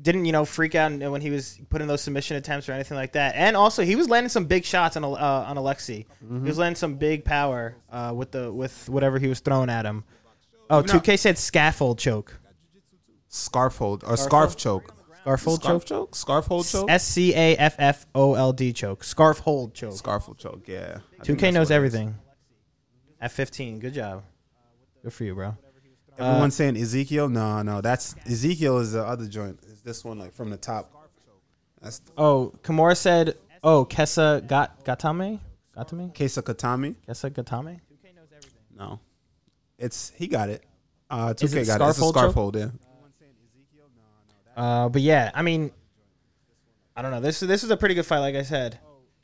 Speaker 3: didn't you know freak out when he was putting those submission attempts or anything like that. And also, he was landing some big shots on uh, on Alexi. He was landing some big power uh, with the with whatever he was throwing at him. Oh, 2K said scaffold choke.
Speaker 1: Scarfold or uh, scarf choke,
Speaker 3: Scarfold
Speaker 1: scarf
Speaker 3: choke.
Speaker 1: choke, scarfold choke,
Speaker 3: S C A F F O L D choke. Scarf hold choke.
Speaker 1: scarfold choke. Yeah, I
Speaker 3: Two
Speaker 1: think
Speaker 3: K
Speaker 1: that's
Speaker 3: knows
Speaker 1: what it is.
Speaker 3: everything. At fifteen, good job. Good for you, bro. uh,
Speaker 1: Everyone's saying Ezekiel. No, no, that's Ezekiel is the other joint. Is this one like from the top? That's
Speaker 3: Oh, Kimura said, "Oh, Kessa got Gatame, Gatame,
Speaker 1: Kesa Katami.
Speaker 3: Kessa Gatame."
Speaker 1: No, it's he got it. Uh, two
Speaker 3: Is
Speaker 1: K
Speaker 3: it
Speaker 1: got it. It's a
Speaker 3: Scarfold choke?
Speaker 1: scarfold. Yeah.
Speaker 3: Uh, but yeah, I mean, I don't know. This this is a pretty good fight, like I said.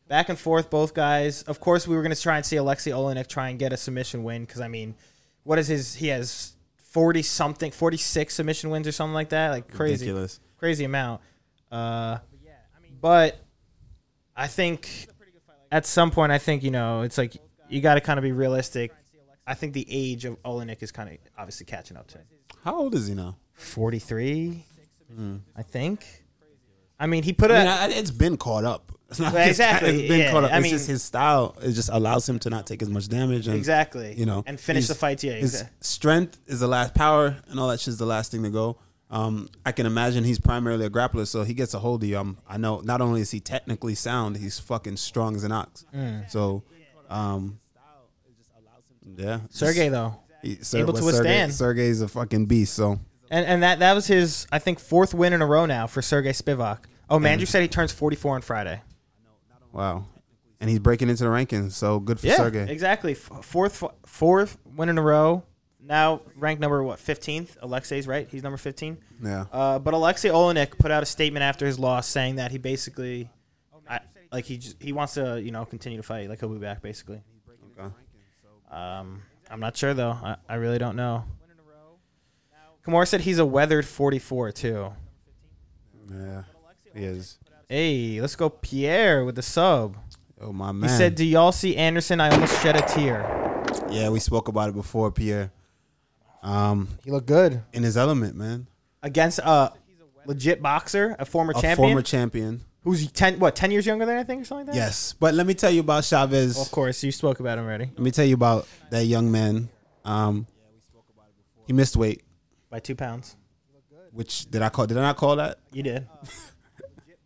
Speaker 3: Back and forth, both guys. Of course, we were going to try and see Alexei Olenek try and get a submission win because I mean, what is his? He has forty something, forty six submission wins or something like that, like crazy,
Speaker 1: Ridiculous.
Speaker 3: crazy amount. Uh, but I think at some point, I think you know, it's like you got to kind of be realistic. I think the age of Olenek is kind of obviously catching up to him.
Speaker 1: How old is he now?
Speaker 3: 43, I think. I mean, he put
Speaker 1: Hmm. I mean,
Speaker 3: a
Speaker 1: I, it's been caught up. It's not
Speaker 3: Well,
Speaker 1: just that,
Speaker 3: exactly,
Speaker 1: It's been
Speaker 3: yeah,
Speaker 1: caught up.
Speaker 3: I
Speaker 1: it's
Speaker 3: mean-
Speaker 1: just his style. It just allows him to not take as much damage. And,
Speaker 3: exactly,
Speaker 1: You know,
Speaker 3: and finish
Speaker 1: he's-
Speaker 3: the fight. Yeah,
Speaker 1: His
Speaker 3: exa-
Speaker 1: strength is the last power, and all that shit's the last thing to go. Um, I can imagine he's primarily a grappler, so he gets a hold of you. Um, I know. Not only is he technically sound, he's fucking strong as an ox.
Speaker 3: Mm.
Speaker 1: So, um, yeah,
Speaker 3: Sergey though,
Speaker 1: He- Ser-
Speaker 3: able
Speaker 1: but
Speaker 3: to
Speaker 1: Sergey-
Speaker 3: withstand.
Speaker 1: Sergey's a fucking beast. So
Speaker 3: and and that that was his I think fourth win in a row now for Sergey Spivak. Oh, Mandrew said he turns 44 on Friday.
Speaker 1: wow, and he's breaking into the rankings. So good for
Speaker 3: Yeah,
Speaker 1: Sergey.
Speaker 3: exactly. F- Fourth f- fourth win in a row. Now ranked number what 15th? Alexei's right. He's number 15.
Speaker 1: Yeah.
Speaker 3: Uh, but Alexei Olenek put out a statement after his loss saying that he basically, I, like Oh, he just, he wants to you know continue to fight. Like he'll be back basically.
Speaker 1: Okay.
Speaker 3: Um, I'm not sure though. I, I really don't know. Kamor said he's a weathered 44 too.
Speaker 1: Yeah, he is.
Speaker 3: Hey, let's go Pierre with the sub.
Speaker 1: Oh my
Speaker 3: He
Speaker 1: man!
Speaker 3: said, "Do y'all see Anderson? I almost shed a tear."
Speaker 1: yeah, we spoke about it before, Pierre. um,
Speaker 3: He looked good
Speaker 1: in his element, man.
Speaker 3: against a legit boxer, a former
Speaker 1: A
Speaker 3: champion,
Speaker 1: former champion.
Speaker 3: who's ten what ten years younger than I think or something like that.
Speaker 1: Yes, but let me tell you about Chavez.
Speaker 3: Well, of course, you spoke about him already
Speaker 1: Let me tell you about that young man. Um, he missed weight,
Speaker 3: by two pounds.
Speaker 1: which did I call? Did I not call that?
Speaker 3: You did.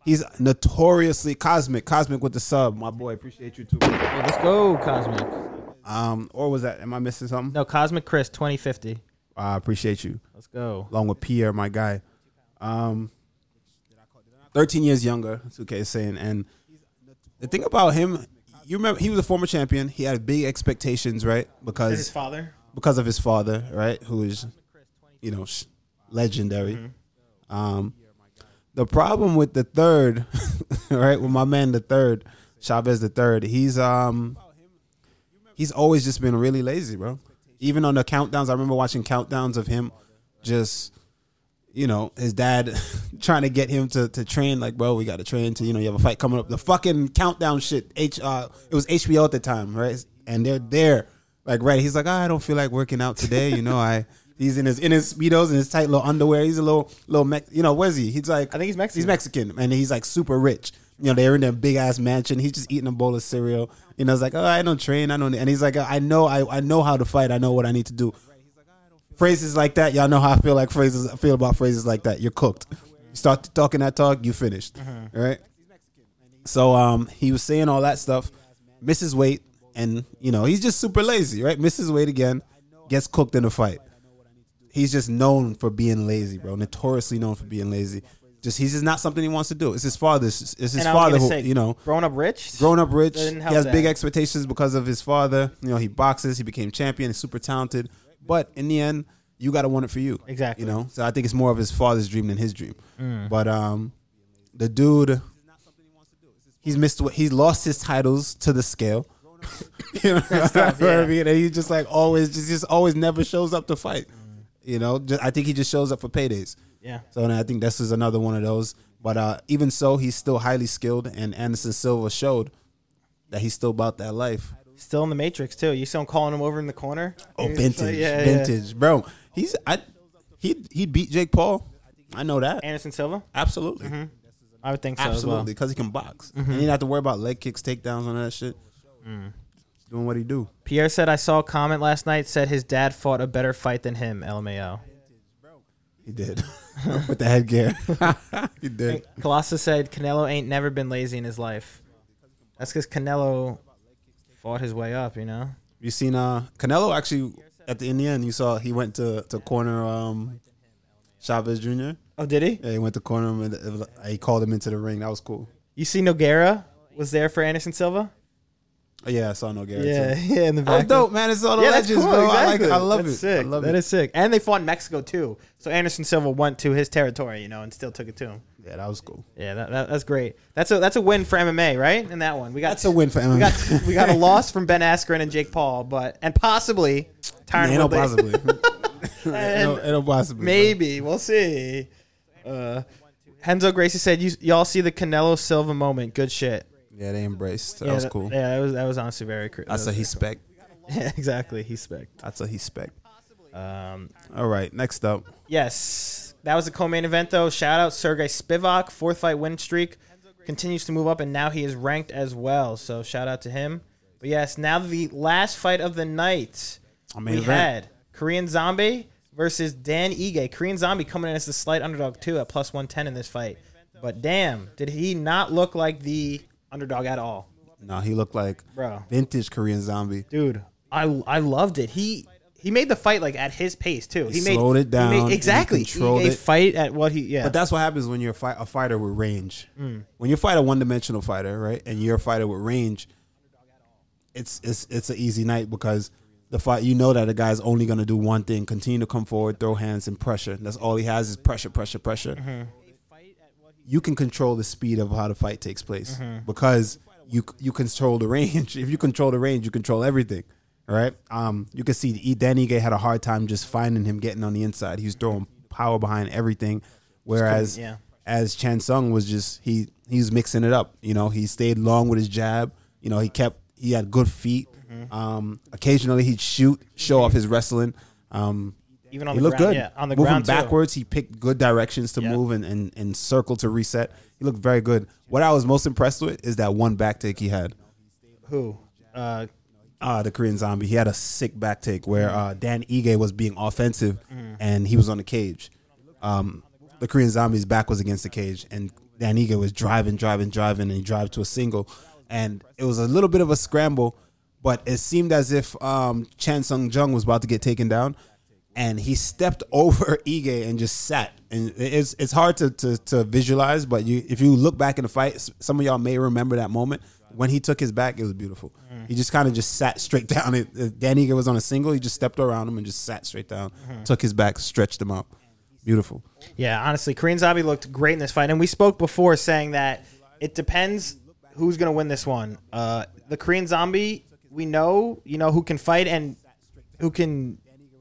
Speaker 1: He's notoriously cosmic. Cosmic with the sub, my boy. Appreciate you too.
Speaker 3: Hey, let's go, Cosmic.
Speaker 1: Um, or was that? Am I missing something?
Speaker 3: No, Cosmic Chris, twenty fifty.
Speaker 1: I appreciate you.
Speaker 3: Let's go.
Speaker 1: along with Pierre, my guy. Um, 13 years younger, that's what Kay is saying. And the thing about him, you remember he was a former champion. He had big expectations, right?
Speaker 3: His
Speaker 1: Because
Speaker 3: father.
Speaker 1: because of his father, right? Who is, you know, sh- legendary. Um, the problem with the third, *laughs* right? With my man, the third, Chavez, the third. He's um, he's always just been really lazy, bro. Even on the countdowns, I remember watching countdowns of him, just you know, his dad *laughs* trying to get him to to train. Like, bro, we got to train to you know, you have a fight coming up. The fucking countdown shit. H, uh, it was HBO at the time, right? And they're there, like right. He's like, "Ah, I don't feel like working out today. You know,
Speaker 3: *laughs*
Speaker 1: I. He's in his in his speedos and his tight little underwear. He's a little little Mex- you know, where's he? He's like
Speaker 3: I think he's Mexican.
Speaker 1: He's Mexican and he's like super rich. You know, they're in their big ass mansion. He's just eating a bowl of cereal. You know, it's like, oh, I don't train. I don't. And he's like, I know, I, I know how to fight. I know what I need to do. Phrases like that, y'all know how I feel like phrases. I feel about phrases like that. You're cooked. You start talking that talk, you finished.
Speaker 3: Mm-hmm.
Speaker 1: All right. So um, he was saying all that stuff, misses weight, and you know he's just super lazy, right? Misses weight again, gets cooked in a fight. He's just known for being lazy, bro. Notoriously known for being lazy. Just he's just not something he wants to do. It's his father. It's it's his
Speaker 3: And I was
Speaker 1: father
Speaker 3: gonna
Speaker 1: who
Speaker 3: say,
Speaker 1: you know
Speaker 3: Grown up rich.
Speaker 1: grown up rich.
Speaker 3: Didn't
Speaker 1: He
Speaker 3: help
Speaker 1: has
Speaker 3: that.
Speaker 1: big expectations because of his father. You know he boxes. He became champion. He's super talented. But in the end, you got to want it for you.
Speaker 3: Exactly. Mm.
Speaker 1: You know. So I think it's more of his father's dream than his dream. But um, the dude he's missed what he's lost his titles to the scale. *laughs* you know what I mean? And he just like always just, just always never shows up to fight.
Speaker 3: Mm.
Speaker 1: You know, just, I think he just shows up for paydays.
Speaker 3: Yeah.
Speaker 1: So and I think this is another one of those. But uh, even so, he's still highly skilled, and Anderson Silva showed that he's still about that life.
Speaker 3: Still in the Matrix too. You see him calling him over in the corner.
Speaker 1: Oh,
Speaker 3: He's
Speaker 1: vintage,
Speaker 3: like, yeah, yeah.
Speaker 1: vintage, bro. He's I he he beat Jake Paul. I know that
Speaker 3: Anderson Silva.
Speaker 1: absolutely.
Speaker 3: Mm-hmm. I would think so
Speaker 1: Absolutely,
Speaker 3: as well.
Speaker 1: because he can box.
Speaker 3: Mm-hmm.
Speaker 1: And you don't have to worry about leg kicks, takedowns, and all that shit.
Speaker 3: Mm.
Speaker 1: He's doing what he do.
Speaker 3: Pierre said I saw a comment last night said his dad fought a better fight than him. LMAO.
Speaker 1: He did *laughs* with the headgear. *laughs* he did.
Speaker 3: Colossus said Canelo ain't never been lazy in his life. That's because Canelo fought his way up, you know.
Speaker 1: You seen uh Canelo actually at the in the end. You saw he went to to corner um Chavez Jr.
Speaker 3: Oh, did he?
Speaker 1: Yeah, he went to corner him and it was- he called him into the ring. That was cool.
Speaker 3: You see, Noguera was there for Anderson Silva.
Speaker 1: Oh, yeah, I saw no guarantee.
Speaker 3: Yeah, yeah, in the
Speaker 1: That's
Speaker 3: back.
Speaker 1: dope, man. It's all the
Speaker 3: Yeah, that's
Speaker 1: legends,
Speaker 3: cool.
Speaker 1: bro.
Speaker 3: Exactly.
Speaker 1: I like. I love
Speaker 3: that's
Speaker 1: it.
Speaker 3: Sick.
Speaker 1: I love
Speaker 3: That
Speaker 1: it.
Speaker 3: is sick. And they fought in Mexico too. So Anderson Silva went to his territory, you know, and still took it to him.
Speaker 1: yeah, that was cool.
Speaker 3: Yeah, that, that, that's great. That's a that's a win for MMA, right? In that one, we got
Speaker 1: That's a win for MMA.
Speaker 3: We got we got *laughs* a loss from Ben Askren and Jake Paul, but and possibly Tyron
Speaker 1: Ain't no
Speaker 3: Woodley.
Speaker 1: possibly. no, *laughs* ain't no possibly.
Speaker 3: Maybe we'll see. Uh, Henzo Gracie said, you, "Y'all see the Canelo Silva moment? Good shit.
Speaker 1: Yeah, they embraced. That
Speaker 3: yeah,
Speaker 1: was
Speaker 3: that-
Speaker 1: cool.
Speaker 3: Yeah, that was that was honestly very. Cr-
Speaker 1: That's a he spec.
Speaker 3: yeah, *laughs* exactly. He spec.
Speaker 1: That's a he spec.
Speaker 3: Um,
Speaker 1: All right, next up.
Speaker 3: Yes, that was the co-main event though. Shout out Sergey Spivak, fourth fight win streak, continues to move up, and now he is ranked as well. So shout out to him. But yes, now the last fight of the night
Speaker 1: I
Speaker 3: we had Korean Zombie versus Dan Ige. Korean Zombie coming in as the slight underdog too at plus one ten in this fight. But damn, did he not look like the underdog at all,
Speaker 1: No, he looked like
Speaker 3: bro?
Speaker 1: vintage Korean zombie.
Speaker 3: dude i i loved it he he made the fight like at his pace too he, made,
Speaker 1: slowed it down,
Speaker 3: he
Speaker 1: and
Speaker 3: made,
Speaker 1: he
Speaker 3: exactly he
Speaker 1: controlled
Speaker 3: gave
Speaker 1: it.
Speaker 3: fight at what he yeah
Speaker 1: But that's what happens when you're a, fi- a fighter with range. When you fight a one dimensional fighter, right, and you're a fighter with range, it's it's it's an easy night because the fight you know that the guy's only gonna do one thing: continue to come forward, throw hands, and pressure. That's all he has is pressure, pressure, pressure. You can control the speed of how the fight takes place because you you control the range. *laughs* if you control the range, you control everything. All right. Um, you can see E- Danny Gay had a hard time just finding him getting on the inside. He was throwing power behind everything, whereas
Speaker 3: yeah.
Speaker 1: as Chan Sung was just he he was mixing it up. You know, he stayed long with his jab. You know, he kept he had good feet. Um, occasionally he'd shoot, show off his wrestling. Um,
Speaker 3: even on
Speaker 1: He
Speaker 3: the
Speaker 1: looked
Speaker 3: ground.
Speaker 1: good.
Speaker 3: Yeah, on the
Speaker 1: Moving
Speaker 3: ground too.
Speaker 1: backwards, he picked good directions to
Speaker 3: Yeah.
Speaker 1: move and, and and circle to reset. He looked very good. What I was most impressed with is that one back take he had.
Speaker 3: Who? Uh,
Speaker 1: uh, the Korean zombie. He had a sick back take where uh, Dan Ige was being offensive
Speaker 3: Mm.
Speaker 1: and he was on the cage. Um, the Korean zombie's back was against the cage and Dan Ige was driving, driving, driving, and he drive to a single. And it was a little bit of a scramble, but it seemed as if um, Chan Sung Jung was about to get taken down. And he stepped *laughs* over Ige and just sat. And it's it's hard to, to, to visualize, but you if you look back in the fight, s- some of y'all may remember that moment when he took his back. It was beautiful. He just kind of just sat straight *laughs* down. It, uh, Dan Ige was on a single. He just stepped around him and just sat straight down, took his back, stretched him out. Beautiful.
Speaker 3: Yeah, honestly, Korean Zombie looked great in this fight, and we spoke before saying that it depends who's going to win this one. Uh, the Korean Zombie, we know, you know, who can fight and who can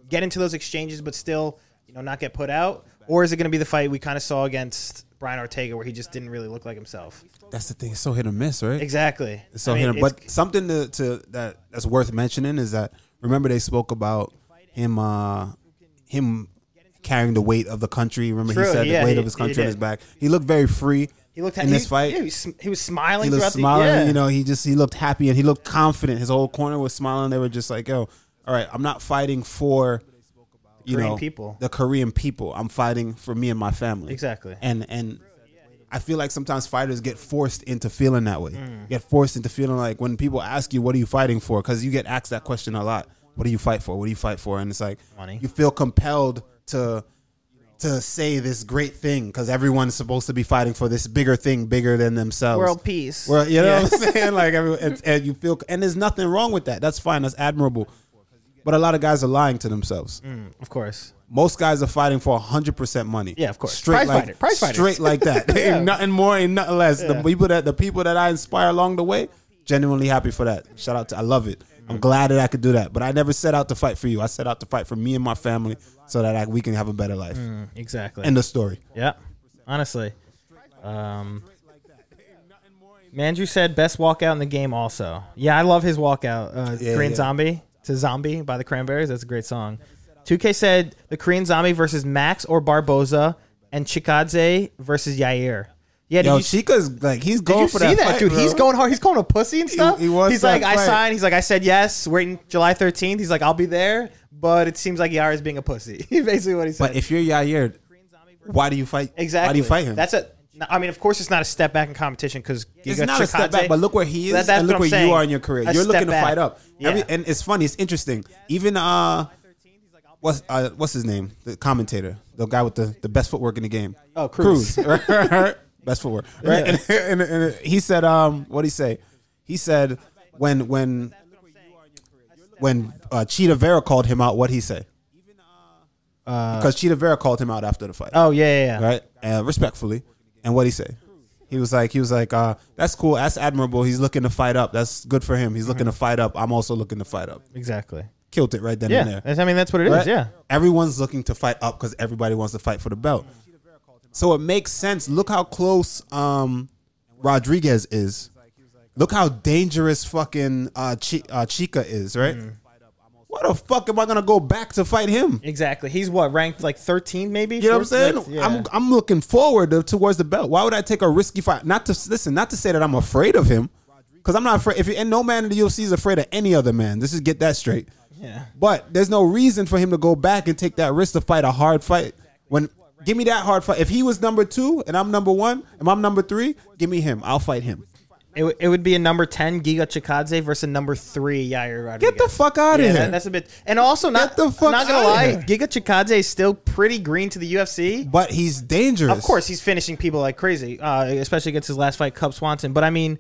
Speaker 3: get into those exchanges, but still, you know, not get put out. Or is it going to be the fight we kind of saw against Brian Ortega, where he just didn't really look like himself?
Speaker 1: That's the thing. It's so hit or miss, right?
Speaker 3: Exactly.
Speaker 1: It's so
Speaker 3: I mean,
Speaker 1: hit or,
Speaker 3: it's-
Speaker 1: but something to, to that that's worth mentioning is that remember they spoke about him uh him carrying the weight of the country. Remember
Speaker 3: True,
Speaker 1: he said
Speaker 3: yeah,
Speaker 1: the weight
Speaker 3: he-
Speaker 1: of his
Speaker 3: he
Speaker 1: country on his
Speaker 3: did.
Speaker 1: back. He looked very free.
Speaker 3: he looked
Speaker 1: in this
Speaker 3: he-
Speaker 1: fight.
Speaker 3: yeah, he, was, sm- he was smiling.
Speaker 1: He was
Speaker 3: throughout the-
Speaker 1: smiling.
Speaker 3: yeah.
Speaker 1: You know, he just he looked happy and he looked confident. His whole corner was smiling. They were just like, "Yo, all right, I'm not fighting for you
Speaker 3: Korean
Speaker 1: know
Speaker 3: people.
Speaker 1: the Korean people. I'm fighting for me and my family."
Speaker 3: Exactly.
Speaker 1: And and I feel like sometimes fighters get forced into feeling that way.
Speaker 3: Mm.
Speaker 1: Get forced into feeling like when people ask you, "What are you fighting for?" Because you get asked that question a lot. What do you fight for? What do you fight for? And it's like
Speaker 3: Money.
Speaker 1: you feel compelled to to say this great thing because everyone's supposed to be fighting for this bigger thing, bigger than themselves.
Speaker 3: World peace.
Speaker 1: Well, you know
Speaker 3: Yeah.
Speaker 1: what I'm saying? Like, everyone, and, and you feel, and there's nothing wrong with that. That's fine. That's admirable. But a lot of guys are lying to themselves.
Speaker 3: Of course.
Speaker 1: Most guys are fighting for 100% money.
Speaker 3: Yeah, of course.
Speaker 1: Straight
Speaker 3: Prize
Speaker 1: like,
Speaker 3: fighter. Prize fighters.
Speaker 1: straight like
Speaker 3: *laughs*
Speaker 1: that.
Speaker 3: Yeah.
Speaker 1: Ain't nothing more and nothing less.
Speaker 3: Yeah.
Speaker 1: The people that the people that I inspire along the way, genuinely happy for that. Shout out to I love it. I'm glad that I could do that. But I never set out to fight for you. I set out to fight for me and my family so that I, we can have a better life.
Speaker 3: Mm. Exactly.
Speaker 1: End of story.
Speaker 3: Yeah, honestly. Um, Mandrew said best walkout in the game. Also, yeah, I love his walkout. Uh,
Speaker 1: Yeah,
Speaker 3: Korean
Speaker 1: yeah.
Speaker 3: Zombie to Zombie by the Cranberries. That's a great song. 2K said the Korean Zombie versus Max or Barboza and Chikadze versus Yair. Yeah, did
Speaker 1: Yo,
Speaker 3: you see?
Speaker 1: Chica's like he's
Speaker 3: Did
Speaker 1: going
Speaker 3: you
Speaker 1: for
Speaker 3: see that,
Speaker 1: that, fight,
Speaker 3: dude?
Speaker 1: bro.
Speaker 3: He's going hard. He's calling a pussy and stuff.
Speaker 1: he wants
Speaker 3: he's like,
Speaker 1: that
Speaker 3: I
Speaker 1: fight.
Speaker 3: signed. He's like, I said yes. We're in July 13th. He's like, I'll be there, but it seems like Yair is being a pussy. *laughs* Basically, what he said.
Speaker 1: But if you're Yair, why do you fight?
Speaker 3: Exactly.
Speaker 1: Why do you fight him?
Speaker 3: That's a. no, I mean, of course, it's not a step back in competition because
Speaker 1: it's not a step back, but look where he is
Speaker 3: That- that's
Speaker 1: and look
Speaker 3: what
Speaker 1: where
Speaker 3: I'm
Speaker 1: you
Speaker 3: saying.
Speaker 1: are in your career.
Speaker 3: A
Speaker 1: You're looking
Speaker 3: step
Speaker 1: to
Speaker 3: back.
Speaker 1: fight up. Every-
Speaker 3: Yeah.
Speaker 1: and it's funny. It's interesting. Even uh, what's uh, what's his name? The commentator, the guy with the, the best footwork in the game.
Speaker 3: Oh, Cruz.
Speaker 1: *laughs* best footwork, right? *laughs* And, and, and he said, um, what would he say? He said when when when uh, Cheetah Vera called him out, what he say?
Speaker 3: Uh,
Speaker 1: Because Cheetah Vera called him out after the fight
Speaker 3: Oh yeah, yeah, yeah.
Speaker 1: right? And respectfully. And what he say? He was like, he was like, uh, that's cool, that's admirable. He's looking to fight up. That's good for him. He's looking to fight up. I'm also looking to fight up.
Speaker 3: exactly.
Speaker 1: Killed it right then
Speaker 3: Yeah,
Speaker 1: and there.
Speaker 3: that's- I mean that's what it is.
Speaker 1: Right?
Speaker 3: Yeah,
Speaker 1: Everyone's looking to fight up because everybody wants to fight for the belt. So it makes sense. Look how close um, Rodriguez is. Look how dangerous fucking uh, Chi- uh, Chica is, right?
Speaker 3: Mm.
Speaker 1: Why the fuck am I gonna go back to fight him?
Speaker 3: exactly. He's what ranked like 13th, maybe.
Speaker 1: You know what I'm saying? I'm I'm looking forward to, towards the belt. Why would I take a risky fight? Not to listen, not to say that I'm afraid of him, because I'm not afraid. If and no man in the UFC is afraid of any other man. This is get that straight.
Speaker 3: yeah.
Speaker 1: But there's no reason for him to go back and take that risk to fight a hard fight. When give me that hard fight. If he was number two and I'm number one and I'm number three, give me him. I'll fight him.
Speaker 3: It, w- it would be a number 10 Giga Chikadze versus a number three Yair Rodriguez.
Speaker 1: Get the fuck out of
Speaker 3: Yeah,
Speaker 1: here.
Speaker 3: that- that's a bit. And also, not
Speaker 1: the fuck
Speaker 3: not gonna
Speaker 1: outta
Speaker 3: lie,
Speaker 1: here.
Speaker 3: Giga Chikadze is still pretty green to the UFC.
Speaker 1: but he's dangerous.
Speaker 3: Of course, he's finishing people like crazy, uh, especially against his last fight, Cub Swanson. But I mean,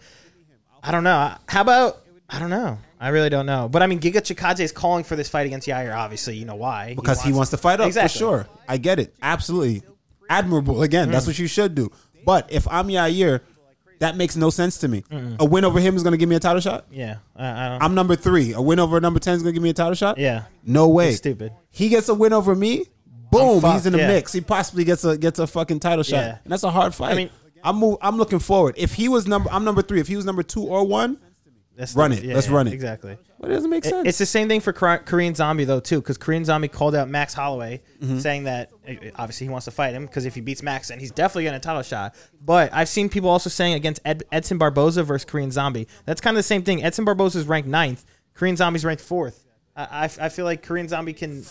Speaker 3: I don't know. How about I don't know. I really don't know. But I mean, Giga Chikadze is calling for this fight against Yair. Obviously, you know why?
Speaker 1: because he wants to fight up
Speaker 3: Exactly.
Speaker 1: for sure. I get it, absolutely admirable. Again, that's what you should do. But if I'm Yair, that makes no sense to me. A win over him is going to give me a title shot.
Speaker 3: Yeah, I, I don't.
Speaker 1: I'm number three. A win over number ten is going to give me a title shot.
Speaker 3: yeah,
Speaker 1: no way.
Speaker 3: It's stupid.
Speaker 1: He gets a win over me. Boom,
Speaker 3: fucked,
Speaker 1: he's in the
Speaker 3: yeah.
Speaker 1: mix. He possibly gets a gets a fucking title shot,
Speaker 3: Yeah.
Speaker 1: and that's a hard fight. I
Speaker 3: mean-
Speaker 1: I'm move, I'm looking forward. If he was number, I'm number three. If he was number two or one,
Speaker 3: That's
Speaker 1: Run
Speaker 3: stupid.
Speaker 1: it. Let's run it.
Speaker 3: Exactly.
Speaker 1: But it doesn't make sense.
Speaker 3: It's the same thing for Kor- Korean Zombie though too, because Korean Zombie called out Max Holloway, saying that uh, obviously he wants to fight him because if he beats Max, then he's definitely getting a title shot. But I've seen people also saying against Ed- Edson Barboza versus Korean Zombie, that's kind of the same thing. Edson Barboza's ranked ninth, Korean Zombie's ranked fourth. I, I, I feel like Korean Zombie can.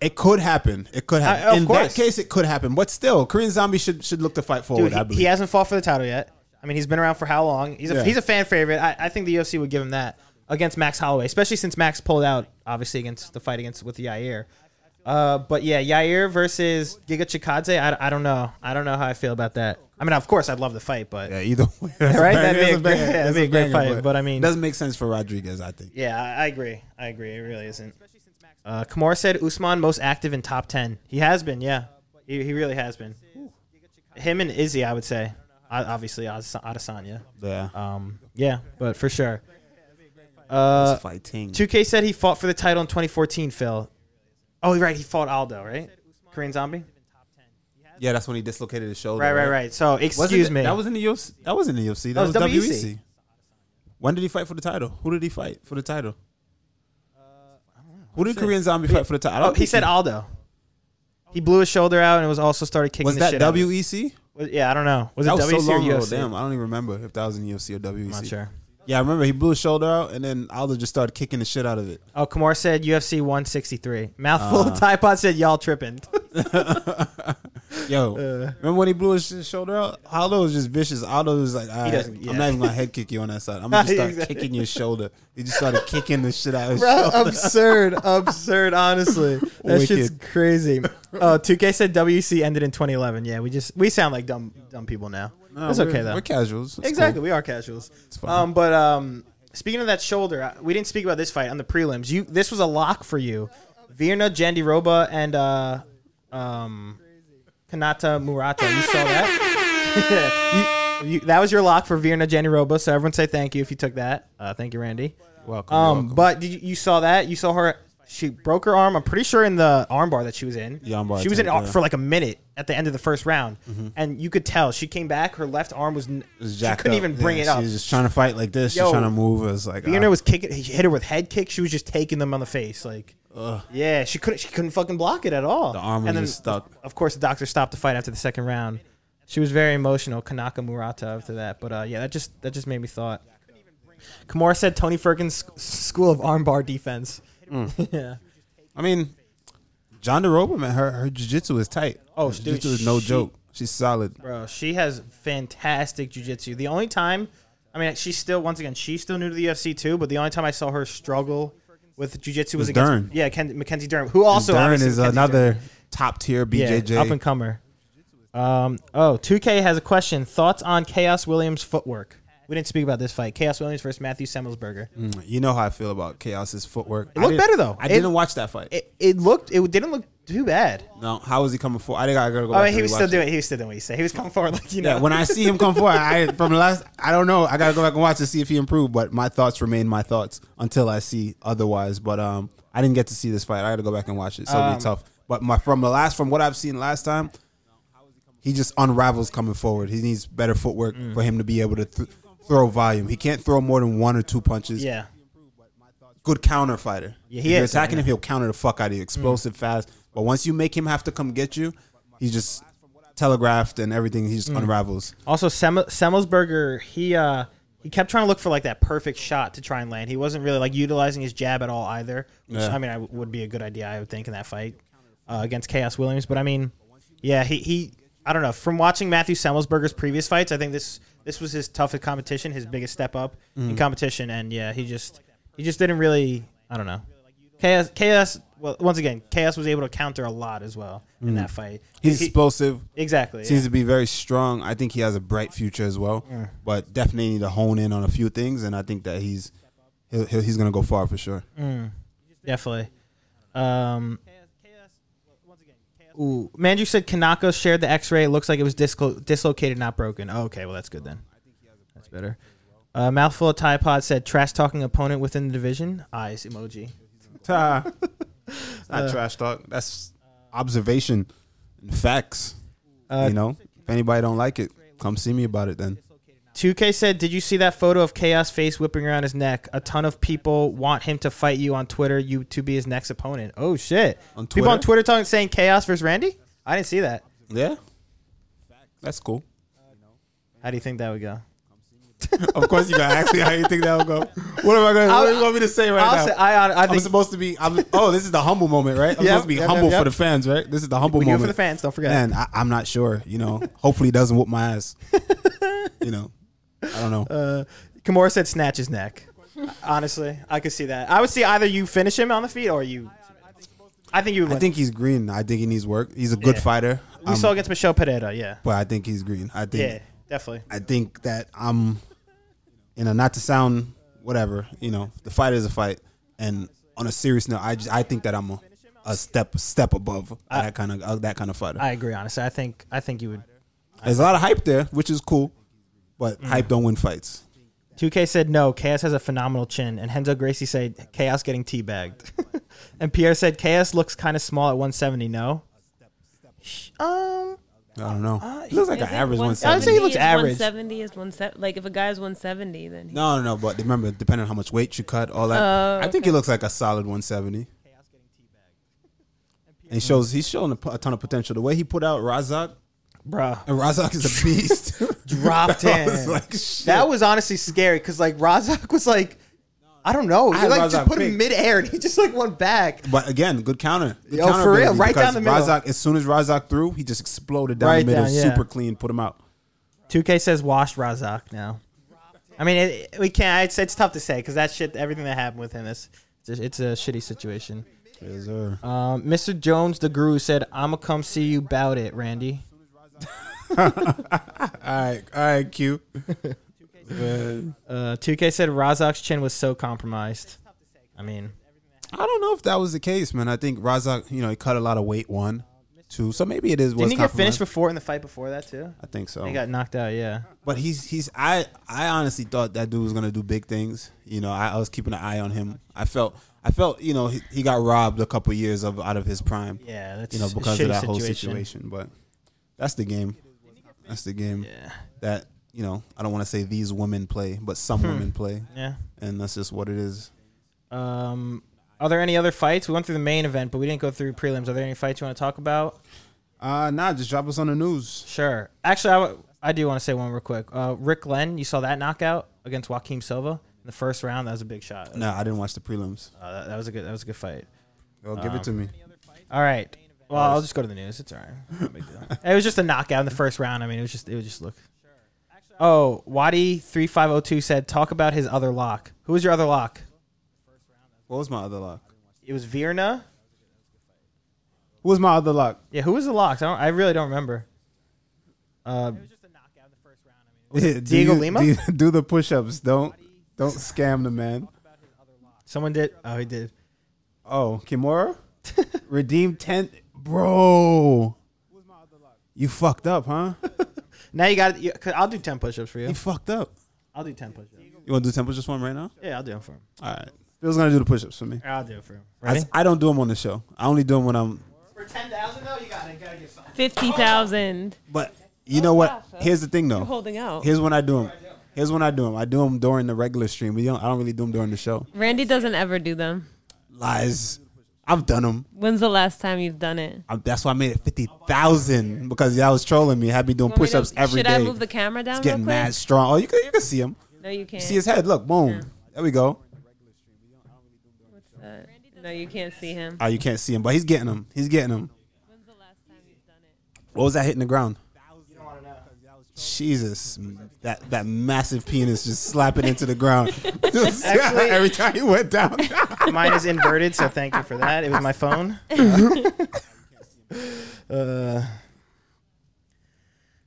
Speaker 1: it could happen. It could happen.
Speaker 3: of
Speaker 1: In
Speaker 3: course.
Speaker 1: that case, it could happen. But still, Korean Zombie should should look to fight forward.
Speaker 3: Dude,
Speaker 1: I
Speaker 3: he,
Speaker 1: believe.
Speaker 3: he hasn't fought for the title yet. I mean, he's been around for how long? He's a,
Speaker 1: Yeah.
Speaker 3: he's a fan favorite. I, I think the UFC would give him that against Max Holloway, especially since Max pulled out, obviously, against the fight against with Yair. Uh, but yeah, Yair versus Giga Chikadze. I, I don't know. I don't know how I feel about that. I mean, of course, I'd love the fight, but
Speaker 1: yeah, either way, *laughs* that's
Speaker 3: Right?
Speaker 1: banger,
Speaker 3: That'd be
Speaker 1: that's
Speaker 3: a great-
Speaker 1: banger,
Speaker 3: yeah,
Speaker 1: that's
Speaker 3: that'd be a great
Speaker 1: banger,
Speaker 3: fight, but I mean-
Speaker 1: doesn't make sense for Rodriguez. I think.
Speaker 3: yeah, I, I agree. I agree. It really isn't. Uh, Kamara said Usman most active in top ten. He has been. Yeah, he, he really has been. Him and Izzy, I would say. O- Obviously, Ades- Adesanya.
Speaker 1: Yeah.
Speaker 3: Um, yeah, but for sure. Uh,
Speaker 1: It's fighting.
Speaker 3: 2K said he fought for the title in 2014, Phil. Oh, right, he fought Aldo, right? Korean Zombie?
Speaker 1: Yeah, that's when he dislocated his shoulder.
Speaker 3: Right, right, right. So,
Speaker 1: Wasn't
Speaker 3: excuse
Speaker 1: it-
Speaker 3: me.
Speaker 1: That was in the UFC. That wasn't in the UFC. That,
Speaker 3: That
Speaker 1: was,
Speaker 3: was E
Speaker 1: WEC.
Speaker 3: WEC.
Speaker 1: When did he fight for the title? Who did he fight for the title? Who did Korean Zombie fight for the title? I
Speaker 3: Oh,
Speaker 1: don't
Speaker 3: he
Speaker 1: think
Speaker 3: said Aldo. He blew his shoulder out and it was also started kicking
Speaker 1: Was
Speaker 3: the
Speaker 1: that
Speaker 3: shit out of him.
Speaker 1: WEC?
Speaker 3: Was- Yeah, I don't know. Was it
Speaker 1: That was so
Speaker 3: WC
Speaker 1: long
Speaker 3: or
Speaker 1: ago.
Speaker 3: UFC?
Speaker 1: Damn, I don't even remember if that was in UFC or E WEC.
Speaker 3: I'm not sure.
Speaker 1: Yeah, I remember he blew his shoulder out, and then Aldo just started kicking the shit out of it.
Speaker 3: Oh, Kamar said UFC 163. Mouthful
Speaker 1: Uh.
Speaker 3: of Typod said y'all tripping.
Speaker 1: Yo,
Speaker 3: Uh.
Speaker 1: remember when he blew his sh- shoulder out? Aldo was just vicious. Aldo was like, "All right,
Speaker 3: doesn't-
Speaker 1: I'm
Speaker 3: yeah.
Speaker 1: not even gonna head kick you on that
Speaker 3: *laughs*
Speaker 1: side. I'm gonna just start
Speaker 3: Exactly.
Speaker 1: kicking your shoulder." He just started kicking the shit out of his *laughs*
Speaker 3: Bro,
Speaker 1: shoulder.
Speaker 3: absurd,
Speaker 1: *laughs*
Speaker 3: absurd. Honestly, that shit's
Speaker 1: Wicked. *laughs*
Speaker 3: crazy. Oh, 2K said WC ended in 2011. Yeah, we just we sound like dumb dumb people now. That's
Speaker 1: No, we're-
Speaker 3: okay though.
Speaker 1: We're casuals. It's
Speaker 3: exactly,
Speaker 1: cool.
Speaker 3: we are casuals.
Speaker 1: fine.
Speaker 3: Um, but um, speaking of that shoulder, I- we didn't speak about this fight on the prelims. You, this was a lock for you, Virna Jandiroba and uh, um, Kanata Murata. You saw that. *laughs* You- you- that was your lock for Virna Jandiroba. So everyone say thank you if you took that. Uh, thank you, Randy.
Speaker 1: Welcome.
Speaker 3: Um,
Speaker 1: welcome.
Speaker 3: but did you, you saw that? You saw her. She broke her arm. I'm pretty sure in the armbar that she was in.
Speaker 1: The armbar
Speaker 3: She was
Speaker 1: attack,
Speaker 3: in it
Speaker 1: yeah. Mm-hmm.
Speaker 3: for like a minute at the end of the first round, and you could tell she came back. Her left arm was, n-
Speaker 1: It was
Speaker 3: she
Speaker 1: jacked
Speaker 3: couldn't
Speaker 1: up.
Speaker 3: even bring
Speaker 1: Yeah,
Speaker 3: it up.
Speaker 1: She was just trying to fight like this. She's
Speaker 3: Yo.
Speaker 1: trying to move. It was like,
Speaker 3: Fiona
Speaker 1: ah.
Speaker 3: was kicking. He hit her with head kicks. She was just taking them on the face. Like, yeah, she couldn't. She couldn't fucking block it at all. The
Speaker 1: arm was just stuck.
Speaker 3: Of course, the doctor stopped the fight after the second round. She was very emotional, Kanaka Murata, after that. But uh, yeah, that just that just made me thought. Kimura said Tony Ferguson's sc- school of armbar defense.
Speaker 1: Hmm.
Speaker 3: *laughs* yeah.
Speaker 1: I mean, John DeRoba, man, her her jiu-jitsu is tight.
Speaker 3: Oh,
Speaker 1: Her
Speaker 3: dude,
Speaker 1: jiu-jitsu is no
Speaker 3: she-
Speaker 1: joke. She's solid.
Speaker 3: Bro, she has fantastic jujitsu. The only time, I mean, she's still once again she's still new to the UFC too. But the only time I saw her strugul with jujitsu
Speaker 1: With
Speaker 3: was against
Speaker 1: Dern.
Speaker 3: yeah, Ken, Mackenzie Durham, who also
Speaker 1: Darren
Speaker 3: obviously
Speaker 1: is
Speaker 3: Mackenzie Dern.
Speaker 1: another top tier BJJ.
Speaker 3: yeah, up and comer. Um, oh, 2K has a question. Thoughts on Chaos Williams' footwork? We didn't speak about this fight. Chaos Williams versus Matthew Semmelsberger.
Speaker 1: you know how I feel about Chaos's footwork. It
Speaker 3: looked better, though.
Speaker 1: I
Speaker 3: It-
Speaker 1: didn't watch that fight.
Speaker 3: It, it looked it didn't look too bad.
Speaker 1: no, how was he coming forward? I think I gotta go.
Speaker 3: Oh,
Speaker 1: back
Speaker 3: wait,
Speaker 1: and
Speaker 3: he was
Speaker 1: rewatch
Speaker 3: still
Speaker 1: it.
Speaker 3: doing he was still doing what he said. He was coming forward like you know.
Speaker 1: Yeah, when I see him come forward, I from the last I don't know. I gotta go back and watch to see if he improved, but my thoughts remain my thoughts until I see otherwise. But um I didn't get to see this fight. I gotta go back and watch it. So
Speaker 3: Um,
Speaker 1: it'll be tough. But my from the last from what I've seen last time, he just unravels coming forward. He needs better footwork
Speaker 3: Mm.
Speaker 1: for him to be able to th- throw volume. He can't throw more than one or two punches.
Speaker 3: yeah,
Speaker 1: Good counter fighter.
Speaker 3: Yeah, he
Speaker 1: if you're
Speaker 3: is,
Speaker 1: attacking
Speaker 3: yeah. Mm.
Speaker 1: him, he'll counter the fuck out of you. Explosive, fast. But once you make him have to come get you, he just telegraphed and everything. He
Speaker 3: Mm.
Speaker 1: just unravels.
Speaker 3: Also, Sem- Semmelsberger, he uh, he kept trying to look for like that perfect shot to try and land. He wasn't really like utilizing his jab at all either. Which,
Speaker 1: Yeah.
Speaker 3: I mean, I w- would be a good idea, I would think, in that fight uh, against Chaos Williams. But I mean, yeah, he, he I don't know. From watching Matthew Semmelsberger's previous fights, I think this this was his toughest competition, his biggest step up in competition, and yeah, he just he just didn't really. I don't know. Chaos, chaos. Well, once again, chaos was able to counter a lot as well in that fight.
Speaker 1: He's
Speaker 3: He-
Speaker 1: explosive.
Speaker 3: exactly. yeah.
Speaker 1: Seems to be very strong. I think he has a bright future as well, but definitely need to hone in on a few things. And I think that he's he'll, he'll, he's going to go far for sure.
Speaker 3: Mm. *laughs* Definitely. Um, ooh, Manju said Kanako shared the X-ray. It looks like it was dislo- dislocated, not broken. Oh, okay, well that's good then. That's better. Uh, mouthful of Tide Pod said trash talking opponent within the division. Eyes emoji.
Speaker 1: Ta. it's not trash talk. That's observation and facts.
Speaker 3: Uh,
Speaker 1: you know, if anybody don't like it, come see me about it. Then
Speaker 3: 2K said, "Did you see that photo of Chaos face whipping around his neck? A ton of people want him to fight you on Twitter. You to be his next opponent. Oh shit!
Speaker 1: On
Speaker 3: people on
Speaker 1: Twitter?
Speaker 3: Twitter talking saying Chaos versus Randy. I didn't see that.
Speaker 1: Yeah, that's cool.
Speaker 3: How do you think that would go?
Speaker 1: of course, you gotta ask me how you think that would go. What am I gonna? What do you want me to say right now?
Speaker 3: I'll say, I, I
Speaker 1: I'm
Speaker 3: think
Speaker 1: supposed to be. I'm, oh, this is the humble moment, right? I'm
Speaker 3: Yep,
Speaker 1: supposed to be
Speaker 3: yep,
Speaker 1: humble
Speaker 3: yep,
Speaker 1: for
Speaker 3: yep.
Speaker 1: the fans, right? This is the humble
Speaker 3: we do it
Speaker 1: moment
Speaker 3: for the fans. Don't forget.
Speaker 1: Man, I, I'm not sure. You know, hopefully he doesn't whoop my
Speaker 3: *laughs*
Speaker 1: ass. you know, I don't know.
Speaker 3: Uh, Kimura said snatch his neck. Honestly, I could see that. I would see either you finish him on the feet or you. I think you would.
Speaker 1: I
Speaker 3: win.
Speaker 1: think he's green. I think he needs work. He's a good
Speaker 3: Yeah.
Speaker 1: fighter.
Speaker 3: we
Speaker 1: Um,
Speaker 3: saw against Michelle Pereira. Yeah,
Speaker 1: but I think he's green. I think.
Speaker 3: yeah, definitely.
Speaker 1: I think that I'm, you know, not to sound whatever. You know, the fight is a fight, and on a serious note, I just I think that I'm a, a step step above that kind of uh, that kind of fighter.
Speaker 3: I agree. Honestly, I think I think you would.
Speaker 1: There's a lot of hype there, which is cool,
Speaker 3: Mm.
Speaker 1: but hype don't win fights.
Speaker 3: 2K said no. Chaos has a phenomenal chin, and Henzo Gracie said Chaos getting teabagged. *laughs* and Pierre said Chaos looks kind of small at 170. No.
Speaker 1: I
Speaker 3: Um,
Speaker 1: don't know.
Speaker 3: Uh,
Speaker 1: he looks like
Speaker 2: I
Speaker 1: an
Speaker 2: think
Speaker 1: average one.
Speaker 2: 170
Speaker 3: I'd say he looks
Speaker 2: is
Speaker 3: average.
Speaker 2: 170 is 170. Like if a guy's 170, then he,
Speaker 1: No, no, no. But remember, depending on how much weight you cut, all that.
Speaker 2: Oh,
Speaker 1: I think he looks like a solid 170. And he shows he's showing a, p- a ton of potential. The way he put out Razak,
Speaker 3: bruh,
Speaker 1: and Razak is a beast.
Speaker 3: *laughs*
Speaker 1: *laughs*
Speaker 3: dropped
Speaker 1: I was
Speaker 3: him.
Speaker 1: like, shit.
Speaker 3: That was honestly scary because like Razak was like, I don't know, he
Speaker 1: had
Speaker 3: like
Speaker 1: Razak
Speaker 3: just put him
Speaker 1: picked.
Speaker 3: midair and he just like went back.
Speaker 1: but again, good counter. Good
Speaker 3: Yo,
Speaker 1: counter
Speaker 3: for real,
Speaker 1: ability
Speaker 3: right
Speaker 1: because
Speaker 3: down the middle.
Speaker 1: Razak, as soon as Razak threw, he just exploded down
Speaker 3: Right
Speaker 1: the middle,
Speaker 3: down, yeah.
Speaker 1: super clean, put him out.
Speaker 3: 2K says washed Razak now. I mean, it, we can't. It's, it's tough to say because that shit, everything that happened with him is it's a, it's a shitty situation.
Speaker 1: Yes, sir.
Speaker 3: Um, Mr. Jones, the guru, said, "I'ma come see you about it, Randy."
Speaker 1: All right, all right, Q. Man,
Speaker 3: Uh, 2K said Razak's chin was so compromised. I mean,
Speaker 1: I don't know if that was the case, man. I think Razak, you know, he cut a lot of weight. One, two, so maybe it is.
Speaker 3: didn't
Speaker 1: was
Speaker 3: he get
Speaker 1: compromised.
Speaker 3: finished before in the fight before that too?
Speaker 1: I think so.
Speaker 3: He got knocked out. Yeah.
Speaker 1: But he's he's I I honestly thought that dude was gonna do big things. You know, I, I was keeping an eye on him. I felt I felt you know he, he got robbed a couple years of out of his prime.
Speaker 3: Yeah, that's
Speaker 1: You know because of that whole situation. But that's the game. That's the game
Speaker 3: Yeah.
Speaker 1: that you know I don't want to say these women play, but some women play,
Speaker 3: Yeah.
Speaker 1: and that's just what it is.
Speaker 3: Um, are there any other fights? We went through the main event, but we didn't go through prelims. Are there any fights you want to talk about?
Speaker 1: Uh nah, just drop us on the news.
Speaker 3: Sure. Actually, I, w- I do want to say one real quick. Uh, Rick Len, you saw that knockout against Joaquim Silva in the first round. That was a big shot.
Speaker 1: No, I didn't watch the prelims. Um,
Speaker 3: Uh, that, that was a good. That was a good fight.
Speaker 1: Well, give it to me.
Speaker 3: All right. Well, I'll just go to the news. It's all right. No big deal. it was just a knockout in the first round. I mean, it was just it was just look. Oh, Wadi three five zero two said, "Talk about his other lock. Who was your other lock?
Speaker 1: What was my other lock?
Speaker 3: It was Virna.
Speaker 1: Who was my other *laughs* lock?
Speaker 3: Yeah, who was the locks? I don't. I really don't remember. Uh, Diego
Speaker 1: Do you-
Speaker 3: Lima?
Speaker 1: Do, you- *laughs* do the push-ups. Don't don't scam the man.
Speaker 3: someone did. Oh, he did.
Speaker 1: Oh, Kimura? Redeem 10. Bro. You fucked up, huh?
Speaker 3: *laughs* Now you got. you- 'cause I'll do ten push-ups for
Speaker 1: You
Speaker 3: you.
Speaker 1: fucks up.
Speaker 3: I'll do ten push-ups.
Speaker 1: You want to do 10 push-ups for him right now?
Speaker 3: Yeah, I'll do them for him.
Speaker 1: All right. Phil's going to do the push-ups for me.
Speaker 3: I'll do it for him.
Speaker 1: I,
Speaker 3: Ready?
Speaker 1: s- I don't do them on the show. I only do them when I'm...
Speaker 3: For ten thousand though, you gotta gotta get something.
Speaker 2: 50,000.
Speaker 1: But you know what?
Speaker 2: wow, Phil.
Speaker 1: Here's the thing,
Speaker 2: You're
Speaker 1: though.
Speaker 2: holding out.
Speaker 1: Here's when I do them. Here's when I do them. I do them during the regular stream. We don't, I don't really do them during the show.
Speaker 2: Randy doesn't ever do them.
Speaker 1: Lies. I've done them.
Speaker 2: When's the last time you've done it?
Speaker 1: I, that's why I made it 50,000 because y'all was trolling me. Had me doing
Speaker 2: Want me to-
Speaker 1: push-ups every
Speaker 2: Should
Speaker 1: day.
Speaker 2: I move the camera down?
Speaker 1: It's getting
Speaker 2: real quick?
Speaker 1: mad strong. Oh, you can, you can see him.
Speaker 2: No, you can't.
Speaker 1: See his head. Look, boom. There we go.
Speaker 2: Uh, no, you can't see him.
Speaker 1: Oh, you can't see him, but he's getting him. He's getting him.
Speaker 2: When's the last time you've done it?
Speaker 1: What was that hitting the ground?
Speaker 3: You don't wanna know.
Speaker 1: Jesus, that that massive penis just slapping into the ground *laughs*
Speaker 3: Actually-
Speaker 1: every time he went down.
Speaker 3: *laughs* Mine is inverted, so thank you for that. It was my *laughs* phone. *laughs* uh, there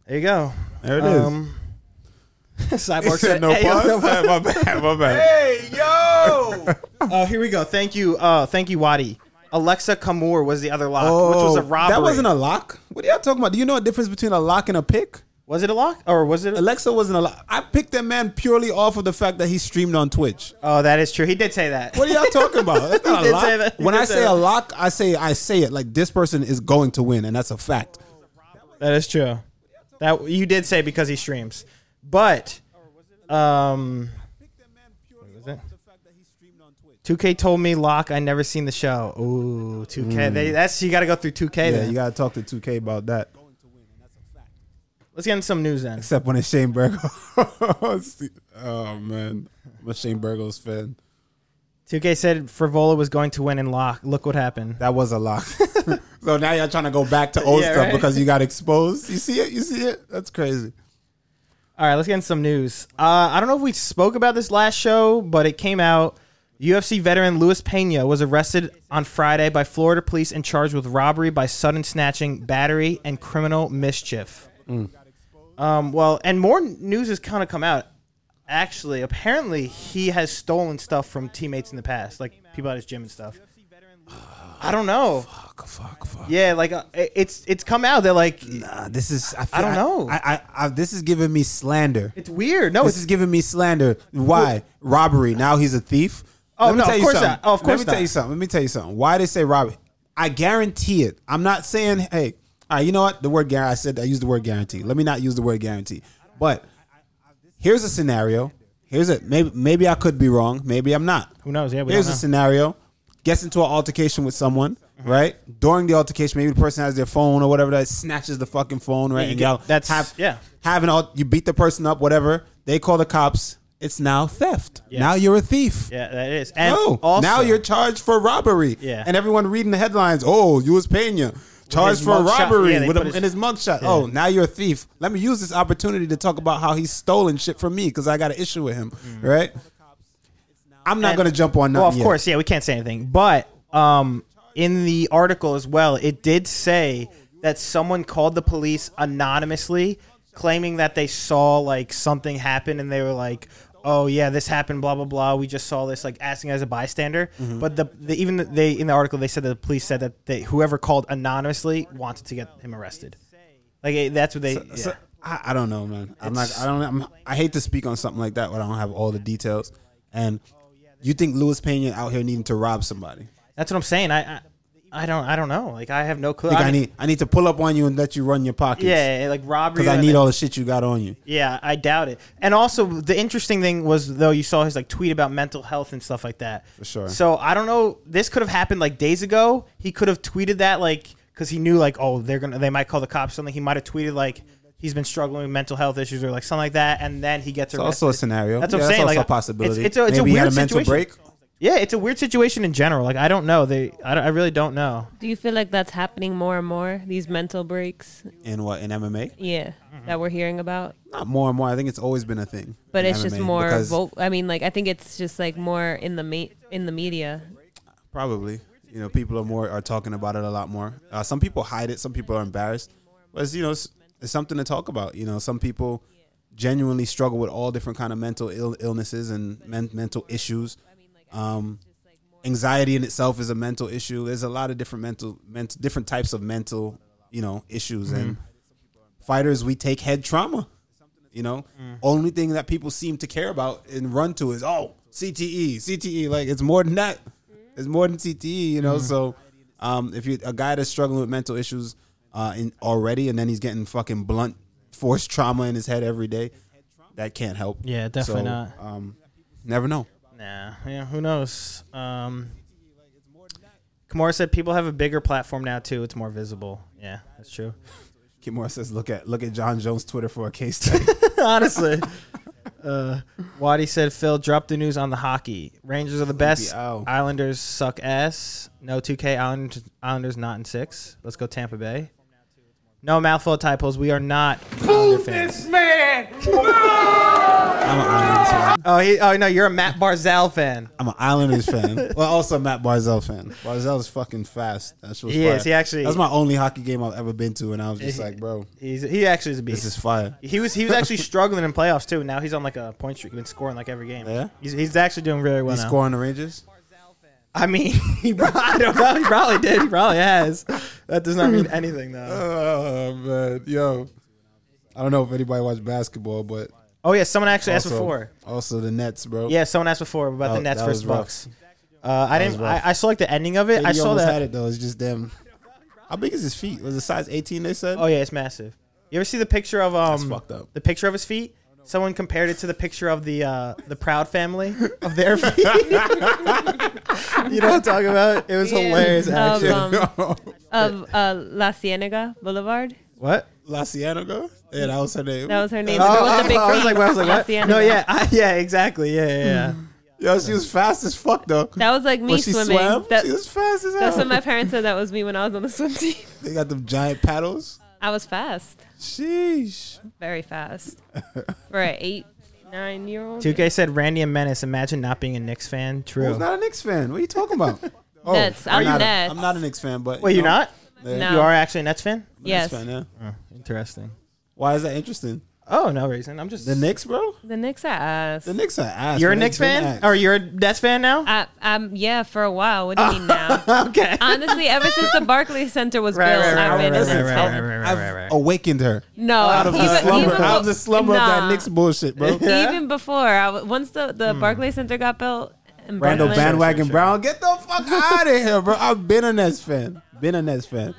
Speaker 3: you go.
Speaker 1: There it
Speaker 3: um,
Speaker 1: is.
Speaker 3: *laughs* Cyborg
Speaker 1: Said
Speaker 3: *laughs* said,
Speaker 1: no
Speaker 3: "Hey, yo,
Speaker 1: pause. *laughs*
Speaker 3: no pause."
Speaker 1: my bad. My bad.
Speaker 4: Hey,
Speaker 1: *laughs*
Speaker 4: yo!
Speaker 3: Oh, here we go. Thank you. Uh, thank you, Wadi. Alexa Kamur was the other lock, which was a robbery.
Speaker 1: Oh, That wasn't a lock. What are y'all talking about? Do you know a difference between a lock and a pick?
Speaker 3: Was it a lock or was it? A-
Speaker 1: Alexa wasn't a lock. I picked that man purely off of the fact that he streamed on Twitch.
Speaker 3: oh, that is true. He did say that.
Speaker 1: What are y'all talking about? That's
Speaker 3: *laughs*
Speaker 1: not a
Speaker 3: He did
Speaker 1: lock.
Speaker 3: say that. He
Speaker 1: When
Speaker 3: did
Speaker 1: I
Speaker 3: say
Speaker 1: say
Speaker 3: that.
Speaker 1: a lock, I say I say it like this person is going to win, and that's a fact.
Speaker 3: That is true. That you did say because he streams, but um, was it? 2K told me lock. I never seen the show. Ooh, 2K. They, that's you got to go through 2K.
Speaker 1: Hmm. Yeah,
Speaker 3: then.
Speaker 1: you gotta talk to 2K about that.
Speaker 3: Let's get into some news then.
Speaker 1: Except when it's Shane Burgos. *laughs* oh man, I'm a Shane Burgos fan.
Speaker 3: 2K said Frivola was going to win in lock. Look what happened.
Speaker 1: That was a lock. *laughs* so now you're trying to go back to old
Speaker 3: *laughs* Yeah,
Speaker 1: stuff
Speaker 3: right.
Speaker 1: because you got exposed. You see it? You see it? That's crazy.
Speaker 3: All right, let's get into some news. Uh, I don't know if we spoke about this last show, but it came out. UFC veteran Luis Pena was arrested on Friday by Florida police and charged with robbery by sudden snatching, battery, and criminal mischief.
Speaker 1: Mm.
Speaker 3: Um, well, and more news has kind of come out. Actually, apparently, he has stolen stuff from teammates in the past, like people at his gym and stuff. I don't know.
Speaker 1: Fuck, fuck, fuck.
Speaker 3: Yeah, like uh, it- it's it's come out. They're like,
Speaker 1: Nah, this is. I, feel,
Speaker 3: I don't know.
Speaker 1: I, I, I, this is giving me slander.
Speaker 3: it's weird. No,
Speaker 1: This
Speaker 3: it's
Speaker 1: is giving me slander. Why robbery? Now he's a thief.
Speaker 3: Oh,
Speaker 1: Let me
Speaker 3: no,
Speaker 1: tell
Speaker 3: of
Speaker 1: you
Speaker 3: course
Speaker 1: something.
Speaker 3: not. Oh, of
Speaker 1: Let
Speaker 3: course
Speaker 1: me
Speaker 3: not.
Speaker 1: tell you something. Let me tell you something. Why they say robbery? I guarantee it. I'm not saying hey. All right, you know what? The word guarantee. I said I used the word guarantee. Let me not use the word guarantee. But here's a scenario. Here's it. Maybe maybe I could be wrong. Maybe I'm not.
Speaker 3: Who knows? Yeah, we
Speaker 1: here's
Speaker 3: don't
Speaker 1: a
Speaker 3: know.
Speaker 1: scenario. Gets into an altercation with someone, right? During the altercation, maybe the person has their phone or whatever that snatches the fucking phone, right?
Speaker 3: you
Speaker 1: and
Speaker 3: get-
Speaker 1: y'all
Speaker 3: that's-
Speaker 1: have
Speaker 3: yeah.
Speaker 1: having all you beat the person up, whatever. They call the cops. It's now theft. Now you're a thief.
Speaker 3: yeah, that is. And
Speaker 1: No,
Speaker 3: also,
Speaker 1: now you're charged for robbery.
Speaker 3: Yeah.
Speaker 1: and everyone reading the headlines. Oh, you was Pena charged
Speaker 3: his
Speaker 1: for
Speaker 3: mugshot.
Speaker 1: robbery
Speaker 3: Yeah, they
Speaker 1: with
Speaker 3: put
Speaker 1: a,
Speaker 3: his-
Speaker 1: in his mugshot. Oh, now you're a thief. Let me use this opportunity to talk about how he's stolen shit from me because I got an issue with him. Right? I'm not
Speaker 3: Mm. And-
Speaker 1: gonna jump on.
Speaker 3: Well,
Speaker 1: nothing
Speaker 3: of
Speaker 1: yet.
Speaker 3: course, yeah, we can't say anything. But um, in the article as well, it did say that someone called the police anonymously, claiming that they saw like something happen, and they were like, "Oh yeah, this happened." Blah blah blah. We just saw this, like asking as a bystander.
Speaker 1: Mm-hmm.
Speaker 3: But the, the even the, they in the article they said that the police said that they, whoever called anonymously wanted to get him arrested. Like eh, that's what they. yeah.
Speaker 1: So, I, I don't know, man. I'm not. I don't. I'm, I hate to speak on something like that when I don't have all the details. And you think Louis Pena out here needing to rob somebody?
Speaker 3: that's what I'm saying. I, I I don't I don't know. Like I have no clue.
Speaker 1: Think I,
Speaker 3: I mean,
Speaker 1: need. I need to pull up on you and let you run your pockets.
Speaker 3: yeah, like robbery.
Speaker 1: Because I
Speaker 3: and-
Speaker 1: need all the shit you got on you.
Speaker 3: Yeah, I doubt it. And also, the interesting thing was though you saw his like tweet about mental health and stuff like that. For
Speaker 1: sure.
Speaker 3: So I don't know. This could have happened like days ago. He could have tweeted that like because he knew like oh they're gonna they might call the cops something. He might have tweeted like he's been struggling with mental health issues or like something like that, and then he gets
Speaker 1: It's
Speaker 3: arrested.
Speaker 1: also a scenario.
Speaker 3: That's what
Speaker 1: Yeah,
Speaker 3: I'm saying.
Speaker 1: That's also
Speaker 3: like
Speaker 1: a possibility.
Speaker 3: It's, it's a, it's
Speaker 1: Maybe
Speaker 3: a
Speaker 1: he
Speaker 3: weird
Speaker 1: had a mental
Speaker 3: situation.
Speaker 1: break.
Speaker 3: Yeah, it's a weird situation in general. Like I don't know. They I, don't- I really don't know.
Speaker 2: Do you feel like that's happening more and more? These mental breaks,
Speaker 1: in what in MMA.
Speaker 2: yeah,
Speaker 1: Mm-hmm.
Speaker 2: that we're hearing about.
Speaker 1: Not more and more. I think it's always been a thing.
Speaker 2: But
Speaker 1: in
Speaker 2: it's just
Speaker 1: MMA,
Speaker 2: more.
Speaker 1: because-
Speaker 2: Vo- I mean, like I think it's just like more in the ma- in the media.
Speaker 1: probably. You know, people are more are talking about it a lot more. Uh, some people hide it. Some people are embarrassed. But it's, you know, it's, it's something to talk about. You know, some people genuinely struggle with all different kind of mental Ill- illnesses and men- mental issues. Um, anxiety in itself is a mental issue. There's a lot of different mental, ment- different types of mental, you know, issues. And
Speaker 3: Mm-hmm.
Speaker 1: fighters, we take head trauma. You know,
Speaker 3: Mm.
Speaker 1: only thing that people seem to care about and run to is oh CTE, CTE. E, Like it's more than that. It's more than CTE. You
Speaker 3: Mm.
Speaker 1: know, so um, if you a guy that's struggling with mental issues uh, in, already, and then he's getting fucking blunt force trauma in his head every day, that can't help.
Speaker 3: Yeah, definitely
Speaker 1: So,
Speaker 3: not.
Speaker 1: Um, never know.
Speaker 3: Nah, yeah, who knows? Um, Kimura said people have a bigger platform now too. It's more visible. Yeah, that's true.
Speaker 1: Kimura says, "Look at look at John Jones' Twitter for a case study." *laughs*
Speaker 3: *laughs* Honestly, uh, Waddy said Phil drop the news on the hockey. Rangers are the best.
Speaker 1: NBL.
Speaker 3: Islanders suck ass. No 2K. Islanders, Islanders not in six. Let's go Tampa Bay. No mouthful of tie polls. We are not Islander fans.
Speaker 1: I'm an Islanders fan.
Speaker 3: Oh, he, oh no, you're a Matt Barzal fan.
Speaker 1: I'm an Islanders fan. Well, also a Matt Barzell fan. Barzell's fucking fast. That shit was
Speaker 3: He
Speaker 1: fire.
Speaker 3: is. He actually-
Speaker 1: That's my only hockey game I've ever been to, and I was just like, bro,
Speaker 3: He's he actually is a beast.
Speaker 1: this is fire.
Speaker 3: He was he
Speaker 1: *laughs*
Speaker 3: was actually struggling in playoffs too. Now he's on like a point streak. He's been scoring like every game.
Speaker 1: Yeah?
Speaker 3: he's, he's actually doing really well
Speaker 1: He's
Speaker 3: now.
Speaker 1: scoring the Rangers.
Speaker 3: I mean, *laughs* he prob- I don't know. He probably did. He
Speaker 1: *laughs*
Speaker 3: probably has. That does not mean anything though.
Speaker 1: Oh man, yo. I don't know if anybody watched basketball, but
Speaker 3: Oh yeah, someone actually asked
Speaker 1: also,
Speaker 3: before.
Speaker 1: also the Nets, bro.
Speaker 3: Yeah, someone asked before about the
Speaker 1: That-
Speaker 3: Nets
Speaker 1: that
Speaker 3: versus
Speaker 1: was rough.
Speaker 3: Bucks. Uh, I didn't.
Speaker 1: was rough.
Speaker 3: I, I saw like the ending of it.
Speaker 1: He
Speaker 3: I saw
Speaker 1: almost
Speaker 3: that.
Speaker 1: had it though. It's just them. How big is his feet? Was it size 18? They said.
Speaker 3: Oh yeah, it's massive. You ever see the picture of um
Speaker 1: fucked up.
Speaker 3: the picture of his feet? Someone compared it to the picture of the uh, the Proud family of their *laughs* feet. you know what I'm talking about? It was
Speaker 2: Yeah.
Speaker 3: hilarious.
Speaker 2: Of,
Speaker 1: *laughs*
Speaker 3: Actually,
Speaker 2: um, of uh, La Cienega Boulevard.
Speaker 3: what?
Speaker 1: La Cienega? Yeah, that was her name.
Speaker 2: That was her
Speaker 1: Oh,
Speaker 2: name. the girl with the big
Speaker 3: I was like,
Speaker 2: feet.
Speaker 3: what? I was like,
Speaker 2: La
Speaker 3: what?
Speaker 2: Cienega.
Speaker 3: No, yeah, I, yeah, exactly, yeah, yeah. yeah.
Speaker 2: Hmm.
Speaker 1: Yo, she was fast as fuck though.
Speaker 2: That was like me
Speaker 1: when she
Speaker 2: swimming.
Speaker 1: swam,
Speaker 2: That-
Speaker 1: she was fast as
Speaker 2: that's
Speaker 1: hell.
Speaker 2: what my parents said. That was me when I was on the
Speaker 1: *laughs*
Speaker 2: swim team.
Speaker 1: they got them giant paddles.
Speaker 2: I was fast,
Speaker 1: Sheesh.
Speaker 2: very fast for an eight, nine year old.
Speaker 3: 2K said Randy and Menace. Imagine not being a Knicks fan.
Speaker 1: I
Speaker 3: True.
Speaker 1: was not a Knicks fan. What are you
Speaker 2: *laughs*
Speaker 1: talking about? Oh,
Speaker 2: Nets. I'm
Speaker 1: not
Speaker 2: Nets.
Speaker 1: A, I'm not a Knicks fan, but
Speaker 3: Wait,
Speaker 1: you
Speaker 3: you're
Speaker 1: know,
Speaker 3: not?
Speaker 1: yeah,
Speaker 2: No.
Speaker 3: You are actually a Nets fan?
Speaker 1: I'm a Knicks
Speaker 2: Yes.
Speaker 1: fan, yeah.
Speaker 3: Oh, interesting.
Speaker 1: Why is that interesting?
Speaker 3: Oh, no reason. I'm just
Speaker 1: The Knicks, bro.
Speaker 2: The Knicks are ass.
Speaker 1: The Knicks are ass.
Speaker 3: You're a
Speaker 1: man.
Speaker 3: Knicks
Speaker 1: They've been
Speaker 3: fan,
Speaker 1: ass.
Speaker 3: or you're a Nets fan now?
Speaker 2: I, I'm yeah for a while. What do you mean now?
Speaker 1: *laughs*
Speaker 3: okay.
Speaker 2: Honestly, ever since the Barclays Center was built, I've been a Knicks fan.
Speaker 1: I've awakened her
Speaker 2: No,
Speaker 1: out of the
Speaker 2: even-
Speaker 1: slumber.
Speaker 2: even
Speaker 1: Out of
Speaker 2: be-
Speaker 1: the slumber of
Speaker 2: nah.
Speaker 1: that Knicks bullshit,
Speaker 2: *laughs*
Speaker 1: bro.
Speaker 3: Yeah.
Speaker 2: Even before, I w once the the Barclays Center got built, in
Speaker 1: Randall
Speaker 2: Brooklyn-
Speaker 1: Bandwagon
Speaker 3: sure.
Speaker 1: Brown, get the
Speaker 2: *laughs*
Speaker 1: fuck out of here, bro. I've been a Nets fan. Been a Nets fan.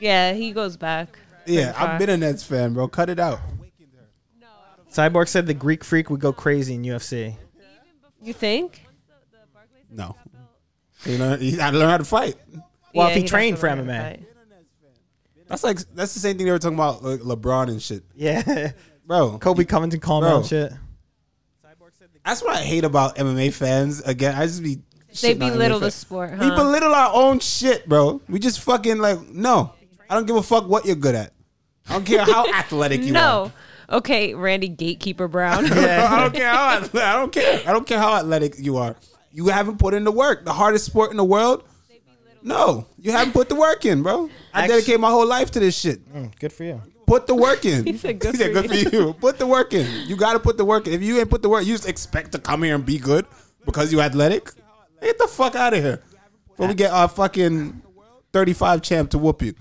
Speaker 2: Yeah, he goes back.
Speaker 1: Yeah,
Speaker 2: far.
Speaker 1: I've been a Nets fan, bro. Cut it out.
Speaker 3: Cyborg said the Greek freak would go crazy in UFC.
Speaker 2: You think?
Speaker 1: No. You know, I learned how to fight.
Speaker 3: Well,
Speaker 2: Yeah,
Speaker 3: if he
Speaker 2: does
Speaker 3: trained
Speaker 2: go
Speaker 3: for
Speaker 2: back.
Speaker 3: MMA.
Speaker 2: Right.
Speaker 1: That's like that's the same thing they were talking about like LeBron and shit,
Speaker 3: Yeah,
Speaker 1: bro.
Speaker 3: Kobe Covington calling
Speaker 1: Bro.
Speaker 3: out shit.
Speaker 1: That's what I hate about MMA fans. Again, I just be
Speaker 2: They
Speaker 1: shitting on
Speaker 2: belittle
Speaker 1: MMA
Speaker 2: the
Speaker 1: fans.
Speaker 2: sport,
Speaker 1: We
Speaker 2: huh?
Speaker 1: belittle our own shit, bro. We just fucking like no. I don't give a fuck what you're good at. I don't
Speaker 2: *laughs*
Speaker 1: care how athletic you are. *laughs*
Speaker 2: no. Okay, Randy Gatekeeper Brown.
Speaker 1: I don't care how ath- I don't care. I don't care how athletic you are. You haven't put in the work. The hardest sport in the world. No, you haven't put the work in, bro. I
Speaker 3: Actu-
Speaker 1: dedicate my whole life to this shit.
Speaker 3: Mm, good for you.
Speaker 1: Put the work in. he
Speaker 2: said, "Good for
Speaker 1: "Good for you." Put the work in. You got to put the work in. If you ain't put the work, you just expect to come here and be good because you athletic. Get the fuck out of here. Before we get our fucking thirty-five champ to whoop
Speaker 3: *laughs*
Speaker 1: you.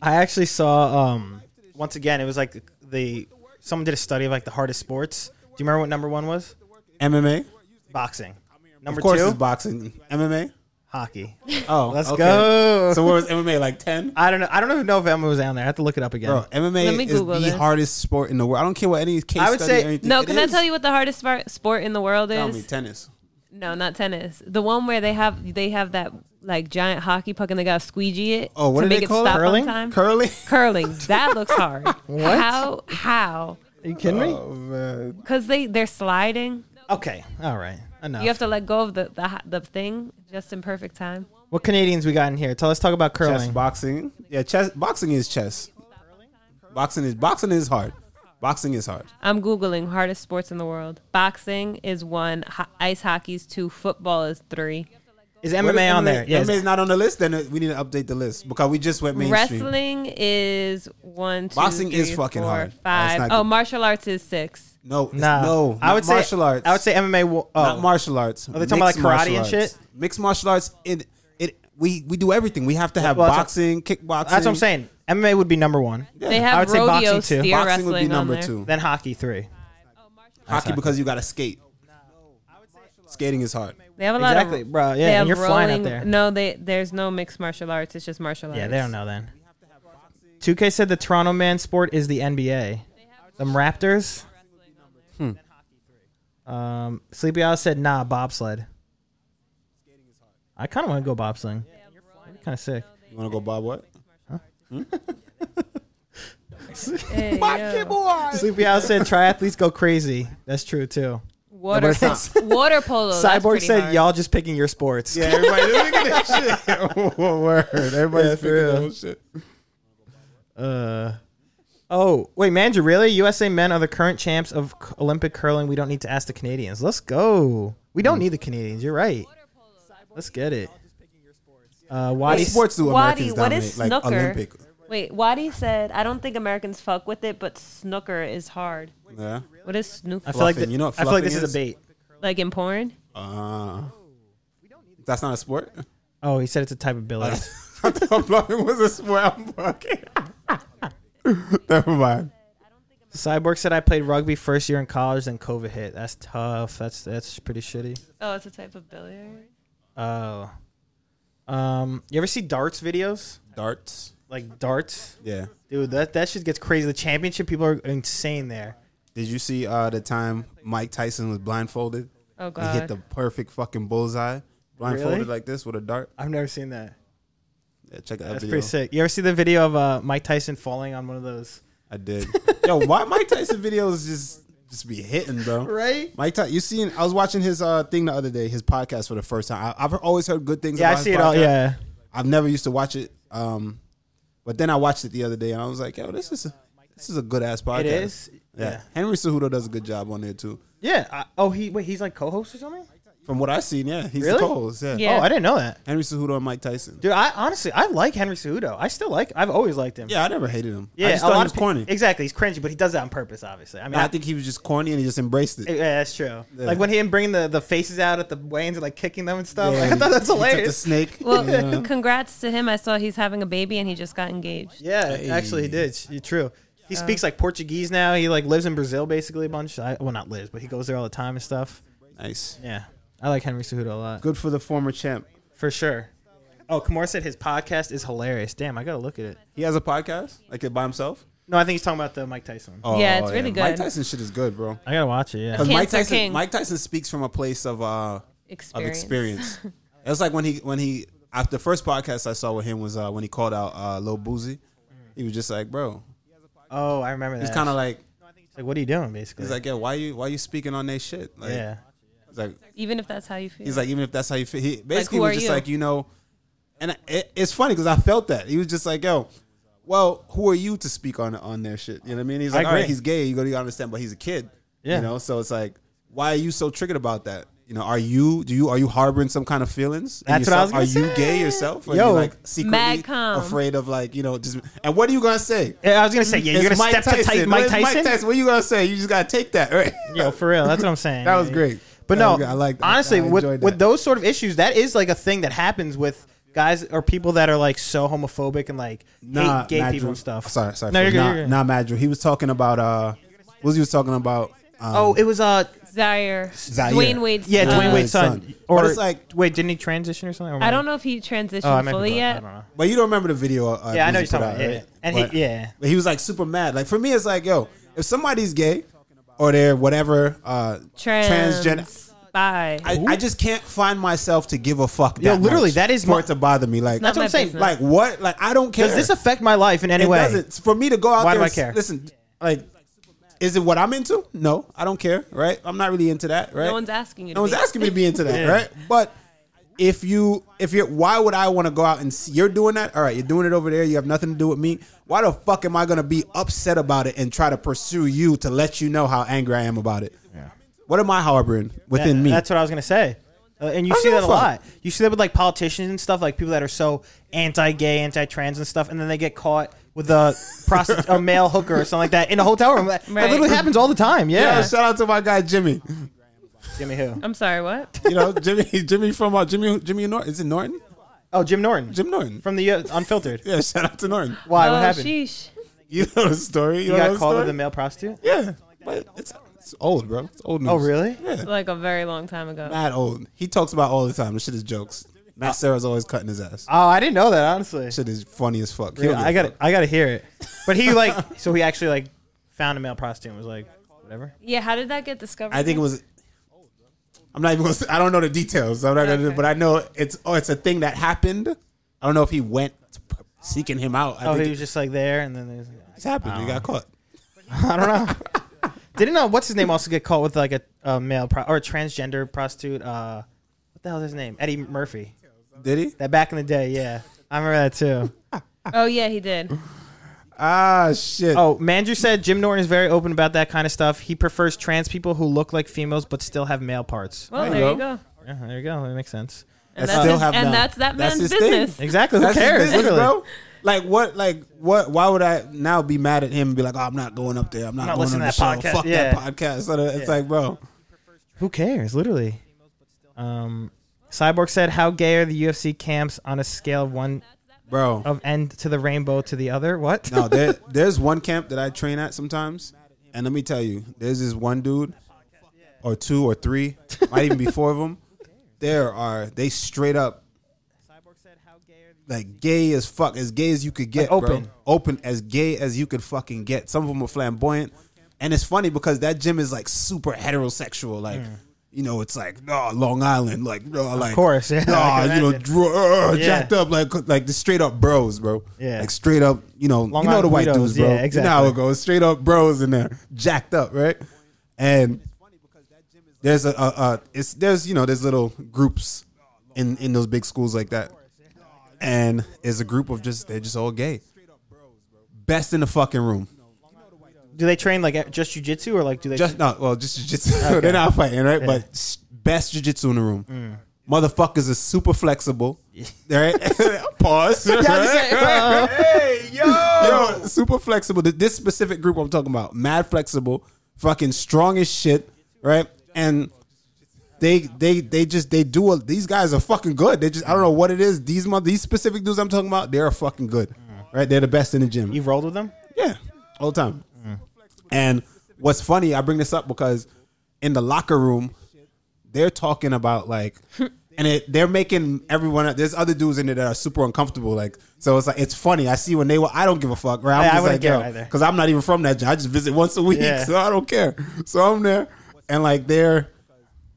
Speaker 3: I actually saw um once again it was like the someone did a study of like the hardest sports. Do you remember what number one was?
Speaker 1: MMA.
Speaker 3: Boxing. Number
Speaker 1: Of course,
Speaker 3: two,
Speaker 1: it's boxing. MMA.
Speaker 3: hockey.
Speaker 1: Oh,
Speaker 3: *laughs* Let's
Speaker 1: okay.
Speaker 3: go.
Speaker 1: So what was MMA like ten?
Speaker 3: I don't know. I don't even know if Emma was down there. I have to look it up again.
Speaker 1: Bro,
Speaker 2: Let me
Speaker 1: MMA is
Speaker 2: Google
Speaker 1: the
Speaker 2: this.
Speaker 1: hardest sport in the world. I don't care what any case
Speaker 3: I would
Speaker 1: study
Speaker 3: say-
Speaker 1: or
Speaker 2: *laughs*
Speaker 1: anything.
Speaker 2: no,
Speaker 1: It
Speaker 2: can I
Speaker 1: is-
Speaker 2: tell you what the hardest spar- sport in the world
Speaker 1: Tell
Speaker 2: is?
Speaker 1: me, tennis.
Speaker 2: no, not tennis. The one where they have they have that like giant hockey puck and they gotta squeegee it
Speaker 1: Oh, what
Speaker 2: to
Speaker 1: do
Speaker 2: make
Speaker 1: they
Speaker 2: it
Speaker 1: call it?
Speaker 2: stop
Speaker 3: Curling?
Speaker 2: on time. *laughs*
Speaker 1: Curling.
Speaker 2: Curling. That looks hard.
Speaker 1: *laughs*
Speaker 2: what? How? How?
Speaker 3: Are you kidding me?
Speaker 1: Oh man.
Speaker 2: Because they they're sliding.
Speaker 3: Okay. All right. Enough.
Speaker 2: You have to let go of the the, ho- the thing just in perfect time.
Speaker 3: what Canadians we got in here? Tell us talk about
Speaker 1: Chess
Speaker 3: curling.
Speaker 1: boxing. Yeah, chess boxing is chess. Boxing is boxing is hard. Boxing is hard.
Speaker 2: I'm googling hardest sports in the world. Boxing is one. Ho- ice hockey's two. Football is three.
Speaker 3: Is
Speaker 1: What is
Speaker 3: MMA on there? Yes.
Speaker 1: MMA is not on the list. Then it- we need to update the list because we just went mainstream.
Speaker 2: Wrestling is one. two,
Speaker 1: Boxing is
Speaker 2: three,
Speaker 1: fucking
Speaker 2: four,
Speaker 1: hard. That's
Speaker 2: Five.
Speaker 1: not
Speaker 2: Oh,
Speaker 1: good.
Speaker 2: martial arts is six.
Speaker 1: No, it's-
Speaker 3: Nah.
Speaker 1: no.
Speaker 3: I would
Speaker 1: not martial
Speaker 3: say,
Speaker 1: arts.
Speaker 3: I would say MMA. Will, oh,
Speaker 1: not martial arts. Are
Speaker 3: they talking about, like, karate and shit?
Speaker 1: Mixed martial arts. It it we we do everything. We have to have
Speaker 3: Well, that's-
Speaker 1: boxing, kickboxing.
Speaker 3: that's what I'm saying. MMA would be number one.
Speaker 2: They
Speaker 3: I
Speaker 2: have
Speaker 3: would say
Speaker 2: rodeo
Speaker 3: boxing, too.
Speaker 2: steer
Speaker 1: Boxing
Speaker 2: wrestling
Speaker 1: would be
Speaker 2: on
Speaker 1: number
Speaker 2: there.
Speaker 1: two.
Speaker 3: Then hockey three.
Speaker 1: Hockey because you got to skate. Skating is hard.
Speaker 2: They have a lot
Speaker 3: Exactly,
Speaker 2: of
Speaker 3: bro.
Speaker 2: they
Speaker 3: Yeah,
Speaker 2: have
Speaker 3: and you're flying
Speaker 2: rolling-
Speaker 3: out there.
Speaker 2: No, they there's no mixed martial arts. It's just martial arts.
Speaker 3: Yeah, they don't know then. 2K said the Toronto man sport is the NBA. Them Raptors. Um, Sleepy Owl said, "Nah, bobsled." I kind of want to go bobsling. Kind of sick.
Speaker 1: You want to go Bob what?
Speaker 2: Hey, yo.
Speaker 3: Sleepy Owl said, "Triathletes go crazy." That's true too.
Speaker 2: Water,
Speaker 3: Nobody
Speaker 2: polo. *laughs* water polo. Oh, that's
Speaker 3: Cyborg
Speaker 2: pretty
Speaker 3: said,
Speaker 2: hard.
Speaker 3: "Y'all just picking your
Speaker 1: *laughs*
Speaker 3: sports."
Speaker 1: Yeah, everybody look at that shit. *laughs* Word. Everybody's
Speaker 3: *laughs* Yeah, for
Speaker 1: picking
Speaker 3: real.
Speaker 1: their own shit.
Speaker 3: Uh, oh wait, Mandra, really? USA men are the current champs of c- Olympic curling. We don't need to ask the Canadians. Let's go. We
Speaker 1: Hmm.
Speaker 3: don't need the Canadians. You're right. Let's get it. Uh, Wadi
Speaker 1: What sports do
Speaker 2: Waddy,
Speaker 1: Americans
Speaker 2: what
Speaker 1: dominate?
Speaker 2: is
Speaker 1: like
Speaker 2: snooker?
Speaker 1: Olympic.
Speaker 2: Wait, Waddy said, I don't think Americans fuck with it, but snooker is hard.
Speaker 1: Yeah.
Speaker 2: What is snook
Speaker 3: I feel like
Speaker 1: Fluffing.
Speaker 3: th-
Speaker 1: You know what
Speaker 3: I feel like
Speaker 1: fluffing
Speaker 3: this is?
Speaker 1: is?
Speaker 3: a bait.
Speaker 2: like in porn?
Speaker 1: Uh, that's not a sport.
Speaker 3: Oh, he said it's a type of
Speaker 1: *laughs*
Speaker 3: billy.
Speaker 1: I thought plumbing was a sport. I'm fucking. *laughs* Never mind.
Speaker 3: Cyborg said I played rugby first year in college, then COVID hit. That's tough. That's that's pretty shitty.
Speaker 2: Oh, it's a type of billiard.
Speaker 3: Oh. Um, you ever see darts videos?
Speaker 1: Darts.
Speaker 3: Like darts?
Speaker 1: Yeah.
Speaker 3: Dude, that, that shit gets crazy. The championship people are insane there.
Speaker 1: Did you see uh, the time Mike Tyson was blindfolded?
Speaker 2: Oh
Speaker 1: He hit
Speaker 2: god.
Speaker 1: the perfect fucking bullseye, blindfolded
Speaker 3: Really?
Speaker 1: like this with a dart.
Speaker 3: I've never seen that.
Speaker 1: Yeah, check out that
Speaker 3: That's
Speaker 1: video.
Speaker 3: pretty sick. You ever see the video of uh, Mike Tyson falling on one of those?
Speaker 1: I did. Yo, why Mike Tyson videos just just be hitting, bro?
Speaker 3: *laughs* Right?
Speaker 1: Mike Tyson, you seen? I was watching his uh thing the other day, his podcast for the first time. I, I've always heard good things.
Speaker 3: Yeah, I
Speaker 1: about his
Speaker 3: see it all.
Speaker 1: podcast.
Speaker 3: Yeah.
Speaker 1: I've never used to watch it. Um, but then I watched it the other day, and I was like, "Yo, this is a, this is a good ass podcast."
Speaker 3: It is?
Speaker 1: Yeah.
Speaker 3: Yeah.
Speaker 1: Henry Cejudo does a good job on there too.
Speaker 3: Yeah. I, oh, he wait. He's like co-host or something.
Speaker 1: From what I've seen, yeah, he's
Speaker 3: Really?
Speaker 1: the co-host. Yeah.
Speaker 2: Yeah.
Speaker 3: Oh, I didn't know that,
Speaker 1: Henry Cejudo and Mike Tyson.
Speaker 3: dude. I honestly, I like Henry Cejudo. I still like. I've always liked him.
Speaker 1: Yeah, I never hated him.
Speaker 3: Yeah.
Speaker 1: I just
Speaker 3: a
Speaker 1: thought
Speaker 3: lot
Speaker 1: he was
Speaker 3: of pe-
Speaker 1: corny.
Speaker 3: Exactly. He's cringy, but he does that on purpose. Obviously. I mean,
Speaker 1: No, I think he was just corny and he just embraced it.
Speaker 3: Yeah, that's true.
Speaker 1: Yeah.
Speaker 3: Like when he and bringing the, the faces out at the weigh-ins and like kicking them and stuff.
Speaker 1: Yeah,
Speaker 3: Like, *laughs* I thought that's
Speaker 1: he took the
Speaker 3: hilarious.
Speaker 1: snake.
Speaker 2: Well,
Speaker 1: Yeah.
Speaker 2: *laughs* congrats to him. I saw he's having a baby and he just got engaged.
Speaker 3: Yeah, actually, he did. Sh- You're true. He speaks like Portuguese now. He like lives in Brazil basically a bunch. I, well, not lives, but he goes there all the time and stuff.
Speaker 1: Nice.
Speaker 3: Yeah, I like Henry Cejudo a lot
Speaker 1: Good for the former champ.
Speaker 3: for sure. Oh, Kamora said his podcast is hilarious. Damn, I gotta look at it.
Speaker 1: He has a podcast like it by himself.
Speaker 3: No, I think he's talking about the Mike Tyson. one.
Speaker 1: Oh,
Speaker 2: Yeah, it's really
Speaker 1: Mike
Speaker 2: good.
Speaker 1: Tyson shit is good, bro.
Speaker 3: I gotta watch it. Yeah,
Speaker 1: 'Cause Mike
Speaker 2: Cancer
Speaker 1: Tyson,
Speaker 2: King.
Speaker 1: Mike Tyson speaks from a place of uh
Speaker 2: Experience.
Speaker 1: of experience.
Speaker 2: *laughs*
Speaker 1: it was like when he when he after the first podcast I saw with him was uh, when he called out uh, Lil Boozy. He was just like, bro.
Speaker 3: Oh, I remember that.
Speaker 1: He's kind of like
Speaker 3: like, what are you doing, basically?
Speaker 1: he's like, yeah, why you why you speaking on their shit? Like,
Speaker 3: yeah,
Speaker 1: He's like
Speaker 2: Even if that's how you feel.
Speaker 1: he's like even if that's how you feel, he basically
Speaker 2: who
Speaker 1: was
Speaker 2: are
Speaker 1: just
Speaker 2: you?
Speaker 1: like you know, and I- it, it's funny because I felt that he was just like yo. Well, who are you to speak on on their shit? You know what I mean? He's
Speaker 3: I
Speaker 1: like, all right,
Speaker 3: agree.
Speaker 1: he's gay. You gotta understand, but he's a kid.
Speaker 3: Yeah.
Speaker 1: You know, so it's like, why are you so triggered about that? You know, are you do you are you harboring some kind of feelings? in
Speaker 3: That's what I
Speaker 1: yourself?
Speaker 3: was gonna
Speaker 1: Are you
Speaker 3: say.
Speaker 1: gay yourself? Or
Speaker 3: Yo.
Speaker 1: you like secretly
Speaker 2: Mad calm.
Speaker 1: afraid of like you know just and what are you gonna say?
Speaker 3: Yeah, I was gonna say yeah. You're
Speaker 1: It's
Speaker 3: gonna step to type Mike
Speaker 1: It's
Speaker 3: Tyson.
Speaker 1: Mike Tyson. What are you gonna say? You just gotta take that, right?
Speaker 3: Yo, for real, that's what I'm
Speaker 1: *laughs*
Speaker 3: saying.
Speaker 1: That was
Speaker 3: Yeah.
Speaker 1: great.
Speaker 3: But
Speaker 1: That
Speaker 3: no,
Speaker 1: was good. I like that.
Speaker 3: honestly
Speaker 1: I
Speaker 3: with
Speaker 1: enjoyed
Speaker 3: with
Speaker 1: that.
Speaker 3: those sort of issues. That is like a thing that happens with guys or people that are like so homophobic and like hate gay
Speaker 1: Madrew.
Speaker 3: people and stuff.
Speaker 1: Sorry, sorry.
Speaker 3: No,
Speaker 1: Phil.
Speaker 3: you're good,
Speaker 1: Nah,
Speaker 3: you're good.
Speaker 1: nah, Madrew. He was talking about uh, what was he was talking about? Um,
Speaker 3: Oh, it was uh
Speaker 2: Zaire.
Speaker 1: Zaire.
Speaker 2: Dwayne Wade's
Speaker 3: yeah,
Speaker 2: son.
Speaker 3: Dwayne Wade's son.
Speaker 1: son.
Speaker 3: Or
Speaker 1: But it's like-
Speaker 3: wait, didn't he transition or something? Or
Speaker 2: I don't know if he transitioned
Speaker 3: Oh, I might be
Speaker 2: fully
Speaker 3: wrong. I
Speaker 2: yet.
Speaker 3: don't know.
Speaker 1: but you don't remember the video? Uh,
Speaker 3: Yeah, I know
Speaker 1: Uzi
Speaker 3: you're talking
Speaker 1: put
Speaker 3: about.
Speaker 1: out,
Speaker 3: Yeah,
Speaker 1: right?
Speaker 3: and
Speaker 1: But-
Speaker 3: he yeah.
Speaker 1: But he was like super mad. Like for me, it's like, yo, if somebody's gay or they're whatever uh,
Speaker 2: Trans,
Speaker 1: transgender.
Speaker 2: Bye.
Speaker 1: I, I just can't find myself to give a fuck.
Speaker 3: Yo,
Speaker 1: that
Speaker 3: literally,
Speaker 1: much
Speaker 3: that is
Speaker 1: for
Speaker 3: my-
Speaker 1: it to bother me. Like,
Speaker 3: That's what
Speaker 2: my
Speaker 3: I'm saying.
Speaker 2: business.
Speaker 3: Like,
Speaker 1: like what? Like I don't care.
Speaker 3: does this affect my life in any
Speaker 1: it
Speaker 3: way?
Speaker 1: doesn't. For me to go out
Speaker 3: Why
Speaker 1: there,
Speaker 3: do I
Speaker 1: and s-
Speaker 3: care?
Speaker 1: Listen, like, is it what I'm into? No, I don't care. Right? I'm not really into that. Right?
Speaker 2: No one's asking you.
Speaker 1: No
Speaker 2: to
Speaker 1: one's
Speaker 2: be.
Speaker 1: asking me to be into that,
Speaker 3: *laughs* Yeah.
Speaker 1: right? But if you, if you're, why would I want to go out and see you're doing that? All right, you're doing it over there. You have nothing to do with me. Why the fuck am I gonna be upset about it and try to pursue you to let you know how angry I am about it? What am I harboring within
Speaker 3: That-
Speaker 1: me?
Speaker 3: That's what I was gonna say. Uh, and you
Speaker 1: I
Speaker 3: see
Speaker 1: give
Speaker 3: that
Speaker 1: a
Speaker 3: a
Speaker 1: fuck.
Speaker 3: lot. You see that with like politicians and stuff, like people that are so anti-gay, anti-trans and stuff, and then they get caught with a prostitute, a male hooker or something like that in a hotel room. That, that
Speaker 2: Right.
Speaker 3: literally happens all the time.
Speaker 1: yeah,
Speaker 3: Yeah.
Speaker 1: shout out to my guy Jimmy.
Speaker 3: Jimmy who?
Speaker 2: I'm sorry. What?
Speaker 1: You know, *laughs* Jimmy, Jimmy from uh, Jimmy, Jimmy Norton. Is it Norton?
Speaker 3: Oh, Jim Norton
Speaker 1: Jim Norton.
Speaker 3: from the uh, Unfiltered.
Speaker 1: Yeah, shout out to Norton.
Speaker 3: Why?
Speaker 2: oh,
Speaker 3: what happened?
Speaker 2: sheesh.
Speaker 1: You know the story. You,
Speaker 3: you
Speaker 1: know
Speaker 3: got
Speaker 1: the
Speaker 3: called
Speaker 1: story?
Speaker 3: with a male prostitute.
Speaker 1: Yeah, but it's, it's old, bro. It's old news.
Speaker 3: Oh, really?
Speaker 2: Like a very long time ago.
Speaker 1: Mad old. He talks about all the time. The shit is jokes. Matt Sarah's always cutting his ass.
Speaker 3: Oh, I didn't know that. Honestly,
Speaker 1: Shit is funny as fuck. He
Speaker 3: Really,
Speaker 1: don't give
Speaker 3: I
Speaker 1: a
Speaker 3: got
Speaker 1: fuck.
Speaker 3: to I got to hear it. But he *laughs* like, so he actually like found a male prostitute and was like, whatever.
Speaker 2: Yeah. How did that get discovered?
Speaker 1: I think it was. I'm not even gonna. Say, I don't know the details. I'm not gonna.
Speaker 2: Okay.
Speaker 1: But I know it's. Oh, it's a thing that happened. I don't know if he went to p- seeking him out. I
Speaker 3: Oh,
Speaker 1: think
Speaker 3: he was just like there, and then there's.
Speaker 1: it's happened. He got caught.
Speaker 3: *laughs* I don't know. Didn't uh, what's his name also get caught with like a, a male pro- or a transgender prostitute? Uh, what the hell's his name? Eddie Murphy.
Speaker 1: Did he?
Speaker 3: That back in the day, yeah, I remember that too.
Speaker 2: Oh yeah, he did.
Speaker 1: Ah, shit.
Speaker 3: Oh, Mandrew said Jim Norton is very open about that kind of stuff. He prefers trans people who look like females but still have male parts.
Speaker 2: Well,
Speaker 1: There
Speaker 2: there,
Speaker 1: you
Speaker 2: you
Speaker 1: go.
Speaker 2: go.
Speaker 3: Yeah, there you go. That makes sense.
Speaker 2: And
Speaker 1: That
Speaker 2: that's
Speaker 1: still
Speaker 2: his,
Speaker 1: have
Speaker 2: and
Speaker 1: now.
Speaker 2: that's that
Speaker 1: That's
Speaker 2: man's
Speaker 1: his thing.
Speaker 2: business.
Speaker 3: Exactly. Who
Speaker 1: That's his
Speaker 3: cares?
Speaker 1: business,
Speaker 3: literally.
Speaker 1: bro. Like what? Like what? Why would I now be mad at him and be like, "Oh, I'm not going up there. I'm not,
Speaker 3: not
Speaker 1: going on the
Speaker 3: listening to
Speaker 1: show.
Speaker 3: that podcast."
Speaker 1: Fuck
Speaker 3: Yeah.
Speaker 1: that podcast." So the- it's like, bro,
Speaker 3: Who cares? Literally. Um, Cyborg said, "How gay are the UFC camps on a scale of one
Speaker 1: bro.
Speaker 3: of end to the rainbow to the other?" What? *laughs*
Speaker 1: no, there, there's one camp that I train at sometimes, and let me tell you, there's this one dude, or two or three, might even be four of them. There are they straight up like gay as fuck, as gay as you could get,
Speaker 3: Like
Speaker 1: bro.
Speaker 3: open.
Speaker 1: open as gay as you could fucking get. Some of them are flamboyant. And it's funny because that gym is like super heterosexual. Like, you know, it's like, no, Long Island. Like, no, like.
Speaker 3: Mm. course, yeah, *laughs* I
Speaker 1: nah,
Speaker 3: can
Speaker 1: you know,
Speaker 3: imagine.
Speaker 1: dr- uh,
Speaker 3: Yeah.
Speaker 1: jacked up. Like, like the straight up bros, bro.
Speaker 3: Yeah.
Speaker 1: Like straight up, you know,
Speaker 3: Long
Speaker 1: you know the
Speaker 3: Island
Speaker 1: white
Speaker 3: Guidos,
Speaker 1: dudes, bro.
Speaker 3: yeah,
Speaker 1: You know how
Speaker 3: exactly.
Speaker 1: it goes. Straight up bros in there, jacked up, right? And there's a, a, a it's there's you know there's little groups in in those big schools like that, and there's a group of just they're just all gay, best in the fucking room.
Speaker 3: Do they train like at- just jujitsu or like do they
Speaker 1: Just no, well, just *laughs* jujitsu. they're not fighting, right? But s- best jujitsu in the room. Motherfuckers are super flexible, right? *laughs* Pause. *laughs* right?
Speaker 4: Hey, yo!
Speaker 1: Yo, super flexible. Th- This specific group I'm talking about, mad flexible, fucking strong as shit, right? And they they they just they do a, these guys are fucking good. They just I don't know what it is. These mo- these specific dudes I'm talking about, they're fucking good, right? They're the best in the gym.
Speaker 3: you've rolled with them?
Speaker 1: Yeah, all the time. And what's funny, I bring this up because in the locker room, they're talking about
Speaker 3: *laughs*
Speaker 1: like, and it, they're making everyone. There's other dudes in there that are super uncomfortable. Like, so it's like it's funny. I see when they were. I don't give a fuck. Right? I'm
Speaker 3: Yeah, I
Speaker 1: just
Speaker 3: wouldn't
Speaker 1: like,
Speaker 3: care
Speaker 1: yo,
Speaker 3: either.
Speaker 1: because I'm not even from that. gym. I just visit once a week,
Speaker 3: Yeah.
Speaker 1: so I don't care. So I'm there, and like they're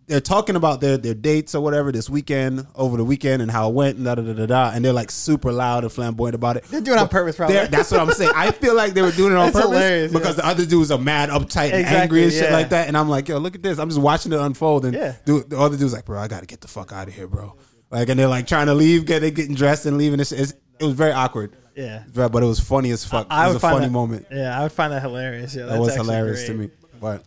Speaker 1: they're talking about their their dates or whatever this weekend over the weekend and how it went and da da da da da, and they're like super loud and flamboyant about it.
Speaker 3: They're doing it on purpose, probably.
Speaker 1: They're- That's what I'm saying. I feel like they were doing it on
Speaker 3: That's
Speaker 1: purpose
Speaker 3: hilarious, yeah.
Speaker 1: because the other dudes are mad, uptight, and
Speaker 3: Exactly,
Speaker 1: angry and shit
Speaker 3: yeah.
Speaker 1: like that. And I'm like, yo, look at this. I'm just watching it unfold, and
Speaker 3: Yeah.
Speaker 1: dude, the other dude's like, bro, I gotta get the fuck out of here, bro. Like, and they're like trying to leave, get they getting dressed and leaving. It's, it's, it was very awkward.
Speaker 3: Yeah.
Speaker 1: Right, but it was funny as fuck. it was a funny
Speaker 3: that,
Speaker 1: moment.
Speaker 3: Yeah, I would find that hilarious. Yeah,
Speaker 1: That was hilarious to me. But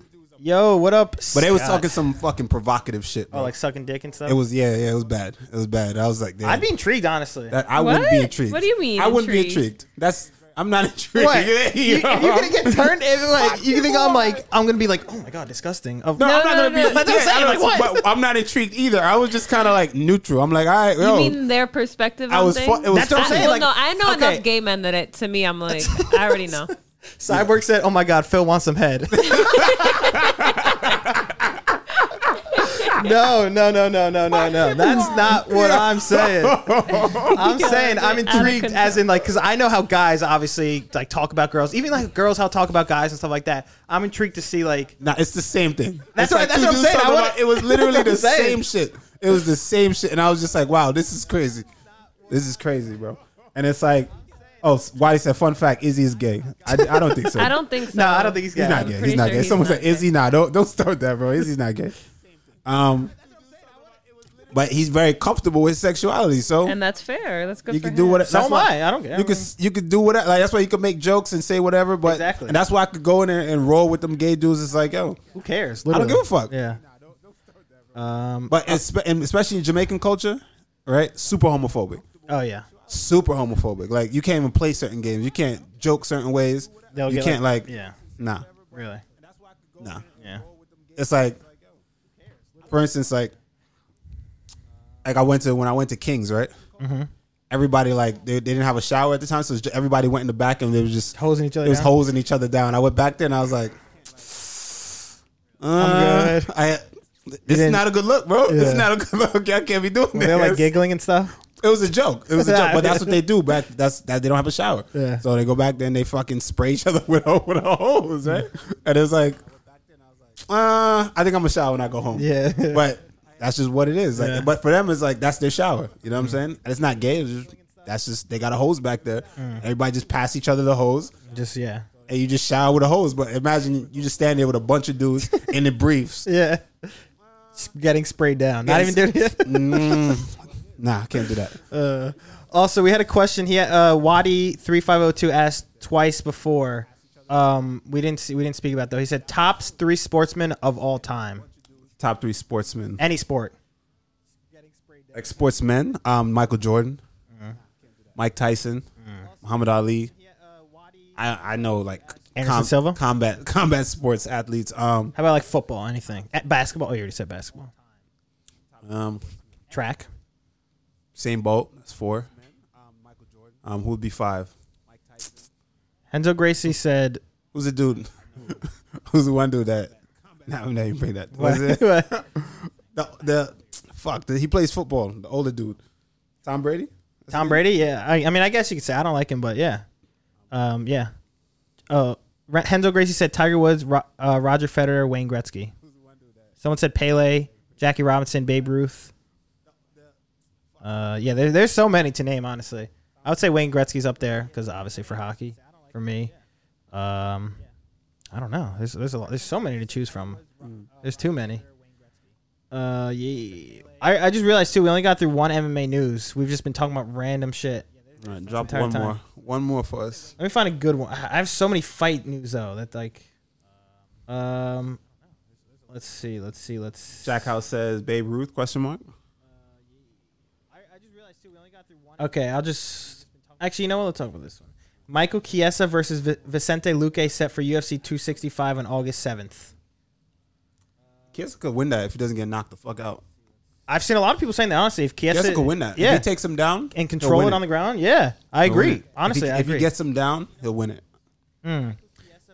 Speaker 3: Yo, what up?
Speaker 1: but they was
Speaker 3: Scott?
Speaker 1: talking some fucking provocative shit.
Speaker 3: oh,
Speaker 1: bro.
Speaker 3: like sucking dick and stuff.
Speaker 1: it was yeah, yeah, it was bad. It was bad. I was like, damn.
Speaker 3: I'd be intrigued, honestly.
Speaker 1: that, I wouldn't be
Speaker 2: What?
Speaker 1: intrigued.
Speaker 2: What do you mean,
Speaker 1: I wouldn't be
Speaker 2: intrigued?
Speaker 1: intrigued. That's I'm not *laughs* intrigued.
Speaker 3: What? You- *laughs* if you're gonna get turned, if,
Speaker 1: *laughs*
Speaker 3: like you think I'm
Speaker 2: people
Speaker 3: like I'm gonna be like, oh my god, disgusting. Of,
Speaker 1: No, I'm not
Speaker 2: no,
Speaker 1: gonna
Speaker 2: no, no.
Speaker 1: be.
Speaker 2: That's
Speaker 3: what I'm saying,
Speaker 1: I don't-
Speaker 3: like, what?
Speaker 1: But I'm not intrigued either. I was just kind of like neutral. I'm like, all
Speaker 2: *laughs*
Speaker 1: right,
Speaker 2: You
Speaker 1: yo.
Speaker 2: mean their perspective?
Speaker 1: I
Speaker 2: on
Speaker 1: was. Fu-
Speaker 2: things?
Speaker 1: it was.
Speaker 3: That's what I'm
Speaker 1: funny.
Speaker 3: saying,
Speaker 2: well,
Speaker 3: like-
Speaker 2: no, I know
Speaker 3: okay.
Speaker 2: enough gay men that it to me, I'm like, I already
Speaker 3: *laughs*
Speaker 2: know.
Speaker 3: Cyborg said, oh my god, Phil wants some head. no, no, no, no, no, no, no. That's not what I'm saying. I'm saying I'm
Speaker 2: get out of
Speaker 3: intrigued,
Speaker 2: control.
Speaker 3: as in like, because I know how guys obviously like talk about girls, even like girls how talk about guys and stuff like that. I'm intrigued to see like
Speaker 1: Nah, it's the same thing.
Speaker 3: That's
Speaker 1: It's
Speaker 3: what- that's
Speaker 1: two
Speaker 3: what I'm
Speaker 1: dudes
Speaker 3: saying. I
Speaker 1: talking
Speaker 3: wanna-
Speaker 1: about- it was literally
Speaker 3: That's
Speaker 1: the
Speaker 3: what I'm
Speaker 1: same
Speaker 3: saying.
Speaker 1: shit. It was the same shit, and I was just like, wow, this is crazy. This is crazy, bro. And it's like, oh, Wiley said, fun fact, Izzy is gay. I, I don't think
Speaker 2: *laughs*
Speaker 1: so.
Speaker 2: I don't
Speaker 3: *laughs*
Speaker 2: think so.
Speaker 3: No, I don't think he's
Speaker 1: He's
Speaker 3: gay.
Speaker 1: not
Speaker 2: I'm
Speaker 1: gay. He's
Speaker 2: pretty
Speaker 1: not
Speaker 2: sure
Speaker 1: gay.
Speaker 2: he's
Speaker 1: Someone
Speaker 2: not
Speaker 1: said, Izzy, nah, don't don't start that, bro. Izzy's not gay. Um, but he's very comfortable with sexuality, so
Speaker 2: And that's fair. That's good.
Speaker 1: you
Speaker 2: for
Speaker 1: can do
Speaker 2: him.
Speaker 1: what.
Speaker 3: So
Speaker 1: that's
Speaker 3: am
Speaker 1: why-
Speaker 3: I. I don't care.
Speaker 1: You could you could do whatever. Like that's why you could make jokes and say whatever. But
Speaker 3: Exactly.
Speaker 1: and that's why I could go in there and roll with them gay dudes. It's like yo,
Speaker 3: who cares?
Speaker 1: don't
Speaker 3: literally.
Speaker 1: give a fuck.
Speaker 3: Yeah. Um.
Speaker 1: but espe- and especially in Jamaican culture, right? Super homophobic.
Speaker 3: Oh yeah.
Speaker 1: Super homophobic. Like you can't even play certain games. You can't joke certain ways.
Speaker 3: They'll
Speaker 1: you
Speaker 3: get,
Speaker 1: can't like,
Speaker 3: Yeah.
Speaker 1: nah
Speaker 3: Really.
Speaker 1: nah.
Speaker 3: Yeah.
Speaker 1: It's like, for instance, like like I went to when I went to Kings, right?
Speaker 3: Mm-hmm.
Speaker 1: Everybody like they, they didn't have a shower at the time, so it's ju- everybody went in the back and they was just
Speaker 3: Hosing each other
Speaker 1: It was
Speaker 3: down?
Speaker 1: hosing each other down. I went back there and I was like, uh,
Speaker 3: good.
Speaker 1: I this is
Speaker 3: didn't-
Speaker 1: not a good look, bro. This
Speaker 3: Yeah.
Speaker 1: is not a good look. I can't be doing this.
Speaker 3: They're like giggling and stuff.
Speaker 1: It was a joke. It was a joke, but that's what they do.
Speaker 3: *laughs*
Speaker 1: Back that's that they don't have a shower,
Speaker 3: Yeah.
Speaker 1: so they go back there and they fucking spray each other *laughs* with a, with a hose, right? And it's like, uh, I think I'm gonna shower when I go home.
Speaker 3: Yeah.
Speaker 1: but that's just what it is. Like,
Speaker 3: Yeah. Mm.
Speaker 1: but for them, it's like that's their shower. You know what I'm saying? And it's not gay. It's just, that's just they got a hose back there.
Speaker 3: Mm.
Speaker 1: Everybody just pass each other the hose,
Speaker 3: *laughs* Just yeah.
Speaker 1: and you just shower with a hose. But imagine you just stand there with a bunch of dudes in the
Speaker 3: *laughs*
Speaker 1: briefs.
Speaker 3: Yeah. S- Getting sprayed down. Not
Speaker 1: Yes.
Speaker 3: even doing it.
Speaker 1: *laughs*
Speaker 3: Mm.
Speaker 1: Nah, can't do that.
Speaker 3: uh, also, we had a question. He had, uh, Wadi three five zero two asked twice before. Um, we didn't see, we didn't speak about though. He said tops three sportsmen of all time,
Speaker 1: Top three sportsmen,
Speaker 3: any sport.
Speaker 1: like sportsmen. Um, Michael Jordan, Mike Tyson, Muhammad Ali. I, I know like
Speaker 3: Anderson Silva?
Speaker 1: combat *laughs* combat sports athletes. Um,
Speaker 3: How about like football? Anything? At basketball? Oh, you already said basketball.
Speaker 1: um,
Speaker 3: Track.
Speaker 1: Same Bolt. That's four. Um, who would be five?
Speaker 3: Henzo Gracie said.
Speaker 1: Who's the dude? *laughs* Who's the one dude that? *laughs* Nah, I'm not even bring that. Was it *laughs*
Speaker 3: *laughs*
Speaker 1: the, the fuck? The, he plays football. The older dude, Tom Brady.
Speaker 3: Tom Brady, yeah. I, I mean, I guess you could say I don't like him, but yeah, um, yeah. Uh, Re- Henzo Gracie said Tiger Woods, Ro- uh, Roger Federer, Wayne Gretzky. Someone said Pele, Jackie Robinson, Babe Ruth. Uh, yeah, there, there's so many to name. Honestly, I would say Wayne Gretzky's up there because obviously for hockey, for me. Um, I don't know. There's there's a lot. There's so many to choose from. There's too many. Uh, yeah. I, I just realized too. We only got through one MMA news. We've just been talking about random shit.
Speaker 1: All right, drop
Speaker 3: entire
Speaker 1: one
Speaker 3: time.
Speaker 1: more. One more for us.
Speaker 3: Let me find a good one. I I have so many fight news though that like, um, let's see, let's see, let's.
Speaker 1: Jack House says Babe Ruth question mark.
Speaker 3: Okay, I'll just. Actually, you know what? Let's talk about this one. Michael Chiesa versus Vi- Vicente Luque set for UFC 265 on August 7th.
Speaker 1: Kiesa could win that if he doesn't get knocked the fuck out.
Speaker 3: I've seen a lot of people saying that honestly. If Chiesa,
Speaker 1: Kiesa could win that.
Speaker 3: yeah,
Speaker 1: If he takes him down
Speaker 3: and control it on the ground, yeah, I agree. Honestly,
Speaker 1: if he,
Speaker 3: I
Speaker 1: if
Speaker 3: agree.
Speaker 1: he gets him down, he'll win it.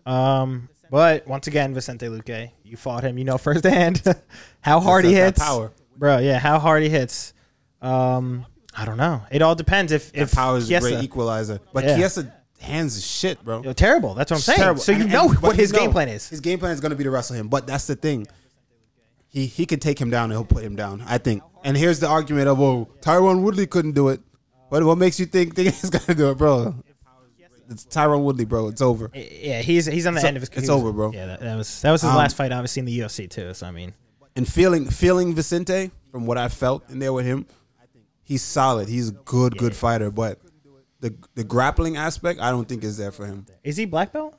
Speaker 3: um, but once again, Vicente Luque, you fought him, you know firsthand *laughs* how hard he
Speaker 1: That's that
Speaker 3: hits.
Speaker 1: power.
Speaker 3: bro. Yeah, how hard he hits. Um, I don't know. It all depends if if
Speaker 1: That power is a
Speaker 3: Chiesa-
Speaker 1: great equalizer. But
Speaker 3: Yeah.
Speaker 1: Kiesa hands is shit, bro.
Speaker 3: Yo, terrible. That's what I'm
Speaker 1: It's
Speaker 3: saying.
Speaker 1: terrible.
Speaker 3: So you
Speaker 1: And-
Speaker 3: know
Speaker 1: and-
Speaker 3: what
Speaker 1: but you
Speaker 3: his game
Speaker 1: know
Speaker 3: plan is.
Speaker 1: His game plan is going to be to wrestle him, but that's the thing. He he could take him down and he'll put him down. I think. And here's the argument of, well, Tyron Woodley couldn't do it. What what makes you think *laughs* think he's going to do it, bro? It's Tyron Woodley, bro. It's over.
Speaker 3: Yeah, he's he's on the
Speaker 1: It's o-
Speaker 3: end of his.
Speaker 1: it's
Speaker 3: he was-
Speaker 1: over, bro.
Speaker 3: Yeah, that, that was that was his
Speaker 1: Um,
Speaker 3: last fight, obviously in the UFC too. So I mean,
Speaker 1: And feeling feeling Vicente from what I felt in there with him, he's solid. He's a good good fighter, but the the grappling aspect I don't think is there for him.
Speaker 3: is he black belt?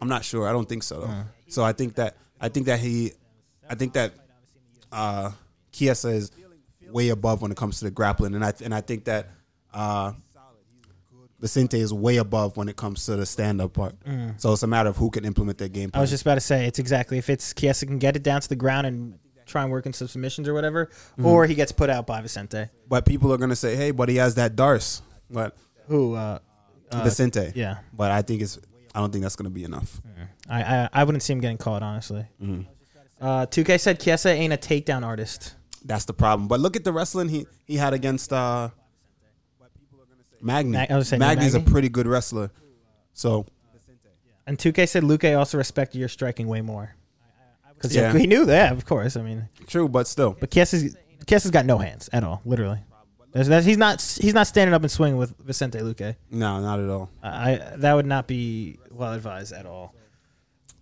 Speaker 1: I'm not sure. I don't think so though. So I think that I think that he I think that uh Kiesa is way above when it comes to the grappling and I and I think that uh Vicente is way above when it comes to the stand up part. So it's a matter of who can implement their game
Speaker 3: Mm. I
Speaker 1: plan.
Speaker 3: was just about to say it's exactly if it's Kiesa can get it down to the ground and try and work in some submissions or whatever,
Speaker 1: Mm-hmm.
Speaker 3: or he gets put out by Vicente.
Speaker 1: but people are gonna say, Hey, but he has that Darce. But
Speaker 3: Who? Uh, uh,
Speaker 1: Vicente.
Speaker 3: yeah.
Speaker 1: But I think it's I don't think that's gonna be enough.
Speaker 3: I, I I wouldn't see him getting caught honestly. Uh, 2K said Kiesa ain't a takedown artist.
Speaker 1: That's the problem. But look at the wrestling he he had against uh Magny.
Speaker 3: Mag- I was saying
Speaker 1: Magny's a
Speaker 3: Magny?
Speaker 1: pretty good wrestler. So
Speaker 3: And 2K said Luque also respected your striking way more. Because
Speaker 1: Yeah.
Speaker 3: he knew that, of course. I mean,
Speaker 1: true, but still.
Speaker 3: but Kessa's Kessa's got no hands at all, literally. That's, that's, he's not he's not standing up and swinging with Vicente Luque.
Speaker 1: No, not at all.
Speaker 3: I I- that would not be well advised at all.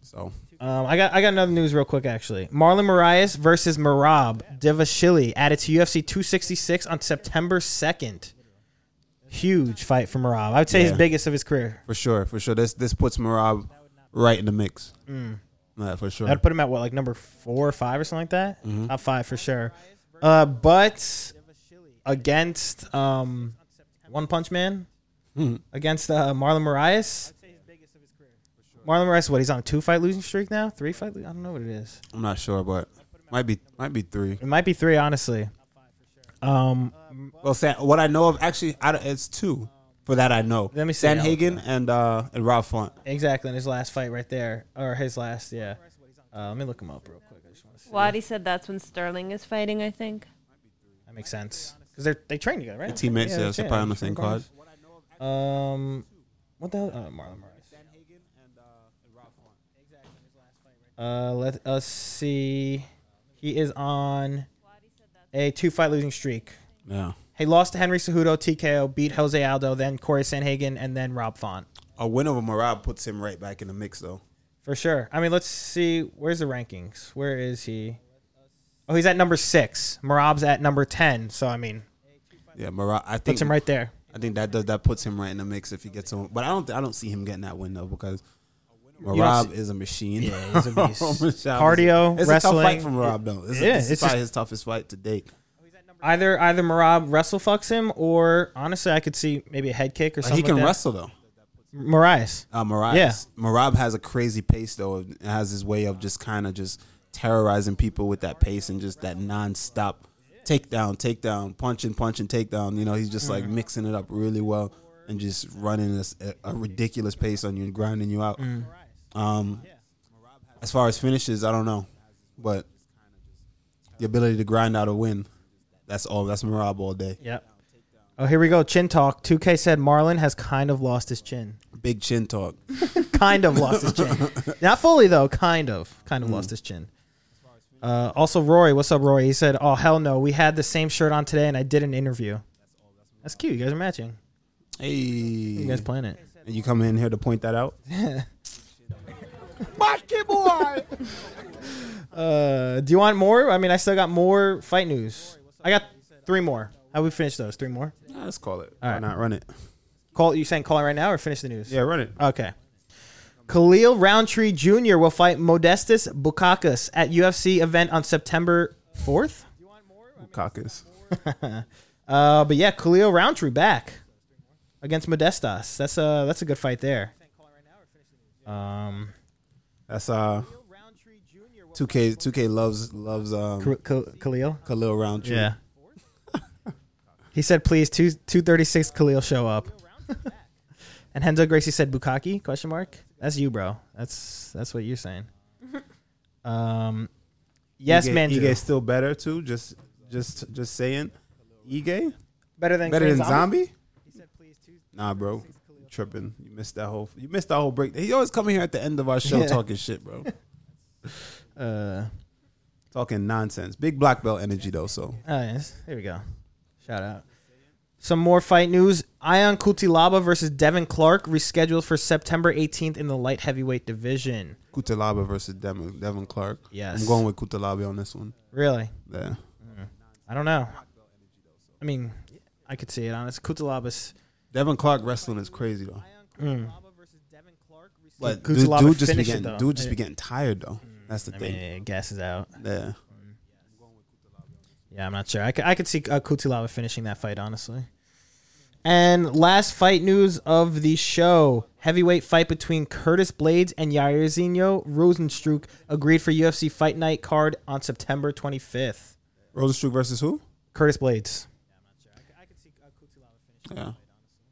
Speaker 1: So
Speaker 3: Um, I got I got another news real quick actually. Marlon Marias versus Marab Devashili added to UFC 266 on September 2nd. Huge fight for Marab. I would say his
Speaker 1: Yeah.
Speaker 3: biggest of his career.
Speaker 1: for sure, for sure, this this puts Marab right in the mix.
Speaker 3: Mm.
Speaker 1: Yeah, for sure.
Speaker 3: I'd put him at what, like number four or five or something like that? Top five for sure. Uh, but against um, One Punch Man, against uh, Marlon Marias. Marlon Marias, what? He's on a two fight losing streak now? Three fight? lo- I don't know what it is.
Speaker 1: I'm not sure, but might be might be three.
Speaker 3: It might be three, honestly. Um,
Speaker 1: Well, San, what I know of actually, I, don't- it's two. For that I know.
Speaker 3: Let me see.
Speaker 1: San Hagen and uh and Rob Font.
Speaker 3: exactly. In his last fight right there, or his last, yeah. Uh, let me look him up real quick. I just want to see.
Speaker 2: Wadi said that's when Sterling is fighting, I think.
Speaker 3: That makes sense because they they train together, right?
Speaker 1: The teammates, yeah,
Speaker 3: they
Speaker 1: so
Speaker 3: train.
Speaker 1: probably on the same card.
Speaker 3: Um, what the hell? Oh, Marlon Morris. Uh, let us see. He is on a two-fight losing streak.
Speaker 1: Yeah.
Speaker 3: He lost to Henry Cejudo, TKO, beat Jose Aldo, then Corey Sanhagen, and then Rob Font.
Speaker 1: A win over Marab puts him right back in the mix, though.
Speaker 3: For sure. I mean, let's see. Where's the rankings? Where is he? Oh, he's at number six. Marab's at number ten. So I mean,
Speaker 1: Yeah, Marab. I think
Speaker 3: puts him right there.
Speaker 1: I think that does that puts him right in the mix if he gets on. But I don't I don't see him getting that win though because Marab is a machine.
Speaker 3: Yeah,
Speaker 1: *laughs*
Speaker 3: he's a beast.
Speaker 1: Marab
Speaker 3: Cardio,
Speaker 1: is a, it's a tough
Speaker 3: wrestling.
Speaker 1: fight from Marab though. It's,
Speaker 3: Yeah,
Speaker 1: yeah, it's,
Speaker 3: it's
Speaker 1: probably
Speaker 3: just-
Speaker 1: his toughest fight to date.
Speaker 3: Either either Marab wrestle fucks him, or honestly, I could see maybe a head kick or
Speaker 1: Like,
Speaker 3: something.
Speaker 1: he can
Speaker 3: like that.
Speaker 1: wrestle though.
Speaker 3: Marias.
Speaker 1: Uh, Marab,
Speaker 3: Yeah.
Speaker 1: Marab has a crazy pace though. It has his way of just kind of just terrorizing people with that pace and just that nonstop takedown, takedown, punch and punch and takedown. You know, he's just like
Speaker 3: Mm.
Speaker 1: mixing it up really well and just running this, a, a ridiculous pace on you and grinding you out.
Speaker 3: Mm.
Speaker 1: Um, as far as finishes, I don't know, but the ability to grind out a win. That's all. That's Marab all day.
Speaker 3: Yep. Oh, here we go. Chin talk. 2K said Marlon has kind of lost his chin.
Speaker 1: Big chin talk.
Speaker 3: kind of lost his *laughs* chin. Not fully though. Kind of, kind of lost his chin. Uh, also, Rory, what's up, Rory? He said, "Oh hell no, we had the same shirt on today, and I did an interview." That's cute. You guys are matching.
Speaker 1: Hey,
Speaker 3: *laughs* You guys playing it?
Speaker 1: And you come in here to point that out.
Speaker 3: *laughs* Uh, do you want more? I mean, I still got more fight news. I got three more. How we finish those? Three more.
Speaker 1: Nah, let's call it.
Speaker 3: All
Speaker 1: Why
Speaker 3: right.
Speaker 1: not run it?
Speaker 3: Call you saying call it right now or finish the news?
Speaker 1: Yeah, run it.
Speaker 3: Okay. Khalil Roundtree Jr. will fight Modestus Bukakis at UFC event on September 4th.
Speaker 1: Caucus.
Speaker 3: Uh, but yeah, Khalil Roundtree back against Modestas. That's a that's a good fight there. Um,
Speaker 1: That's uh, two K. Two K loves loves um
Speaker 3: Khal- Khal- Khalil.
Speaker 1: Khalil Roundtree.
Speaker 3: Yeah. he said, "Please, two two thirty six Khalil show up." *laughs* and Henzo Gracie said, "Bukaki?" Question mark. That's you, bro. That's that's what you're *laughs* saying. Um, yes,
Speaker 1: Ige,
Speaker 3: man.
Speaker 1: Ige still better too. Just just just saying. Ige
Speaker 3: Better than
Speaker 1: better than Zombie. Nah, bro, you tripping. You missed that whole. You missed that whole break. He always coming here at the end of our show
Speaker 3: *laughs* Yeah.
Speaker 1: talking shit, bro.
Speaker 3: Uh,
Speaker 1: talking nonsense. Big black belt energy though. So
Speaker 3: Oh, yes. There we go. Shout out. Some more fight news. Ion Kutilaba versus Devin Clark rescheduled for September 18th in the light heavyweight division.
Speaker 1: Kutalaba versus Devin, Devin Clark.
Speaker 3: Yes.
Speaker 1: I'm going with Kutalaba on this one.
Speaker 3: Really?
Speaker 1: Yeah.
Speaker 3: I don't know. I mean, I could see it honest. Kutilaba's hmm.
Speaker 1: Devin Clark wrestling is crazy though. But
Speaker 3: Kutalaba
Speaker 1: dude, dude just be
Speaker 3: finished it,
Speaker 1: getting
Speaker 3: though.
Speaker 1: dude just be
Speaker 3: Yeah.
Speaker 1: getting tired though. That's the
Speaker 3: Mm. I
Speaker 1: thing.
Speaker 3: mean, yeah, gas is out.
Speaker 1: yeah.
Speaker 3: Yeah, I'm not sure. I could, I could see uh, Kutilava finishing that fight, honestly. And last fight news of the show heavyweight fight between Curtis Blades and Jairzinho Rosenstruck agreed for UFC Fight Night card on September 25th.
Speaker 1: Rosenstruck versus who?
Speaker 3: Curtis Blades.
Speaker 1: Yeah.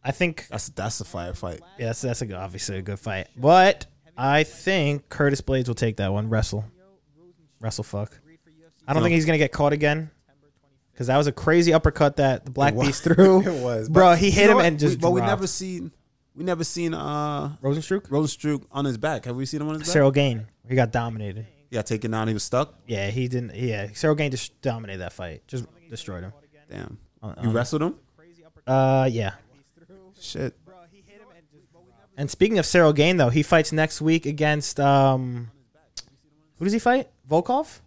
Speaker 3: I think
Speaker 1: That's that's a fire fight.
Speaker 3: yeah, that's, that's a good, obviously a good fight, but I think Curtis Blades will take that one. Wrestle, wrestle, fuck. I don't
Speaker 1: No.
Speaker 3: think he's gonna get caught again because that was a crazy uppercut that the Black
Speaker 1: It was.
Speaker 3: Beast threw.
Speaker 1: *laughs* it was,
Speaker 3: bro.
Speaker 1: But
Speaker 3: He
Speaker 1: you
Speaker 3: hit
Speaker 1: know
Speaker 3: him
Speaker 1: what?
Speaker 3: and just.
Speaker 1: We, but we
Speaker 3: dropped.
Speaker 1: never seen we never seen uh
Speaker 3: Rosenstruck?
Speaker 1: Rosenstruck on his back. Have we seen him on his back?
Speaker 3: Cyril Gain. He got dominated.
Speaker 1: Yeah, taken down. He was stuck.
Speaker 3: Yeah, he didn't. Yeah, Cyril Gain just dominated that fight. Just destroyed him.
Speaker 1: Damn.
Speaker 3: Uh,
Speaker 1: You
Speaker 3: um,
Speaker 1: wrestled him.
Speaker 3: Uh, yeah.
Speaker 1: Shit.
Speaker 3: And speaking of Cyril Gain, though, he fights next week against um, who does he fight? Volkov.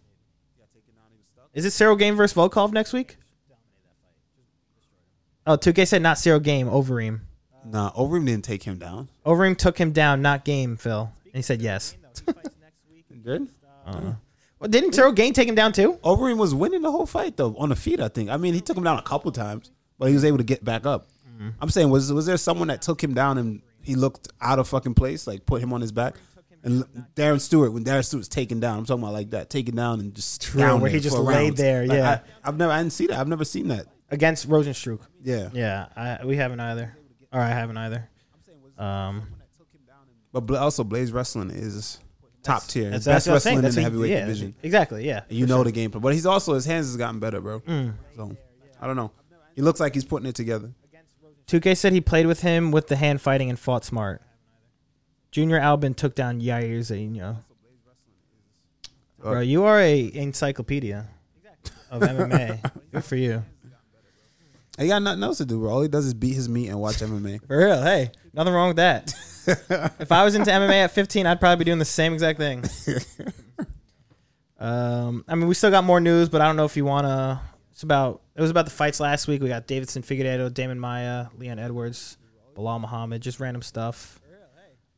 Speaker 3: Is it Cyril Gain versus Volkov next week? Oh, 2K said not Cyril Game, Overeem.
Speaker 1: Nah, Overeem didn't take him down.
Speaker 3: Overeem took him down, not Game, Phil. And he said yes. *laughs*
Speaker 1: Did
Speaker 3: Uh-huh. Well, didn't Cyril Gain take him down too?
Speaker 1: Overeem was winning the whole fight though on the feet. I think. I mean, he took him down a couple times, but he was able to get back up. I'm saying, was was there someone that took him down and he looked out of fucking place, like put him on his back? And l- Darren Stewart, when Darren Stewart's taken down, I'm talking about like that, taken down and just down
Speaker 3: where he
Speaker 1: there
Speaker 3: just
Speaker 1: for
Speaker 3: laid
Speaker 1: rounds.
Speaker 3: there,
Speaker 1: Like,
Speaker 3: yeah.
Speaker 1: I, I've never, I didn't see that. I've never seen that.
Speaker 3: Against Rosenstruck.
Speaker 1: Yeah,
Speaker 3: Yeah, I, we haven't either. Or I haven't either. Um,
Speaker 1: But Bla- also Blaze wrestling is top tier.
Speaker 3: that's,
Speaker 1: It's
Speaker 3: that's
Speaker 1: best
Speaker 3: what I'm saying.
Speaker 1: wrestling in
Speaker 3: That's
Speaker 1: the
Speaker 3: what-
Speaker 1: heavyweight
Speaker 3: yeah,
Speaker 1: division.
Speaker 3: Exactly. Yeah.
Speaker 1: You know the game plan, but he's also his hands has gotten better, bro.
Speaker 3: Mm.
Speaker 1: So I don't know. He looks like he's putting it together.
Speaker 3: 2K said he played with him with the hand fighting and fought smart. Junior Albin took down Yair Zaino. Bro, you are a encyclopedia of MMA. Good for you.
Speaker 1: He got nothing else to do, bro. All he does is beat his meat and watch MMA.
Speaker 3: For real, hey, nothing
Speaker 1: *laughs*
Speaker 3: wrong with that. if I was into MMA at 15, I'd probably be doing the same
Speaker 1: *laughs*
Speaker 3: exact thing. um, I mean, we still got more news, but I don't know if you wanna. It's about it was about the fights last week. We got Davidson Figueredo, Damon Maya, Leon Edwards, Bilal Muhammad, just random stuff.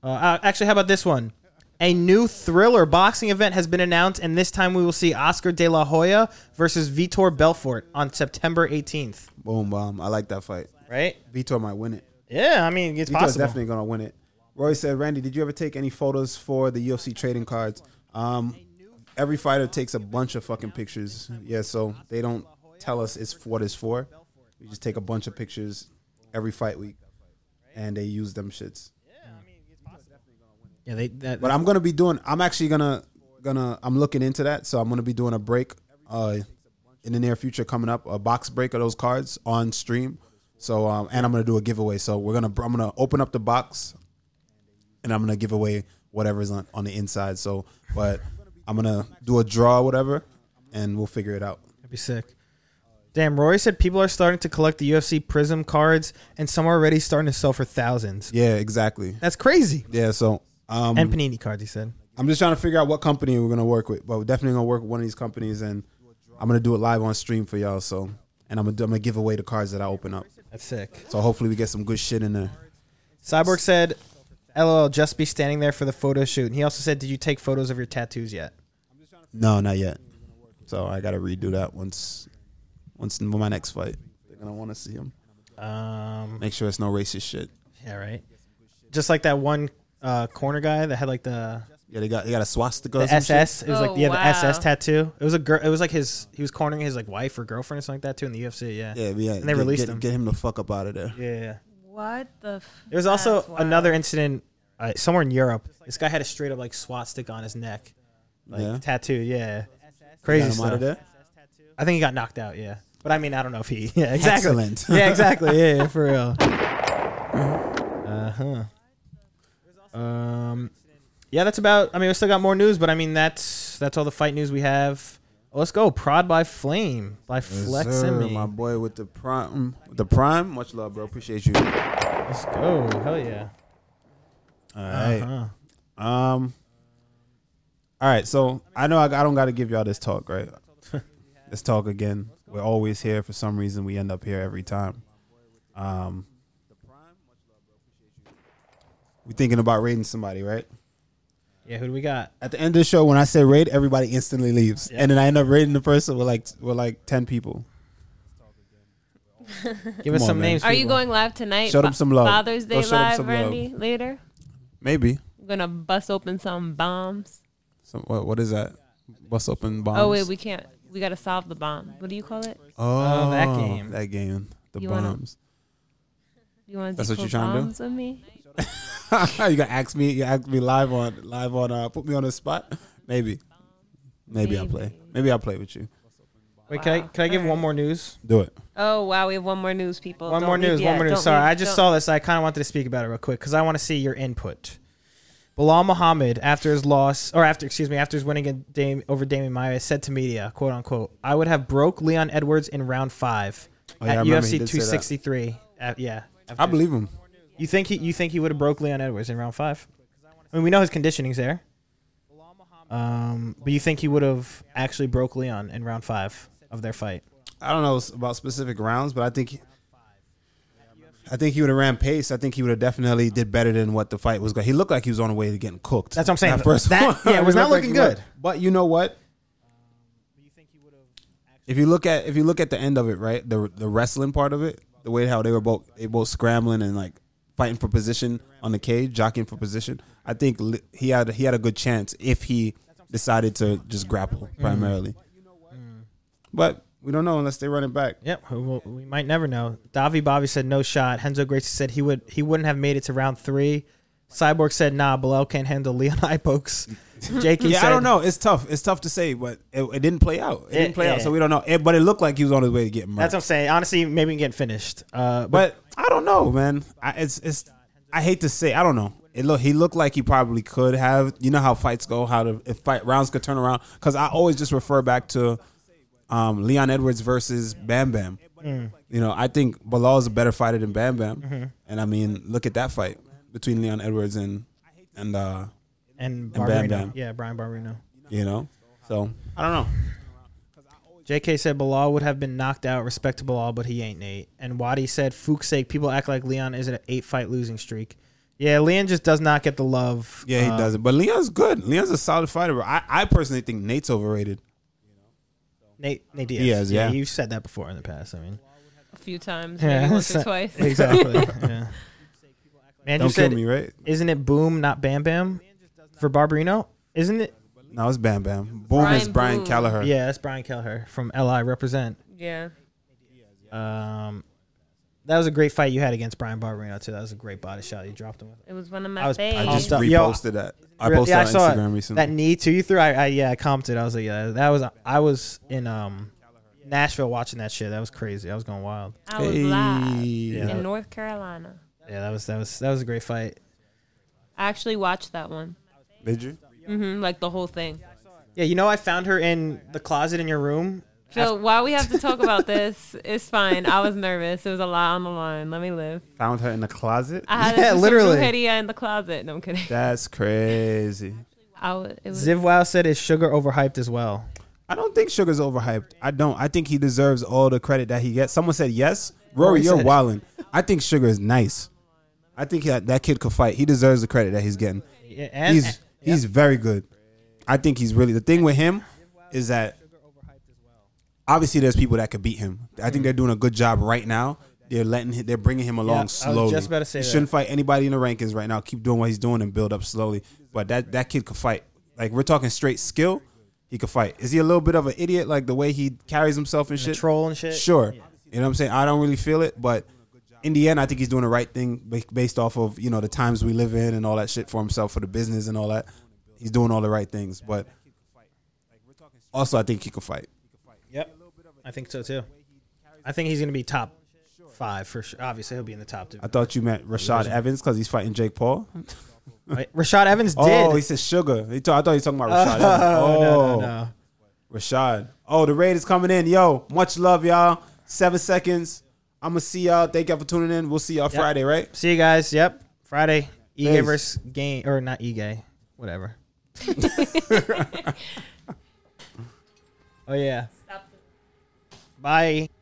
Speaker 3: Uh, uh, actually, how about this one? A new thriller boxing event has been announced, and this time we will see Oscar De La Hoya versus Vitor Belfort on September 18th.
Speaker 1: Boom, bomb. I like that fight.
Speaker 3: Right?
Speaker 1: Vitor might win it.
Speaker 3: Yeah, I mean, it's
Speaker 1: Vitor's
Speaker 3: possible.
Speaker 1: definitely gonna win it. Roy said, Randy, did you ever take any photos for the UFC trading cards? Um, every fighter takes a bunch of fucking pictures. Yeah, so they don't tell us it's what it's for. We just take a bunch of pictures every fight week, and they use them shits.
Speaker 3: Yeah, they. That,
Speaker 1: But I'm gonna be doing. I'm actually gonna gonna. I'm looking into that, so I'm gonna be doing a break, uh, in the near future coming up, a box break of those cards on stream. So um, and I'm gonna do a giveaway. So we're gonna. I'm gonna open up the box, and I'm gonna give away whatever's on, on the inside. So, but I'm gonna do a draw, or whatever, and we'll figure it out.
Speaker 3: That'd be sick. Damn, Rory said people are starting to collect the UFC Prism cards, and some are already starting to sell for thousands.
Speaker 1: Yeah, exactly.
Speaker 3: That's crazy.
Speaker 1: Yeah. So, um,
Speaker 3: And Panini cards, he said.
Speaker 1: I'm just trying to figure out what company we're gonna work with, but we're definitely gonna work with one of these companies, and I'm gonna do it live on stream for y'all. So, and I'm gonna do- I'm gonna give away the cards that I open up.
Speaker 3: That's sick.
Speaker 1: So hopefully we get some good shit in there.
Speaker 3: Cyborg said, "LOL, just be standing there for the photo shoot." And he also said, "Did you take photos of your tattoos yet?"
Speaker 1: No, not yet. So I gotta redo that once, once in my next fight. They're gonna want to see him.
Speaker 3: Um,
Speaker 1: Make sure it's no racist shit.
Speaker 3: yeah, right. Just like that one uh, corner guy that had like the,
Speaker 1: Yeah, they got they got a swastika. or
Speaker 3: the
Speaker 1: some
Speaker 3: SS. It was
Speaker 2: Oh,
Speaker 3: like yeah,
Speaker 2: wow.
Speaker 3: the SS tattoo. It was a girl. It was like his. He was cornering his like wife or girlfriend or something like that too in the UFC. Yeah.
Speaker 1: shit? Yeah, yeah.
Speaker 3: And they released him.
Speaker 1: Get him the fuck up out of there.
Speaker 3: yeah. yeah.
Speaker 2: What the? F-
Speaker 3: There was also
Speaker 2: that's wild.
Speaker 3: another incident uh, somewhere in Europe. This guy had a straight up like swastika on his neck, like
Speaker 1: Yeah.
Speaker 3: tattoo. Yeah, crazy
Speaker 1: Got him out
Speaker 3: stuff.
Speaker 1: of there.
Speaker 3: I think he got knocked out. Yeah, but I mean, I don't know if he. *laughs* Yeah, exactly.
Speaker 1: Excellent.
Speaker 3: yeah, exactly. Yeah, yeah,
Speaker 1: *laughs*
Speaker 3: for real. Uh huh. Um, yeah, that's about. I mean, we still got more news, but I mean, that's that's all the fight news we have. Let's go. Prod by Flame by Flex
Speaker 1: Yes, sir,
Speaker 3: and me.
Speaker 1: my boy with the prime, the prime. Much love, bro. Appreciate you. All
Speaker 3: Let's go. Hell yeah.
Speaker 1: right.
Speaker 3: Uh-huh.
Speaker 1: Um. All right, so I know I, I don't got to give y'all this talk, right? this talk again. We're always here for some reason. We end up here every time. Um. We thinking about raiding somebody, right?
Speaker 3: Yeah, who do we got?
Speaker 1: At the end of the show, when I say raid, everybody instantly leaves, and then I end up raiding the person with like with like ten people.
Speaker 3: Give us
Speaker 1: on,
Speaker 3: some
Speaker 1: man.
Speaker 3: names.
Speaker 2: Are you
Speaker 3: people.
Speaker 2: going live tonight?
Speaker 1: Show them
Speaker 2: Fa-
Speaker 1: some love.
Speaker 2: Father's Day
Speaker 1: Go show them
Speaker 2: live,
Speaker 1: some love.
Speaker 2: Randy. Later,
Speaker 1: Maybe.
Speaker 2: I'm gonna bust open some bombs.
Speaker 1: So what? What is that? What's up in bombs?
Speaker 2: Oh wait, we can't. We gotta solve the bomb. What do you call it?
Speaker 1: Oh,
Speaker 3: Oh, that game.
Speaker 1: That game. The
Speaker 2: You wanna-
Speaker 1: bombs.
Speaker 2: You want
Speaker 1: That's
Speaker 2: to
Speaker 1: what
Speaker 2: do
Speaker 1: you're trying to do?
Speaker 2: bombs with me?
Speaker 1: *laughs* you gonna ask me? You ask me live on live on? Uh, put me on the spot? Maybe. Maybe, I'll play.
Speaker 2: Maybe.
Speaker 1: Maybe I'll play with you.
Speaker 3: Wait, can I
Speaker 2: Wow.
Speaker 3: can I give
Speaker 2: Alright.
Speaker 3: one more news?
Speaker 1: Do it.
Speaker 2: Oh wow, we have one more news, people.
Speaker 3: One
Speaker 2: Don't
Speaker 3: more
Speaker 2: leave
Speaker 3: news.
Speaker 2: yet.
Speaker 3: One more news.
Speaker 2: Don't
Speaker 3: Sorry,
Speaker 2: leave-
Speaker 3: I just
Speaker 2: don't-
Speaker 3: saw this. I kind of wanted to speak about it real quick because I want to see your input. Bilal Muhammad, after his loss, or after, excuse me, after his winning against Dame, over Damien Maia, said to media, quote unquote, I would have broke Leon Edwards in round five
Speaker 1: Oh, yeah, I
Speaker 3: at
Speaker 1: remember
Speaker 3: UFC
Speaker 1: he did say that.
Speaker 3: 263. At- yeah.
Speaker 1: I
Speaker 3: after-
Speaker 1: believe him.
Speaker 3: You think he, you think he would have broke Leon Edwards in round five? I mean, we know his conditioning's there. Um, but you think he would have actually broke Leon in round five of their fight?
Speaker 1: I don't know s- about specific rounds, but I think he- I think he would have ran pace. I think he would have definitely did better than what the fight was going. He looked like he was on the way to getting cooked.
Speaker 3: That's what I'm saying.
Speaker 1: That first *laughs*
Speaker 3: That-
Speaker 1: one.
Speaker 3: yeah, it was
Speaker 1: He
Speaker 3: not
Speaker 1: looked like
Speaker 3: looking
Speaker 1: he was.
Speaker 3: good.
Speaker 1: But you know what? If you look at if you look at the end of it, right, the the wrestling part of it, the way how they were both they both scrambling and like fighting for position on the cage, jockeying for position. I think li- he had he had a good chance if he decided to just grapple primarily. Mm. But we don't know unless they run it back.
Speaker 3: Yep, who will- we might never know. Davi Bobby said no shot. Henzo Gracie said he would he wouldn't have made it to round three. Cyborg said nah, Bilal can't handle Leon *laughs* eye pokes.
Speaker 1: *laughs*
Speaker 3: Jakey
Speaker 1: Yeah,
Speaker 3: said
Speaker 1: I don't know. It's tough. It's tough to say, but it, it didn't play out. It,
Speaker 3: It-
Speaker 1: didn't play out,
Speaker 3: yeah.
Speaker 1: so we don't know. It, but it looked like he was on his way to getting murdered.
Speaker 3: That's what I'm saying. Honestly, maybe we can get finished. Uh, but,
Speaker 1: but I don't know, man. I, it's it's. I hate to say. I don't know. It look he looked like he probably could have. You know how fights go. How to if fight rounds could turn around. Because I always just refer back to um, Leon Edwards versus Bam Bam. You know, I think Bilal is a better fighter than Bam Bam. And I mean, look at that fight between Leon Edwards and and uh,
Speaker 3: and
Speaker 1: Bam
Speaker 3: Barbarino,
Speaker 1: Bam.
Speaker 3: yeah, Brian Barbarino.
Speaker 1: you know. So I don't know.
Speaker 3: J.K. said Bilal would have been knocked out. Respect to Bilal, but he ain't Nate. And Wadi said, "Fook's sake, people act like Leon is at an eight fight losing streak." Yeah, Leon just does not get the love.
Speaker 1: Yeah, he
Speaker 3: uh,
Speaker 1: doesn't. But Leon's good. Leon's a solid fighter. But I, I personally think Nate's overrated.
Speaker 3: Nate, Nate Diaz.
Speaker 1: Diaz, yeah.
Speaker 3: you've said that before in the past. I mean,
Speaker 2: A few times, maybe once
Speaker 3: *laughs*
Speaker 2: or
Speaker 3: so-
Speaker 2: twice.
Speaker 3: Exactly. yeah. Man,
Speaker 1: Don't
Speaker 3: you
Speaker 1: kill
Speaker 3: said,
Speaker 1: me, right?
Speaker 3: isn't it Boom, not Bam Bam? For Barbarino? Isn't it?
Speaker 1: No, it's Bam Bam. Boom is
Speaker 2: Brian
Speaker 1: Brian
Speaker 2: Boom.
Speaker 1: Kelleher.
Speaker 3: Yeah, that's Brian Kelleher from LI Represent.
Speaker 2: *laughs* Yeah.
Speaker 3: Um, that was a great fight you had against Brian Barbarino, too. That was a great body shot you dropped him with.
Speaker 2: It was one of
Speaker 3: I
Speaker 2: my
Speaker 3: was- I
Speaker 1: I
Speaker 2: faves.
Speaker 1: just
Speaker 3: Oh, yo,
Speaker 1: reposted that. I posted
Speaker 3: yeah,
Speaker 1: on
Speaker 3: saw it.
Speaker 1: Instagram recently.
Speaker 3: That knee too you threw. I, I yeah, I commented. I was like, yeah, that was. I was in um Nashville watching that shit. That was crazy. I was going wild.
Speaker 2: I was live
Speaker 1: Hey.
Speaker 3: Yeah.
Speaker 2: in North Carolina.
Speaker 3: Yeah, that was that was that was a great fight.
Speaker 2: I actually watched that one.
Speaker 1: Did you?
Speaker 2: hmm like the whole thing.
Speaker 3: Yeah, you know, I found her in the closet in your room.
Speaker 2: So while we have to talk about this, it's fine. I was nervous. It was a lot on the line. Let me live.
Speaker 1: Found her in the closet.
Speaker 2: I had a
Speaker 3: Yeah, literally.
Speaker 2: Hedia in the closet. No, I'm kidding.
Speaker 1: That's crazy.
Speaker 2: I was, it was,
Speaker 3: Ziv Wow said, "Is sugar overhyped as well?"
Speaker 1: I don't think Sugar's overhyped. I don't. I think he deserves all the credit that he gets. Someone said yes. Rory,
Speaker 3: Rory
Speaker 1: you're
Speaker 3: said-
Speaker 1: wilding. I think Sugar is nice. I think that, that kid could fight. He deserves the credit that he's getting.
Speaker 3: Yeah, and
Speaker 1: He's he's very good. I think he's really the thing with him is that obviously there's people that could beat him. I think they're doing a good job right now. They're letting him, they're bringing him along
Speaker 3: I was
Speaker 1: slowly.
Speaker 3: just about to say
Speaker 1: he
Speaker 3: that.
Speaker 1: shouldn't fight anybody in the rankings right now. Keep doing what he's doing and build up slowly. But that that kid could fight. Like we're talking straight skill. He could fight. Is he a little bit of an idiot, like the way he carries himself and
Speaker 3: the
Speaker 1: shit?
Speaker 3: troll and shit.
Speaker 1: Sure. You know what I'm saying? I don't really feel it, but in the end, I think he's doing the right thing ba- based off of, you know, the times we live in and all that shit for himself, for the business and all that. He's doing all the right things, but also I think he could fight.
Speaker 3: Yep, I think so too. I think he's gonna be top five for sure. Obviously, he'll be in the top two.
Speaker 1: I thought you meant Rashad Evans because he's fighting Jake
Speaker 3: *laughs*
Speaker 1: Paul.
Speaker 3: Right? Rashad Evans did.
Speaker 1: Oh, he said Sugar. He ta- I thought he was talking about Rashad. Evans.
Speaker 3: *laughs* no,
Speaker 1: Oh,
Speaker 3: no, no.
Speaker 1: Rashad. Oh, the raid is coming in. Yo, much love, y'all. Seven seconds. I'm going to see y'all. Thank y'all for tuning in. We'll see y'all Friday, right?
Speaker 3: See you guys. Yep, Friday. Ige
Speaker 1: Peace.
Speaker 3: versus game or not Ige, whatever. *laughs* oh yeah. Bye.